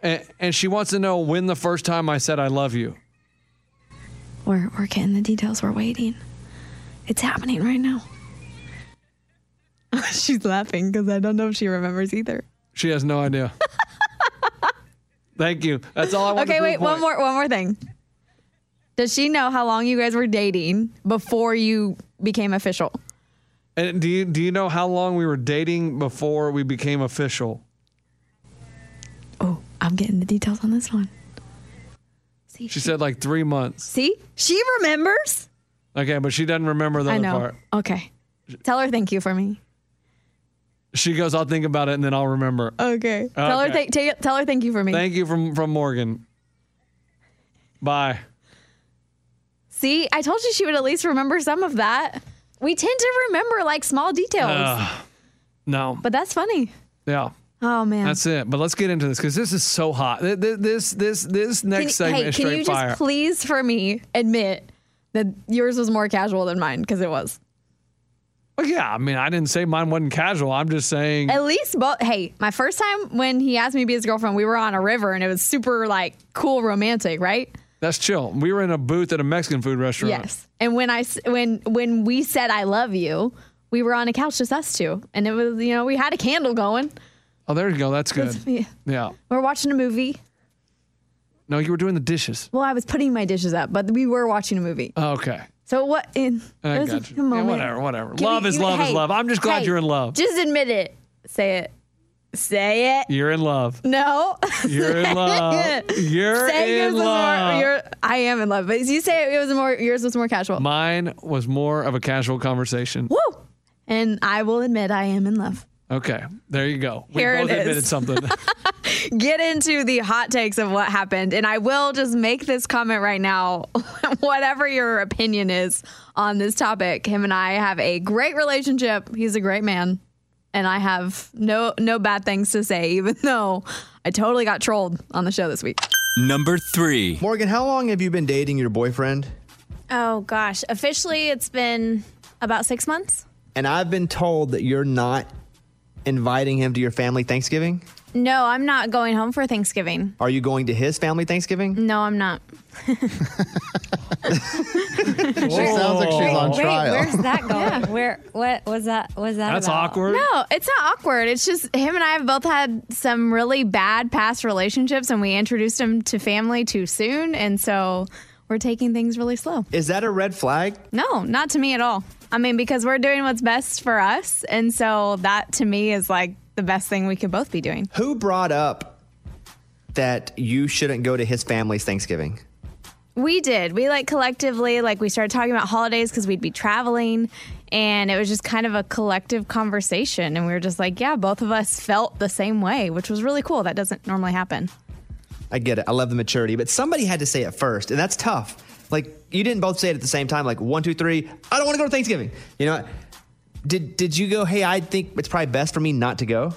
[SPEAKER 3] And, and she wants to know when the first time I said I love you.
[SPEAKER 2] We're we're getting the details. We're waiting. It's happening right now. She's laughing because I don't know if she remembers either.
[SPEAKER 3] She has no idea. Thank you. That's all I want.
[SPEAKER 2] Okay, wait, one more one more thing. Does she know how long you guys were dating before you became official?
[SPEAKER 3] And do you do you know how long we were dating before we became official?
[SPEAKER 2] Oh, I'm getting the details on this one.
[SPEAKER 3] She said like three months.
[SPEAKER 2] See? She remembers?
[SPEAKER 3] Okay, but she doesn't remember the
[SPEAKER 2] I
[SPEAKER 3] other
[SPEAKER 2] know.
[SPEAKER 3] part.
[SPEAKER 2] Okay. Tell her thank you for me.
[SPEAKER 3] She goes, "I'll think about it and then I'll remember."
[SPEAKER 2] Okay. Tell her
[SPEAKER 3] Okay.
[SPEAKER 2] th- tell her thank you for me.
[SPEAKER 3] Thank you from from Morgan. Bye.
[SPEAKER 2] See? I told you she would at least remember some of that. We tend to remember like small details.
[SPEAKER 3] Ugh. Uh, no.
[SPEAKER 2] but that's funny.
[SPEAKER 3] Yeah.
[SPEAKER 2] Oh man.
[SPEAKER 3] That's it. But let's get into this because this is so hot. Th- th- This this this next
[SPEAKER 2] Can-
[SPEAKER 3] segment
[SPEAKER 2] hey,
[SPEAKER 3] is
[SPEAKER 2] can
[SPEAKER 3] straight
[SPEAKER 2] you
[SPEAKER 3] fire.
[SPEAKER 2] just please for me admit that yours was more casual than mine because it was
[SPEAKER 3] Well, yeah, I mean, I didn't say mine wasn't casual. I'm just saying.
[SPEAKER 2] at least both hey my first time when he asked me to be his girlfriend we were on a river and it was super like cool romantic right
[SPEAKER 3] That's chill. We were in a booth at a Mexican food restaurant.
[SPEAKER 2] yes and when i s- when when we said i love you we were on a couch just us two and it was you know we had a candle going
[SPEAKER 3] Oh, there you go. That's good.
[SPEAKER 2] That's- yeah.
[SPEAKER 3] yeah.
[SPEAKER 2] we were watching a movie
[SPEAKER 3] No, you were doing the dishes.
[SPEAKER 2] well i was putting my dishes up but we were watching a movie
[SPEAKER 3] Okay.
[SPEAKER 2] so what in
[SPEAKER 3] I
[SPEAKER 2] it was
[SPEAKER 3] got
[SPEAKER 2] a
[SPEAKER 3] you. Yeah,
[SPEAKER 2] moment.
[SPEAKER 3] whatever, whatever.
[SPEAKER 2] Can
[SPEAKER 3] love
[SPEAKER 2] we-
[SPEAKER 3] is
[SPEAKER 2] you-
[SPEAKER 3] love is
[SPEAKER 2] hey,
[SPEAKER 3] love. I'm just glad
[SPEAKER 2] hey,
[SPEAKER 3] you're in love.
[SPEAKER 2] Just admit it. Say it. Say it.
[SPEAKER 3] You're in love.
[SPEAKER 2] No.
[SPEAKER 3] You're in love. You're
[SPEAKER 2] Say yours
[SPEAKER 3] in
[SPEAKER 2] was more-
[SPEAKER 3] love.
[SPEAKER 2] you're- I am in love, but you say it was more. Yours was more casual.
[SPEAKER 3] Mine was more of a casual conversation.
[SPEAKER 2] Woo! And I will admit, I am in love.
[SPEAKER 3] Okay. There you go. We
[SPEAKER 2] Here it
[SPEAKER 3] both
[SPEAKER 2] is.
[SPEAKER 3] admitted something.
[SPEAKER 2] Get into the hot takes of what happened, and I will just make this comment right now. Whatever your opinion is on this topic, him and I have a great relationship. He's a great man, and I have no no bad things to say, even though I totally got trolled on the show this week.
[SPEAKER 5] Number three. Morgan, how long have you been dating your boyfriend?
[SPEAKER 12] Oh gosh, officially it's been about six months.
[SPEAKER 5] And I've been told that you're not inviting him to your family Thanksgiving.
[SPEAKER 12] No, I'm not going home for Thanksgiving.
[SPEAKER 5] Are you going to his family Thanksgiving?
[SPEAKER 12] No, I'm not.
[SPEAKER 8] She sounds like she's on
[SPEAKER 13] wait,
[SPEAKER 8] trial.
[SPEAKER 13] where's that going? Where? What was that? Was that?
[SPEAKER 8] That's
[SPEAKER 13] about?
[SPEAKER 8] awkward.
[SPEAKER 12] No, it's not awkward. It's just him and I have both had some really bad past relationships, and we introduced him to family too soon, and so
[SPEAKER 2] We're taking things really slow.
[SPEAKER 5] Is that a red flag?
[SPEAKER 2] No, not to me at all. I mean, because we're doing what's best for us. And so that to me is like the best thing we could both be doing.
[SPEAKER 5] Who brought up that you shouldn't go to his family's Thanksgiving?
[SPEAKER 2] We did. We like collectively, like we started talking about holidays because we'd be traveling. And it was just kind of a collective conversation. And we were just like, yeah, both of us felt the same way, which was really cool. That doesn't normally happen.
[SPEAKER 5] I get it. I love the maturity, but somebody had to say it first, and that's tough. Like you didn't both say it at the same time. Like one, two, three. I don't want to go to Thanksgiving. You know, did did you go? Hey, I think it's probably best for me not to go.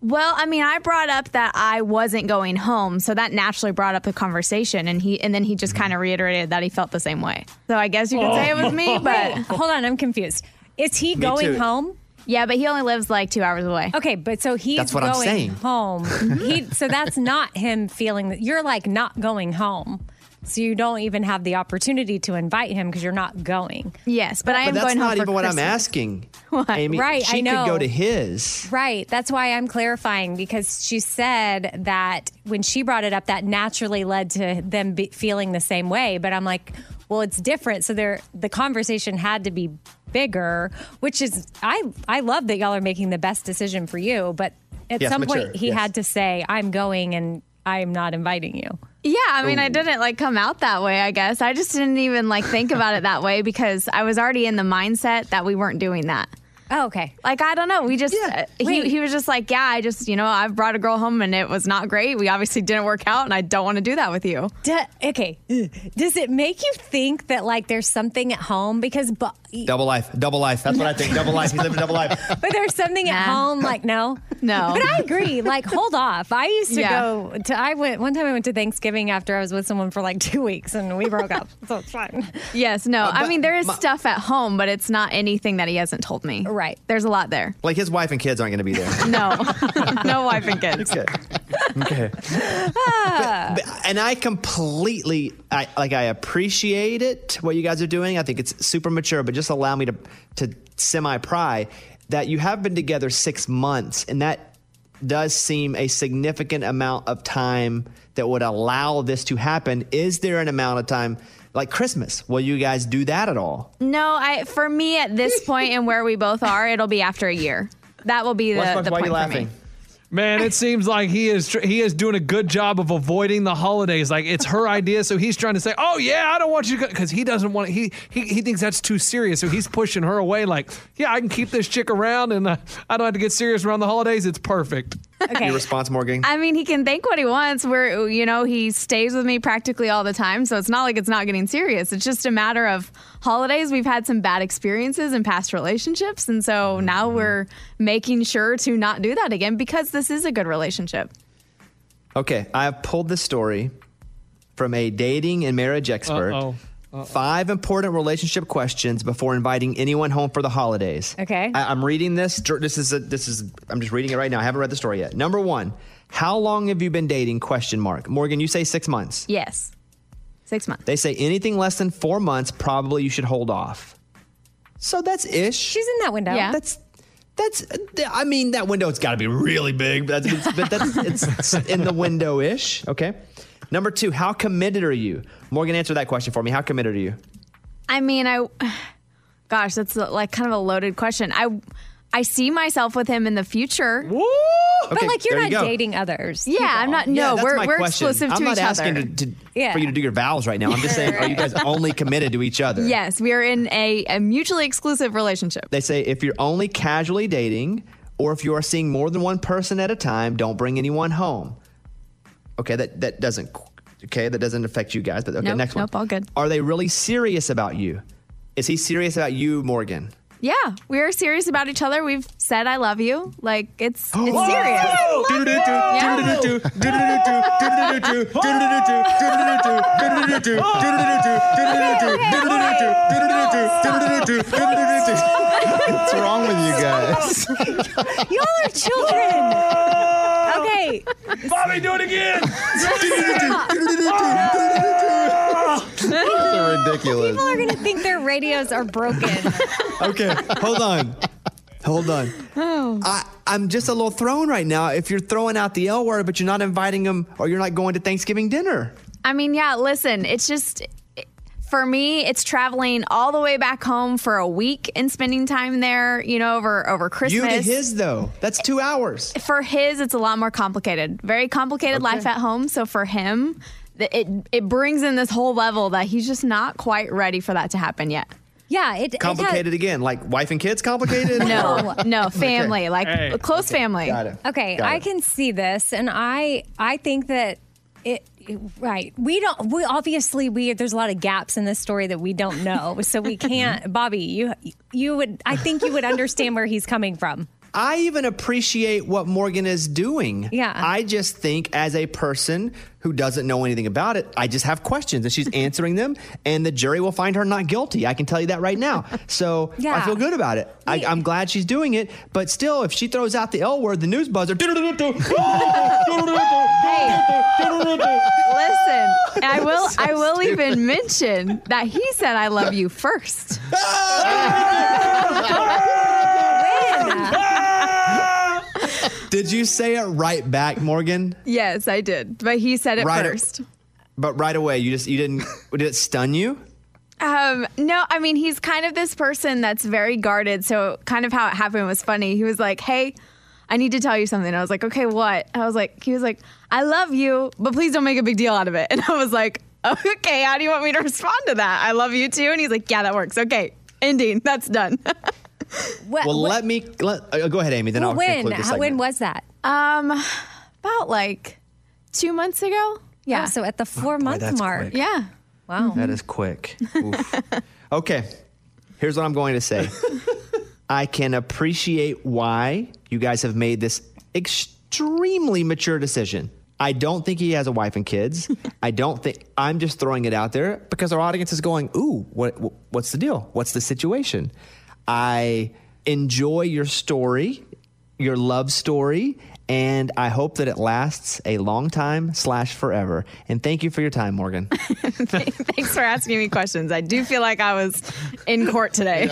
[SPEAKER 2] Well, I mean, I brought up that I wasn't going home, so that naturally brought up the conversation, and he and then he just kind of reiterated that he felt the same way. So I guess you could say it was me, but
[SPEAKER 13] hold on, I'm confused. Is he
[SPEAKER 2] Me
[SPEAKER 13] going
[SPEAKER 2] too.
[SPEAKER 13] home?
[SPEAKER 2] Yeah, but he only lives like two hours
[SPEAKER 5] Oh.
[SPEAKER 2] away.
[SPEAKER 13] Okay, but so he's
[SPEAKER 2] That's what I'm
[SPEAKER 13] going
[SPEAKER 2] saying.
[SPEAKER 13] home. he, so that's not him feeling that you're like not going home. So you don't even have the opportunity to invite him because you're not going.
[SPEAKER 2] Yes, but, I
[SPEAKER 5] but that's not even what I'm asking. Amy,
[SPEAKER 13] Right,
[SPEAKER 5] She
[SPEAKER 13] I know.
[SPEAKER 5] could go to his.
[SPEAKER 13] Right. That's why I'm clarifying because she said that when she brought it up, that naturally led to them be feeling the same way. But I'm like, well, it's different. So there, the conversation had to be bigger, which is I I love that y'all are making the best decision for you. But at
[SPEAKER 2] Yes,
[SPEAKER 13] some
[SPEAKER 2] mature,
[SPEAKER 13] point, he
[SPEAKER 2] yes.
[SPEAKER 13] had to say, "I'm going and I am not inviting you."
[SPEAKER 2] Yeah, I mean, I didn't like come out that way, I guess. I just didn't even like think about it that way because I was already in the mindset that we weren't doing that.
[SPEAKER 13] Oh, okay.
[SPEAKER 2] Like, I don't know. We just, uh, he, he was just like, yeah, I just, you know, I've brought a girl home and it was not great. We obviously didn't work out and I don't want to do that with you.
[SPEAKER 13] Do- okay. Does it make you think that like there's something at home because bu-
[SPEAKER 5] Double life, double life. That's what I think. Double life. He's living a double life.
[SPEAKER 13] but there's something at home like no
[SPEAKER 2] no
[SPEAKER 13] but i agree like hold off i used to
[SPEAKER 2] Yeah.
[SPEAKER 13] go to i went one time i went to thanksgiving after i was with someone for like two weeks and we broke up so it's fine
[SPEAKER 2] Yes, no.
[SPEAKER 5] Uh,
[SPEAKER 2] I
[SPEAKER 13] but
[SPEAKER 2] mean, there is
[SPEAKER 13] my-
[SPEAKER 2] stuff at home, but it's not anything that he hasn't told me. Right. There's a lot there.
[SPEAKER 5] Like his wife and kids aren't going to be there.
[SPEAKER 2] No, no wife and kids.
[SPEAKER 5] okay.
[SPEAKER 3] Ah.
[SPEAKER 5] But- and I completely, I like, I appreciate it what you guys are doing. I think it's super mature, but just allow me to to semi pry that you have been together six months, and that does seem a significant amount of time that would allow this to happen. Is there an amount of time like Christmas? Will you guys do that at all?
[SPEAKER 2] No, I for me at this point and where we both are, it'll be after a year. That will be the,
[SPEAKER 3] Why- why-
[SPEAKER 2] the
[SPEAKER 3] why are
[SPEAKER 2] point
[SPEAKER 3] you
[SPEAKER 2] for me.
[SPEAKER 3] laughing? Man, it seems like he is tr- he is doing a good job of avoiding the holidays. Like it's her idea, so he's trying to say, "Oh yeah, I don't want you to," because he doesn't want he he he thinks that's too serious. So he's pushing her away. Like, yeah, I can keep this chick around, and uh, I don't have to get serious around the holidays. It's perfect.
[SPEAKER 2] Okay.
[SPEAKER 5] Your response, Morgan.
[SPEAKER 2] I mean, he can think what he wants. Where you know he stays with me practically all the time, so it's not like it's not getting serious. It's just a matter of holidays. We've had some bad experiences in past relationships, and so now
[SPEAKER 3] Mm-hmm.
[SPEAKER 2] we're making sure to not do that again because this is a good relationship.
[SPEAKER 5] Okay, I have pulled this story from a dating and marriage expert.
[SPEAKER 3] Uh-oh. Uh-oh.
[SPEAKER 5] Five important relationship questions before inviting anyone home for the holidays.
[SPEAKER 13] Okay.
[SPEAKER 5] I, I'm reading this. dr- This is a, this is. I'm just reading it right now. I haven't read the story yet. Number one, how long have you been dating? Question mark. Morgan, you say six months.
[SPEAKER 2] Yes, six months.
[SPEAKER 5] They say anything less than four months, probably you should hold off. So that's ish. She's
[SPEAKER 13] in that window.
[SPEAKER 2] Yeah.
[SPEAKER 5] That's that's. I mean, that window's got to be really big, but that's, it's, but that's it's in the window ish. Okay. Number two, how committed are you? Morgan, answer that question for me. How committed are you?
[SPEAKER 2] I mean, I, gosh, that's a- like kind of a loaded question. I, I see myself with him in the future.
[SPEAKER 5] Okay, there you go.
[SPEAKER 13] others.
[SPEAKER 2] Yeah, I'm not. No,
[SPEAKER 5] that's
[SPEAKER 2] we're
[SPEAKER 5] my
[SPEAKER 2] we're
[SPEAKER 5] question.
[SPEAKER 2] exclusive
[SPEAKER 5] I'm
[SPEAKER 2] to
[SPEAKER 5] not
[SPEAKER 2] each
[SPEAKER 5] asking
[SPEAKER 2] other.
[SPEAKER 5] To, to,
[SPEAKER 2] Yeah.
[SPEAKER 5] for you to do your vows right now. I'm just saying, are you guys only committed to each other?
[SPEAKER 2] Yes, we are in a, a mutually exclusive relationship.
[SPEAKER 5] They say if you're only casually dating or if you are seeing more than one person at a time, don't bring anyone home. Okay, that that doesn't okay, that doesn't affect you guys, but okay,
[SPEAKER 2] nope,
[SPEAKER 5] next one.
[SPEAKER 2] Nope, all good.
[SPEAKER 5] Are they really serious about you? Is he serious about you, Morgan?
[SPEAKER 2] Yeah, we are serious about each other. We've said I love you. Like it's it's
[SPEAKER 4] Whoa!
[SPEAKER 2] serious.
[SPEAKER 4] Whoa!
[SPEAKER 2] Yeah.
[SPEAKER 8] What's wrong with you guys?
[SPEAKER 13] Y'all are children. Okay.
[SPEAKER 4] Bobby, do it again.
[SPEAKER 8] They're ridiculous.
[SPEAKER 13] People are going to think their radios are broken.
[SPEAKER 5] Okay, hold on. Hold on.
[SPEAKER 13] Oh.
[SPEAKER 5] I, I'm just a little thrown right now. If you're throwing out the L word, but you're not inviting them or you're not going to Thanksgiving dinner.
[SPEAKER 2] I mean, yeah, listen, it's just for me, it's traveling all the way back home for a week and spending time there, you know, over over
[SPEAKER 5] You
[SPEAKER 2] Christmas.
[SPEAKER 5] to his though. That's two hours.
[SPEAKER 2] for his, it's a lot more complicated. Very complicated
[SPEAKER 5] Okay.
[SPEAKER 2] life at home. So for him, th- it it brings in this whole level that he's just not quite ready for that to happen yet.
[SPEAKER 13] Yeah, it
[SPEAKER 5] Complicated again, like wife and kids. Complicated.
[SPEAKER 2] No, no, family, like
[SPEAKER 5] Hey.
[SPEAKER 2] close family.
[SPEAKER 5] Got it.
[SPEAKER 13] Okay,
[SPEAKER 5] Got
[SPEAKER 13] I
[SPEAKER 5] it.
[SPEAKER 13] can see this, and I I think that it right. We don't. We obviously we there's a lot of gaps in this story that we don't know, so
[SPEAKER 5] Mm-hmm.
[SPEAKER 13] we can't. Bobby, you you would I think you would understand where he's coming from.
[SPEAKER 5] I even appreciate what Morgan is doing.
[SPEAKER 13] Yeah.
[SPEAKER 5] I just think as a person who doesn't know anything about it, I just have questions and she's answering them and the jury will find her not guilty. I can tell you that right now. So I
[SPEAKER 13] Yeah.
[SPEAKER 5] feel good about it. I, I'm glad she's doing it. But still, if she throws out the L word, the news buzzer.
[SPEAKER 2] Listen, I will.
[SPEAKER 5] So
[SPEAKER 2] I will
[SPEAKER 5] stupid.
[SPEAKER 2] even mention that he said "I love you" first.
[SPEAKER 5] Did you say it right back, Morgan?
[SPEAKER 2] yes, I did, but he said it
[SPEAKER 5] right
[SPEAKER 2] first.
[SPEAKER 5] But right away, you just you didn't. Did it stun you?
[SPEAKER 2] Um, no, I mean he's kind of this person that's very guarded. So kind of how it happened was funny. He was like, "Hey, I need to tell you something." I was like, "Okay, what?" I was like, "He was like, I love you, but please don't make a big deal out of it." And I was like, "Okay, how do you want me to respond to that? I love you too." And he's like, "Yeah, that works. Okay, ending. That's done."
[SPEAKER 13] What,
[SPEAKER 5] well,
[SPEAKER 13] what-
[SPEAKER 5] let me let, uh, go ahead, Amy. Then I'll
[SPEAKER 13] when
[SPEAKER 5] conclude this
[SPEAKER 13] how, when
[SPEAKER 5] segment.
[SPEAKER 13] was that?
[SPEAKER 2] Um, about like two months ago. Yeah.
[SPEAKER 13] so at the four month
[SPEAKER 5] that's
[SPEAKER 13] mark.
[SPEAKER 5] quick.
[SPEAKER 2] Yeah.
[SPEAKER 13] Wow.
[SPEAKER 5] That is quick. Oof. okay, here's what I'm going to say. I can appreciate why you guys have made this extremely mature decision. I don't think he has a wife and kids. I don't think I'm just throwing it out there because our audience is going, "Ooh, what wh- what's the deal? What's the situation?" I enjoy your story, your love story, and I hope that it lasts a long time slash forever. And thank you for your time, Morgan.
[SPEAKER 2] Thanks for asking me questions. I do feel like I was in court today.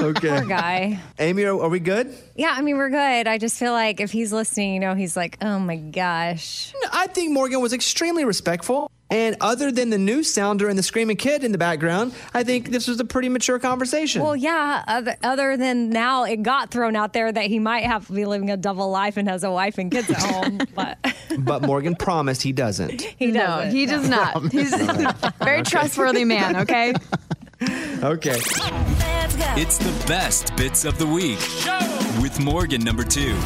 [SPEAKER 5] Okay.
[SPEAKER 13] Poor guy.
[SPEAKER 5] Amy, are, are we good?
[SPEAKER 13] Yeah, I mean we're good. I just feel like if he's listening, you know, he's like, oh my gosh.
[SPEAKER 5] No, I think Morgan was extremely respectful. And other than the news sounder and the screaming kid in the background, I think this was a pretty mature conversation.
[SPEAKER 13] Well, yeah. Other, other than now, it got thrown out there that he might have to be living a double life and has a wife and kids at home, but
[SPEAKER 5] but Morgan promised he doesn't.
[SPEAKER 13] he doesn't.
[SPEAKER 2] He does not. He's a very trustworthy man, okay?
[SPEAKER 5] Okay.
[SPEAKER 1] It's the best bits of the week with Morgan number two.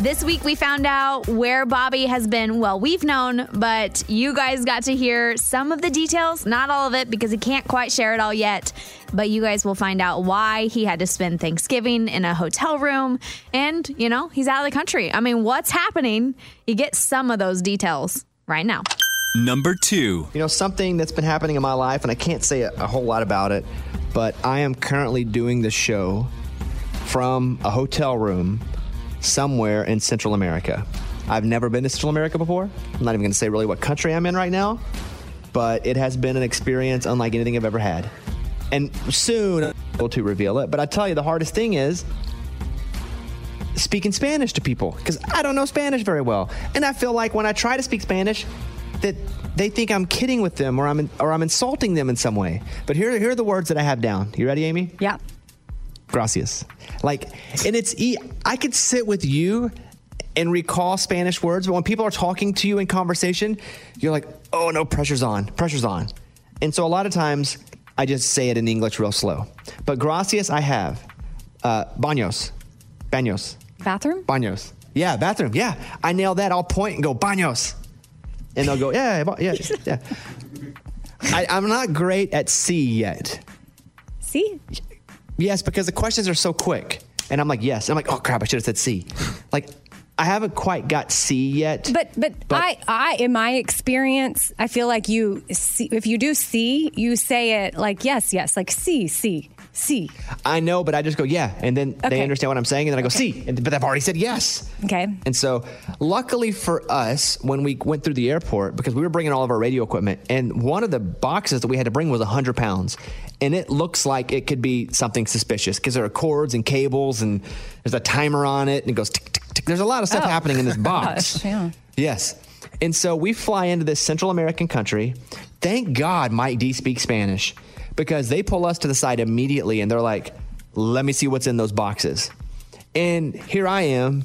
[SPEAKER 2] This week we found out where Bobby has been. Well, we've known, but you guys got to hear some of the details, not all of it, because he can't quite share it all yet. But you guys will find out why he had to spend Thanksgiving in a hotel room. And, you know, he's out of the country. I mean, what's happening? You get some of those details right now.
[SPEAKER 5] Number two. You know, something that's been happening in my life, and I can't say a, a whole lot about it, but I am currently doing the show from a hotel room somewhere in Central America. I've never been to Central America before. I'm not even going to say really what country I'm in right now, but it has been an experience unlike anything I've ever had. And soon I'll be able to reveal it, but I tell you, the hardest thing is speaking Spanish to people because I don't know Spanish very well, and I feel like when I try to speak Spanish, that they think I'm kidding with them or I'm or I'm insulting them in some way. But here here are the words that I have down. You ready, Amy?
[SPEAKER 13] Yeah.
[SPEAKER 5] Gracias. Like, and it's e- I could sit with you and recall Spanish words, but when people are talking to you in conversation, you're like, oh no, pressure's on, pressure's on. And so a lot of times I just say it in English real slow. But gracias, I have uh, baños, baños.
[SPEAKER 13] Bathroom?
[SPEAKER 5] Baños. Yeah, bathroom. Yeah. I nail that. I'll point and go, baños. And they'll go, yeah, ba- yeah, yeah. I, I'm not great at C yet.
[SPEAKER 13] See?
[SPEAKER 5] Yes, because the questions are so quick. And I'm like, yes. I'm like, oh crap, I should have said C. Like, I haven't quite got C yet.
[SPEAKER 13] But, but I I in my experience, I feel like you see if you do see, you say it like yes, yes, like see, see, see.
[SPEAKER 5] I know, but I just go, yeah. And then they
[SPEAKER 13] Okay.
[SPEAKER 5] understand what I'm saying. And then I go, C. And, but I've already said yes.
[SPEAKER 13] Okay.
[SPEAKER 5] And so, luckily for us, when we went through the airport, because we were bringing all of our radio equipment, and one of the boxes that we had to bring was 100 pounds. And it looks like it could be something suspicious because there are cords and
[SPEAKER 13] Oh.
[SPEAKER 5] cables, and there's a timer on it, and it goes tick, tick, tick. There's a lot of stuff happening in this box.
[SPEAKER 13] Gosh, yeah.
[SPEAKER 5] Yes. And so we fly into this Central American country. Thank God Mike D speaks Spanish because they pull us to the side immediately and they're like, let me see what's in those boxes. And here I am,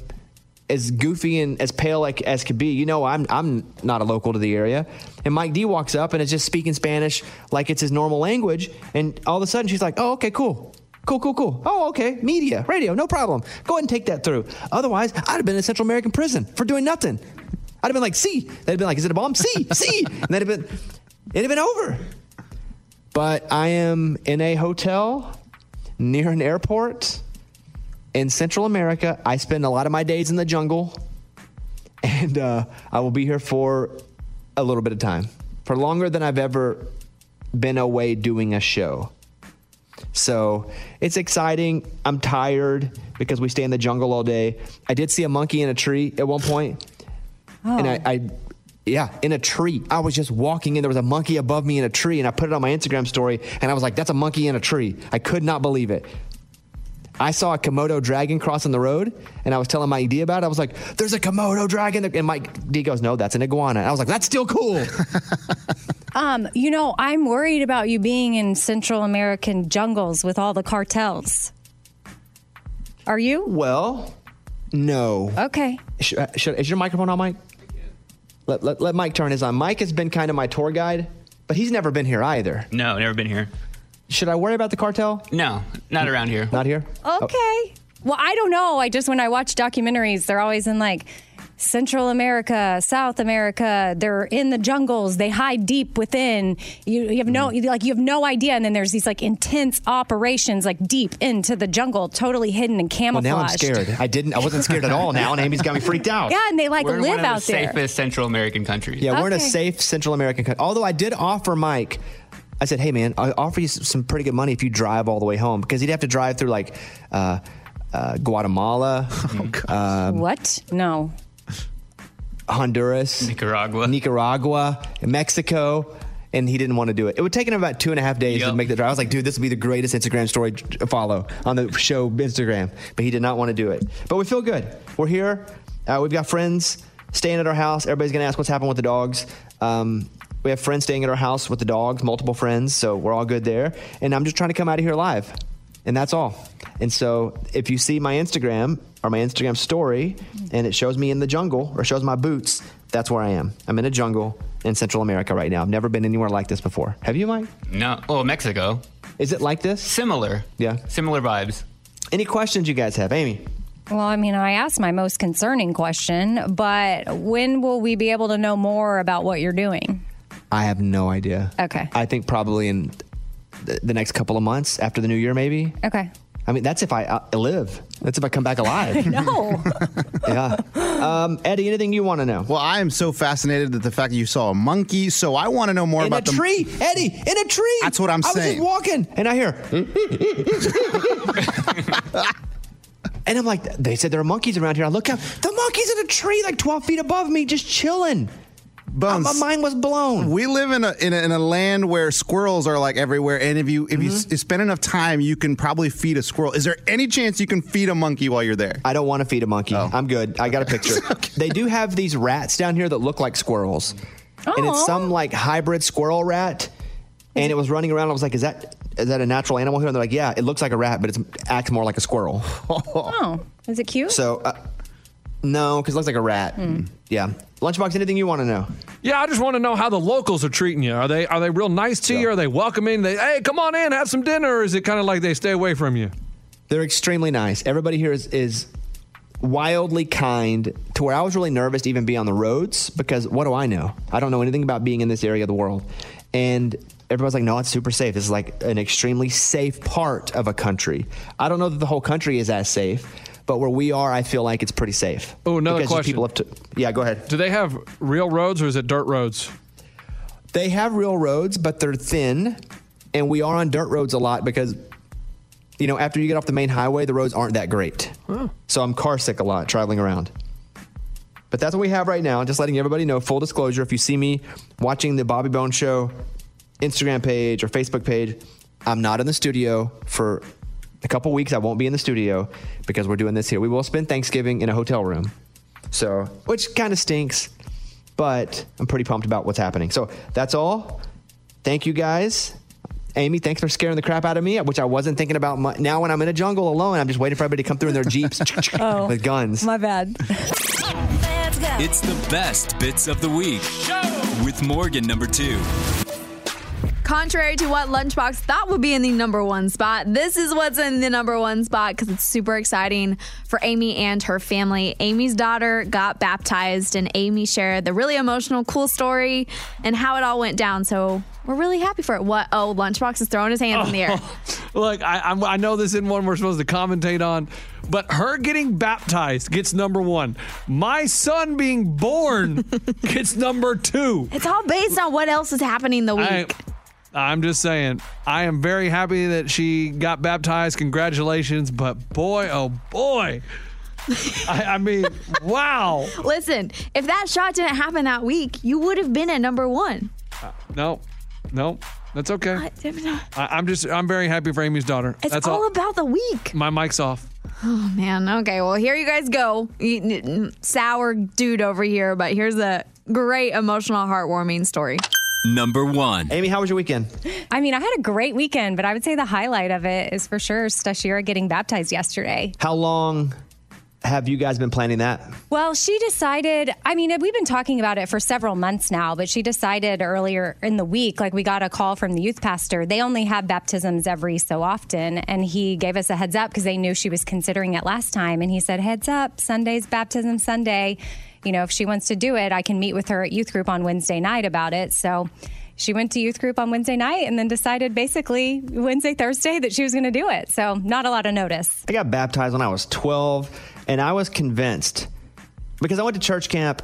[SPEAKER 5] as goofy and as pale like as could be. You know, I'm I'm not a local to the area. And Mike D walks up and is just speaking Spanish like it's his normal language. And all of a sudden she's like, Oh, okay, cool. Cool, cool, cool. Oh, okay. Media, radio, no problem. Go ahead and take that through. Otherwise, I'd have been in Central American prison for doing nothing. I'd have been like, see. They'd have been like, is it a bomb? See, see. And they'd have been, it'd have been over. But I am in a hotel near an airport in Central America. I spend a lot of my days in the jungle, and uh, I will be here for a little bit of time, for longer than I've ever been away doing a show. So it's exciting. I'm tired because we stay in the jungle all day. I did see a monkey in a tree at one point, and I, I, yeah, in a tree. I was just walking and there was a monkey above me in a tree, and I put it on my Instagram story, and I was like, "That's a monkey in a tree." I could not believe it. I saw a Komodo dragon crossing the road, and I was telling Mike D about it. I was like, "There's a Komodo dragon," there." and Mike D goes, "No, that's an iguana." And I was like, "That's still cool."
[SPEAKER 15] Um, you know, I'm worried about you being in Central American jungles with all the cartels. Are you?
[SPEAKER 5] Well, no.
[SPEAKER 15] Okay.
[SPEAKER 5] Should, uh, should, is your microphone on, Mike? Let, let, let Mike turn his on. Mike has been kind of my tour guide, but he's never been here either.
[SPEAKER 16] No, never been here.
[SPEAKER 5] Should I worry about the cartel?
[SPEAKER 16] No, not around here.
[SPEAKER 5] Not here?
[SPEAKER 15] Okay. Well, I don't know. I just when I watch documentaries, they're always in like Central America, South America. They're in the jungles. They hide deep within. You, you have
[SPEAKER 5] Mm-hmm.
[SPEAKER 15] no you- like you have no idea. And then there's these like intense operations like deep into the jungle, totally hidden and
[SPEAKER 5] Well,
[SPEAKER 15] camouflaged.
[SPEAKER 5] now I'm scared. I didn't. I wasn't scared at all. Now, and Amy's got me freaked out.
[SPEAKER 15] Yeah, and they like
[SPEAKER 16] We're in
[SPEAKER 15] live
[SPEAKER 16] one of
[SPEAKER 15] out
[SPEAKER 16] the
[SPEAKER 15] there.
[SPEAKER 16] safest Central American countries.
[SPEAKER 5] Yeah, we're in a
[SPEAKER 15] Okay.
[SPEAKER 5] safe Central American country. Although I did offer Mike, I said, "Hey, man, I offer you s- some pretty good money if you drive all the way home because he'd have to drive through like uh, uh, Guatemala, um,
[SPEAKER 15] What? No.
[SPEAKER 5] Honduras,
[SPEAKER 16] Nicaragua,
[SPEAKER 5] Nicaragua, Mexico." And he didn't want to do it. It would take him about two and a half days to make the drive. I was like, dude, this would be the greatest Instagram story to follow on the show Instagram. But he did not want to do it. But we feel good. We're here. Uh, we've got friends staying at our house. Everybody's going to ask what's happened with the dogs. Um, we have friends staying at our house with the dogs, multiple friends. So we're all good there. And I'm just trying to come out of here alive. And that's all. And so if you see my Instagram or my Instagram story and it shows me in the jungle or shows my boots, that's where I am. I'm in a jungle in Central America right now. I've never been anywhere like this before. Have you, Mike?
[SPEAKER 16] No, well, Mexico.
[SPEAKER 5] Is it like this?
[SPEAKER 16] Similar.
[SPEAKER 5] Yeah.
[SPEAKER 16] Similar vibes.
[SPEAKER 5] Any questions you guys have? Amy?
[SPEAKER 15] Well, I mean, I asked my most concerning question, but when will we be able to know more about what you're doing?
[SPEAKER 5] I have no idea.
[SPEAKER 15] Okay.
[SPEAKER 5] I think probably in th- the next couple of months after the new year, maybe.
[SPEAKER 15] Okay.
[SPEAKER 5] I mean, that's if I uh, live. That's if I come back alive.
[SPEAKER 15] no.
[SPEAKER 5] yeah. Um, Eddie, anything you want to know?
[SPEAKER 8] Well, I am so fascinated at the fact that you saw a monkey, so I want to know more
[SPEAKER 5] in
[SPEAKER 8] about
[SPEAKER 5] a
[SPEAKER 8] the
[SPEAKER 5] tree, Eddie, in a tree.
[SPEAKER 8] That's what I'm
[SPEAKER 5] I
[SPEAKER 8] saying.
[SPEAKER 5] was just walking, and I hear, and I'm like, they said there are monkeys around here. I look up, the monkey's in a tree, like 12 feet above me, just chilling.
[SPEAKER 8] Bones.
[SPEAKER 5] My mind was blown.
[SPEAKER 8] We live in a, in a in a land where squirrels are like everywhere, and if you if you
[SPEAKER 5] Mm-hmm.
[SPEAKER 8] s- spend enough time, you can probably feed a squirrel. Is there any chance you can feed a monkey while you're there?
[SPEAKER 5] I don't want to feed a monkey.
[SPEAKER 8] Oh.
[SPEAKER 5] I'm good. I got a picture. They do have these rats down here that look like squirrels. And it's
[SPEAKER 8] Aw.
[SPEAKER 5] some like hybrid squirrel rat. And it was running around. I was like, is that is that a natural animal here? And they're like, yeah, it looks like a rat, but it acts more like a squirrel.
[SPEAKER 15] Oh, is it cute?
[SPEAKER 5] So, uh, no, because it looks like a rat. Yeah. Lunchbox, anything you want to know?
[SPEAKER 3] Yeah, I just want to know how the locals are treating you. Are they are they real nice to you? Are they welcoming? They hey, come on in, have some dinner. Or is it kind of like they stay away from you?
[SPEAKER 5] They're extremely nice. Everybody here is is wildly kind to where I was really nervous to even be on the roads because what do I know? I don't know anything about being in this area of the world. And everybody's like, no, it's super safe. This is like an extremely safe part of a country. I don't know that the whole country is as safe, but where we are, I feel like it's pretty safe.
[SPEAKER 3] Oh, another
[SPEAKER 5] Because just
[SPEAKER 3] question.
[SPEAKER 5] People have to, yeah, go ahead.
[SPEAKER 3] Do they have real roads or is it dirt roads?
[SPEAKER 5] They have real roads, but they're thin, and we are on dirt roads a lot because, you know, after you get off the main highway, the roads aren't that great. So I'm car sick a lot traveling around. But that's what we have right now. Just letting everybody know, full disclosure, if you see me watching the Bobby Bone Show Instagram page or Facebook page, I'm not in the studio for a couple weeks. I won't be in the studio because we're doing this here. We will spend Thanksgiving in a hotel room. So, which kind of stinks. but I'm pretty pumped about what's happening. So that's all. Thank you guys. Amy, thanks for scaring the crap out of me, which I wasn't thinking about. mu- now, when I'm in a jungle alone, I'm just waiting for everybody to come through in their jeeps
[SPEAKER 1] Oh.
[SPEAKER 5] with guns.
[SPEAKER 13] My bad.
[SPEAKER 1] It's the best bits of the week with Morgan number two.
[SPEAKER 2] Contrary to what Lunchbox thought would be in the number one spot, this is what's in the number one spot because it's super exciting for Amy and her family. Amy's daughter got baptized, and Amy shared the really emotional, cool story and how it all went down. So we're really happy for it. What? Oh, Lunchbox is throwing his hands in the air.
[SPEAKER 3] Oh. Look, I, I'm, I know this isn't one we're supposed to commentate on, but her getting baptized gets number one. My son being born gets number two.
[SPEAKER 2] It's all based on what else is happening the week.
[SPEAKER 3] I, I'm just saying, I am very happy that she got baptized. Congratulations, but boy, oh boy. I, I mean, wow.
[SPEAKER 2] Listen, if that shot didn't happen that week, you would have been at number one.
[SPEAKER 3] No, no, that's okay. I, I'm just, I'm very happy for Amy's daughter.
[SPEAKER 2] It's
[SPEAKER 3] that's
[SPEAKER 2] all about the week.
[SPEAKER 3] My mic's off.
[SPEAKER 2] Oh man. Okay. Well, here you guys go. You- n- n- Sour dude over here, but here's a great emotional, heartwarming story.
[SPEAKER 1] Number one.
[SPEAKER 5] Amy, how was your weekend?
[SPEAKER 13] I mean, I had a great weekend, but I would say the highlight of it is for sure Stashira getting baptized yesterday.
[SPEAKER 5] How long have you guys been planning that?
[SPEAKER 13] Well, she decided, I mean, we've been talking about it for several months now, but she decided earlier in the week, like we got a call from the youth pastor. They only have baptisms every so often. And he gave us a heads up because they knew she was considering it last time. And he said, heads up, Sunday's baptism Sunday. You know, if she wants to do it, I can meet with her at youth group on Wednesday night about it. So she went to youth group on Wednesday night and then decided basically Wednesday, Thursday that she was going to do it. So not a lot of notice.
[SPEAKER 5] I got baptized when I was 12, and I was convinced because I went to church camp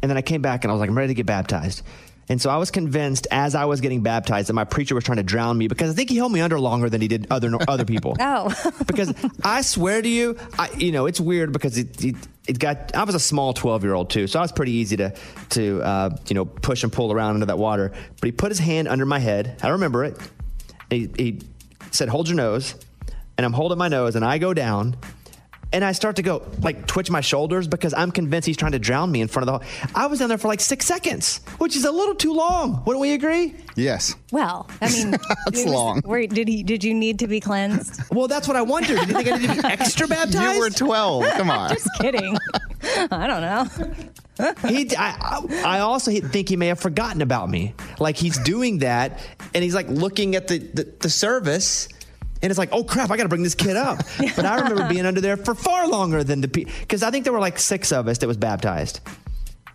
[SPEAKER 5] and then I came back and I was like, I'm ready to get baptized. And so I was convinced as I was getting baptized that my preacher was trying to drown me because I think he held me under longer than he did other other people.
[SPEAKER 13] Oh.
[SPEAKER 5] because I swear to you, I, you know, it's weird because it, it, it got, I was a small 12 year old too. So I was pretty easy to, to, uh, you know, push and pull around under that water. But he put his hand under my head. I remember it. He, he said, hold your nose. And I'm holding my nose and I go down and I start to go like twitch my shoulders because I'm convinced he's trying to drown me in front of the, I was down there for like six seconds, which is a little too long. Wouldn't we agree?
[SPEAKER 8] Yes.
[SPEAKER 13] Well, I mean, it was-
[SPEAKER 5] long.
[SPEAKER 13] Were, did he? Did you need to be cleansed?
[SPEAKER 5] Well, that's what I wondered. Did you think I need to be extra baptized?
[SPEAKER 8] You were 12. Come on.
[SPEAKER 13] Just kidding. I don't know.
[SPEAKER 5] he, I, I I also think he may have forgotten about me. Like he's doing that, and he's like looking at the the, the service. And it's like, oh crap! I got to bring this kid up. But I remember being under there for far longer than the because I think there were like six of us that was baptized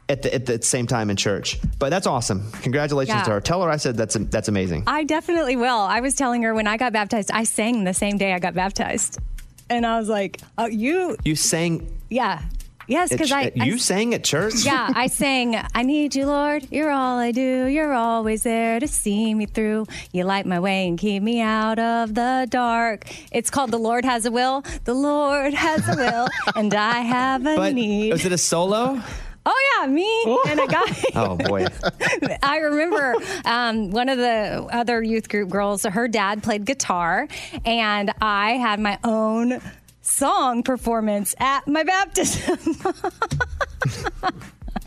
[SPEAKER 5] at the, at the same time in church. But that's awesome. Congratulations to
[SPEAKER 13] Yeah.
[SPEAKER 5] her. Tell her I said that's that's amazing.
[SPEAKER 13] I definitely will. I was telling her when I got baptized, I sang the same day I got baptized, and I was like, "Oh, you,
[SPEAKER 5] You sang.
[SPEAKER 13] yeah, yes,"
[SPEAKER 5] at
[SPEAKER 13] because
[SPEAKER 5] ch-
[SPEAKER 13] I, I
[SPEAKER 5] you sang at church.
[SPEAKER 13] yeah, I sang, I need you, Lord. You're all I do. You're always there to see me through. You light my way and keep me out of the dark. It's called The Lord Has a Will. The Lord has a will, and I have a
[SPEAKER 5] But
[SPEAKER 13] need.
[SPEAKER 5] was it a solo?
[SPEAKER 13] Oh yeah, me and a guy.
[SPEAKER 5] Oh boy.
[SPEAKER 13] I remember um, one of the other youth group girls, her dad played guitar, and I had my own song performance at my baptism.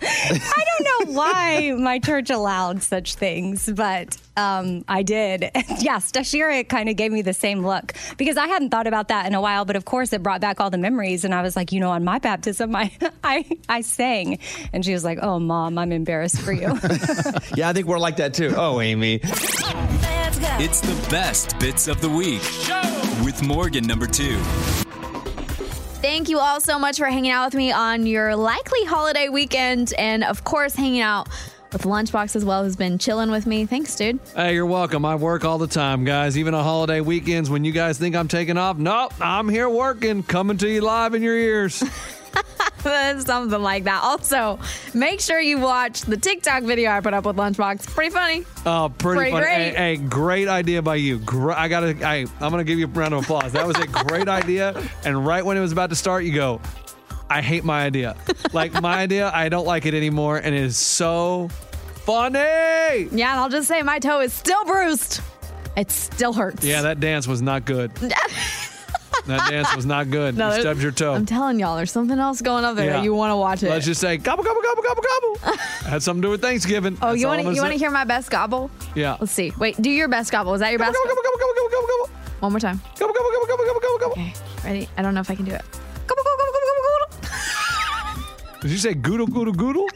[SPEAKER 13] I don't know why my church allowed such things, but um, I did. yeah, Stashira kind of gave me the same look because I hadn't thought about that in a while, but of course it brought back all the memories. And I was like, you know, on my baptism, I, I, I sang. And she was like, oh, mom, I'm embarrassed for you.
[SPEAKER 5] yeah, I think we're like that too. Oh, Amy.
[SPEAKER 1] It's the best bits of the week with Morgan number two.
[SPEAKER 2] Thank you all so much for hanging out with me on your likely holiday weekend, and of course, hanging out with Lunchbox as well, who's been chilling with me. Thanks, dude.
[SPEAKER 3] Hey, you're welcome. I work all the time, guys. Even on holiday weekends when you guys think I'm taking off. Nope, I'm here working, coming to you live in your ears.
[SPEAKER 2] Something like that. Also, make sure you watch the TikTok video I put up with Lunchbox. Pretty funny.
[SPEAKER 3] Oh, pretty,
[SPEAKER 2] Pretty
[SPEAKER 3] funny.
[SPEAKER 2] great.
[SPEAKER 3] Hey, hey, great idea by you. Gr- I gotta. I, I'm gonna give you a round of applause. That was a great idea. And right when it was about to start, you go. I hate my idea. Like my idea, I don't like it anymore, and it is so funny.
[SPEAKER 2] Yeah, and I'll just say my toe is still bruised. It still hurts.
[SPEAKER 3] Yeah, that dance was not good. That dance was not good.
[SPEAKER 2] No,
[SPEAKER 3] you
[SPEAKER 2] there's-
[SPEAKER 3] stubbed your toe.
[SPEAKER 2] I'm telling y'all, there's something else going on there.
[SPEAKER 3] Yeah.
[SPEAKER 2] You want to watch it?
[SPEAKER 3] Let's just say gobble gobble gobble gobble gobble. Had something to do with Thanksgiving.
[SPEAKER 2] oh,
[SPEAKER 3] That's
[SPEAKER 2] you
[SPEAKER 3] all
[SPEAKER 2] want
[SPEAKER 3] I'm
[SPEAKER 2] to
[SPEAKER 3] gonna
[SPEAKER 2] you want to
[SPEAKER 3] say.
[SPEAKER 2] hear my best gobble?
[SPEAKER 3] Yeah.
[SPEAKER 2] Let's see. Wait, do your best gobble. Is that your best? Gobble,
[SPEAKER 3] gobble, gobble, gobble, gobble, gobble,
[SPEAKER 2] gobble. One more time.
[SPEAKER 3] Gobble, gobble, gobble, gobble, gobble, gobble, gobble.
[SPEAKER 2] Okay, ready? I don't know if I can do it.
[SPEAKER 3] Did you say goodle goodle goodle?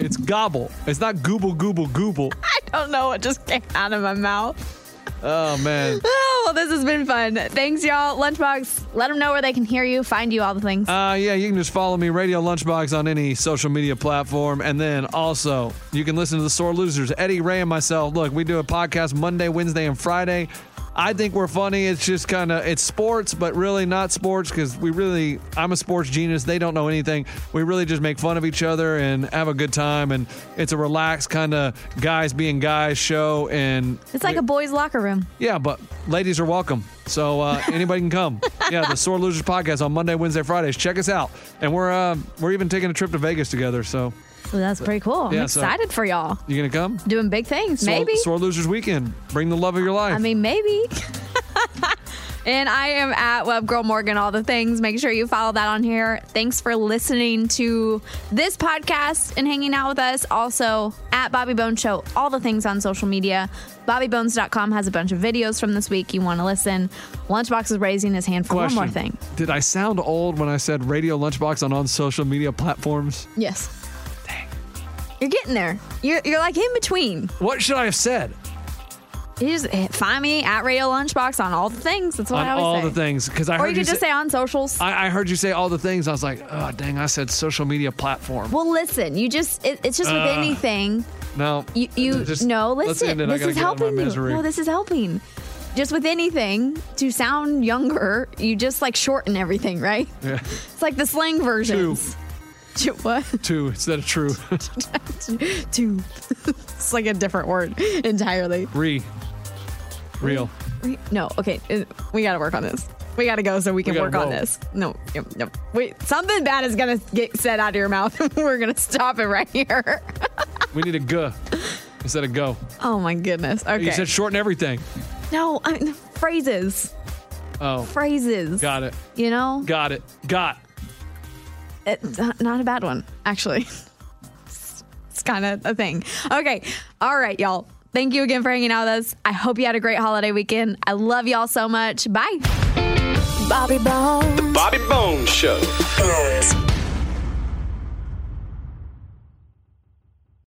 [SPEAKER 3] it's gobble. It's not gooble gooble gooble.
[SPEAKER 2] I don't know what just came out of my mouth.
[SPEAKER 3] Oh man.
[SPEAKER 2] Oh, well, this has been fun. Thanks, y'all. Lunchbox, let them know where they can hear you, find you, all the things.
[SPEAKER 3] Uh, yeah, you can just follow me, Radio Lunchbox, on any social media platform. And then also, you can listen to The Sore Losers, Eddie Ray, and myself. Look, we do a podcast Monday, Wednesday, and Friday. I think we're funny. It's just kind of, it's sports, but really not sports because we really, I'm a sports genius. They don't know anything. We really just make fun of each other and have a good time. And it's a relaxed kind of guys being guys show. And
[SPEAKER 2] It's like a boys' locker room.
[SPEAKER 3] yeah, but ladies are welcome. So uh, anybody can come. Yeah, the Sore Losers podcast on Monday, Wednesday, Fridays. Check us out, and we're uh, we're even taking a trip to Vegas together. So
[SPEAKER 2] Well, that's pretty cool. I'm
[SPEAKER 3] Yeah, so-
[SPEAKER 2] excited for y'all.
[SPEAKER 3] you gonna come?
[SPEAKER 2] Doing big things,
[SPEAKER 3] Sore-
[SPEAKER 2] maybe.
[SPEAKER 3] Sore Losers weekend. Bring the love of your life.
[SPEAKER 2] I mean, maybe. and I am at Web Girl Morgan, all the things. Make sure you follow that on here. Thanks for listening to this podcast and hanging out with us. Also, at Bobby Bone Show, all the things on social media. BobbyBones.com has a bunch of videos from this week. You want to listen. Lunchbox is raising his hand for
[SPEAKER 3] Question.
[SPEAKER 2] one more thing.
[SPEAKER 3] Did I sound old when I said Radio Lunchbox on on social media platforms?
[SPEAKER 2] Yes. You're getting there. You're, you're like in between.
[SPEAKER 3] What should I have said?
[SPEAKER 2] You just hit- find me at Radio Lunchbox on all the things. That's what
[SPEAKER 3] on
[SPEAKER 2] I always
[SPEAKER 3] all
[SPEAKER 2] say.
[SPEAKER 3] the things because I
[SPEAKER 2] or
[SPEAKER 3] heard
[SPEAKER 2] you could just say on socials.
[SPEAKER 3] I, I heard you say all the things. I was like, oh dang, I said social media platform.
[SPEAKER 2] Well, listen, you just, it, it's just with
[SPEAKER 3] Uh,
[SPEAKER 2] anything.
[SPEAKER 3] no,
[SPEAKER 2] You, you
[SPEAKER 3] Just-
[SPEAKER 2] no,
[SPEAKER 3] let's
[SPEAKER 2] listen,
[SPEAKER 3] end it. I
[SPEAKER 2] this
[SPEAKER 3] gotta
[SPEAKER 2] is
[SPEAKER 3] get out of my
[SPEAKER 2] helping you.
[SPEAKER 3] misery.
[SPEAKER 2] No, this is helping. Just with anything to sound younger, you just like shorten everything, right?
[SPEAKER 3] Yeah.
[SPEAKER 2] It's like the slang version. Two. What?
[SPEAKER 3] Two instead of true.
[SPEAKER 2] Two. it's like a different word entirely.
[SPEAKER 3] Re. Real.
[SPEAKER 2] Re- No, okay, uh, we got to work on this. We got to go so we can
[SPEAKER 3] gotta
[SPEAKER 2] work on
[SPEAKER 3] roll.
[SPEAKER 2] this. No, no, no. Wait, something bad is gonna get said out of your mouth. We're gonna stop it right here.
[SPEAKER 3] We need a guh instead of go.
[SPEAKER 2] Oh my goodness. Okay.
[SPEAKER 3] You said shorten everything.
[SPEAKER 2] no, I mean, phrases.
[SPEAKER 3] Oh.
[SPEAKER 2] Phrases.
[SPEAKER 3] Got it.
[SPEAKER 2] You know,
[SPEAKER 3] Got it. Got.
[SPEAKER 2] it's not not a bad one actually. It's kind of a thing. Okay. All right, y'all. Thank you again for hanging out with us. I hope you had a great holiday weekend. I love y'all so much. Bye. Bobby Bones.
[SPEAKER 17] The Bobby Bones Show.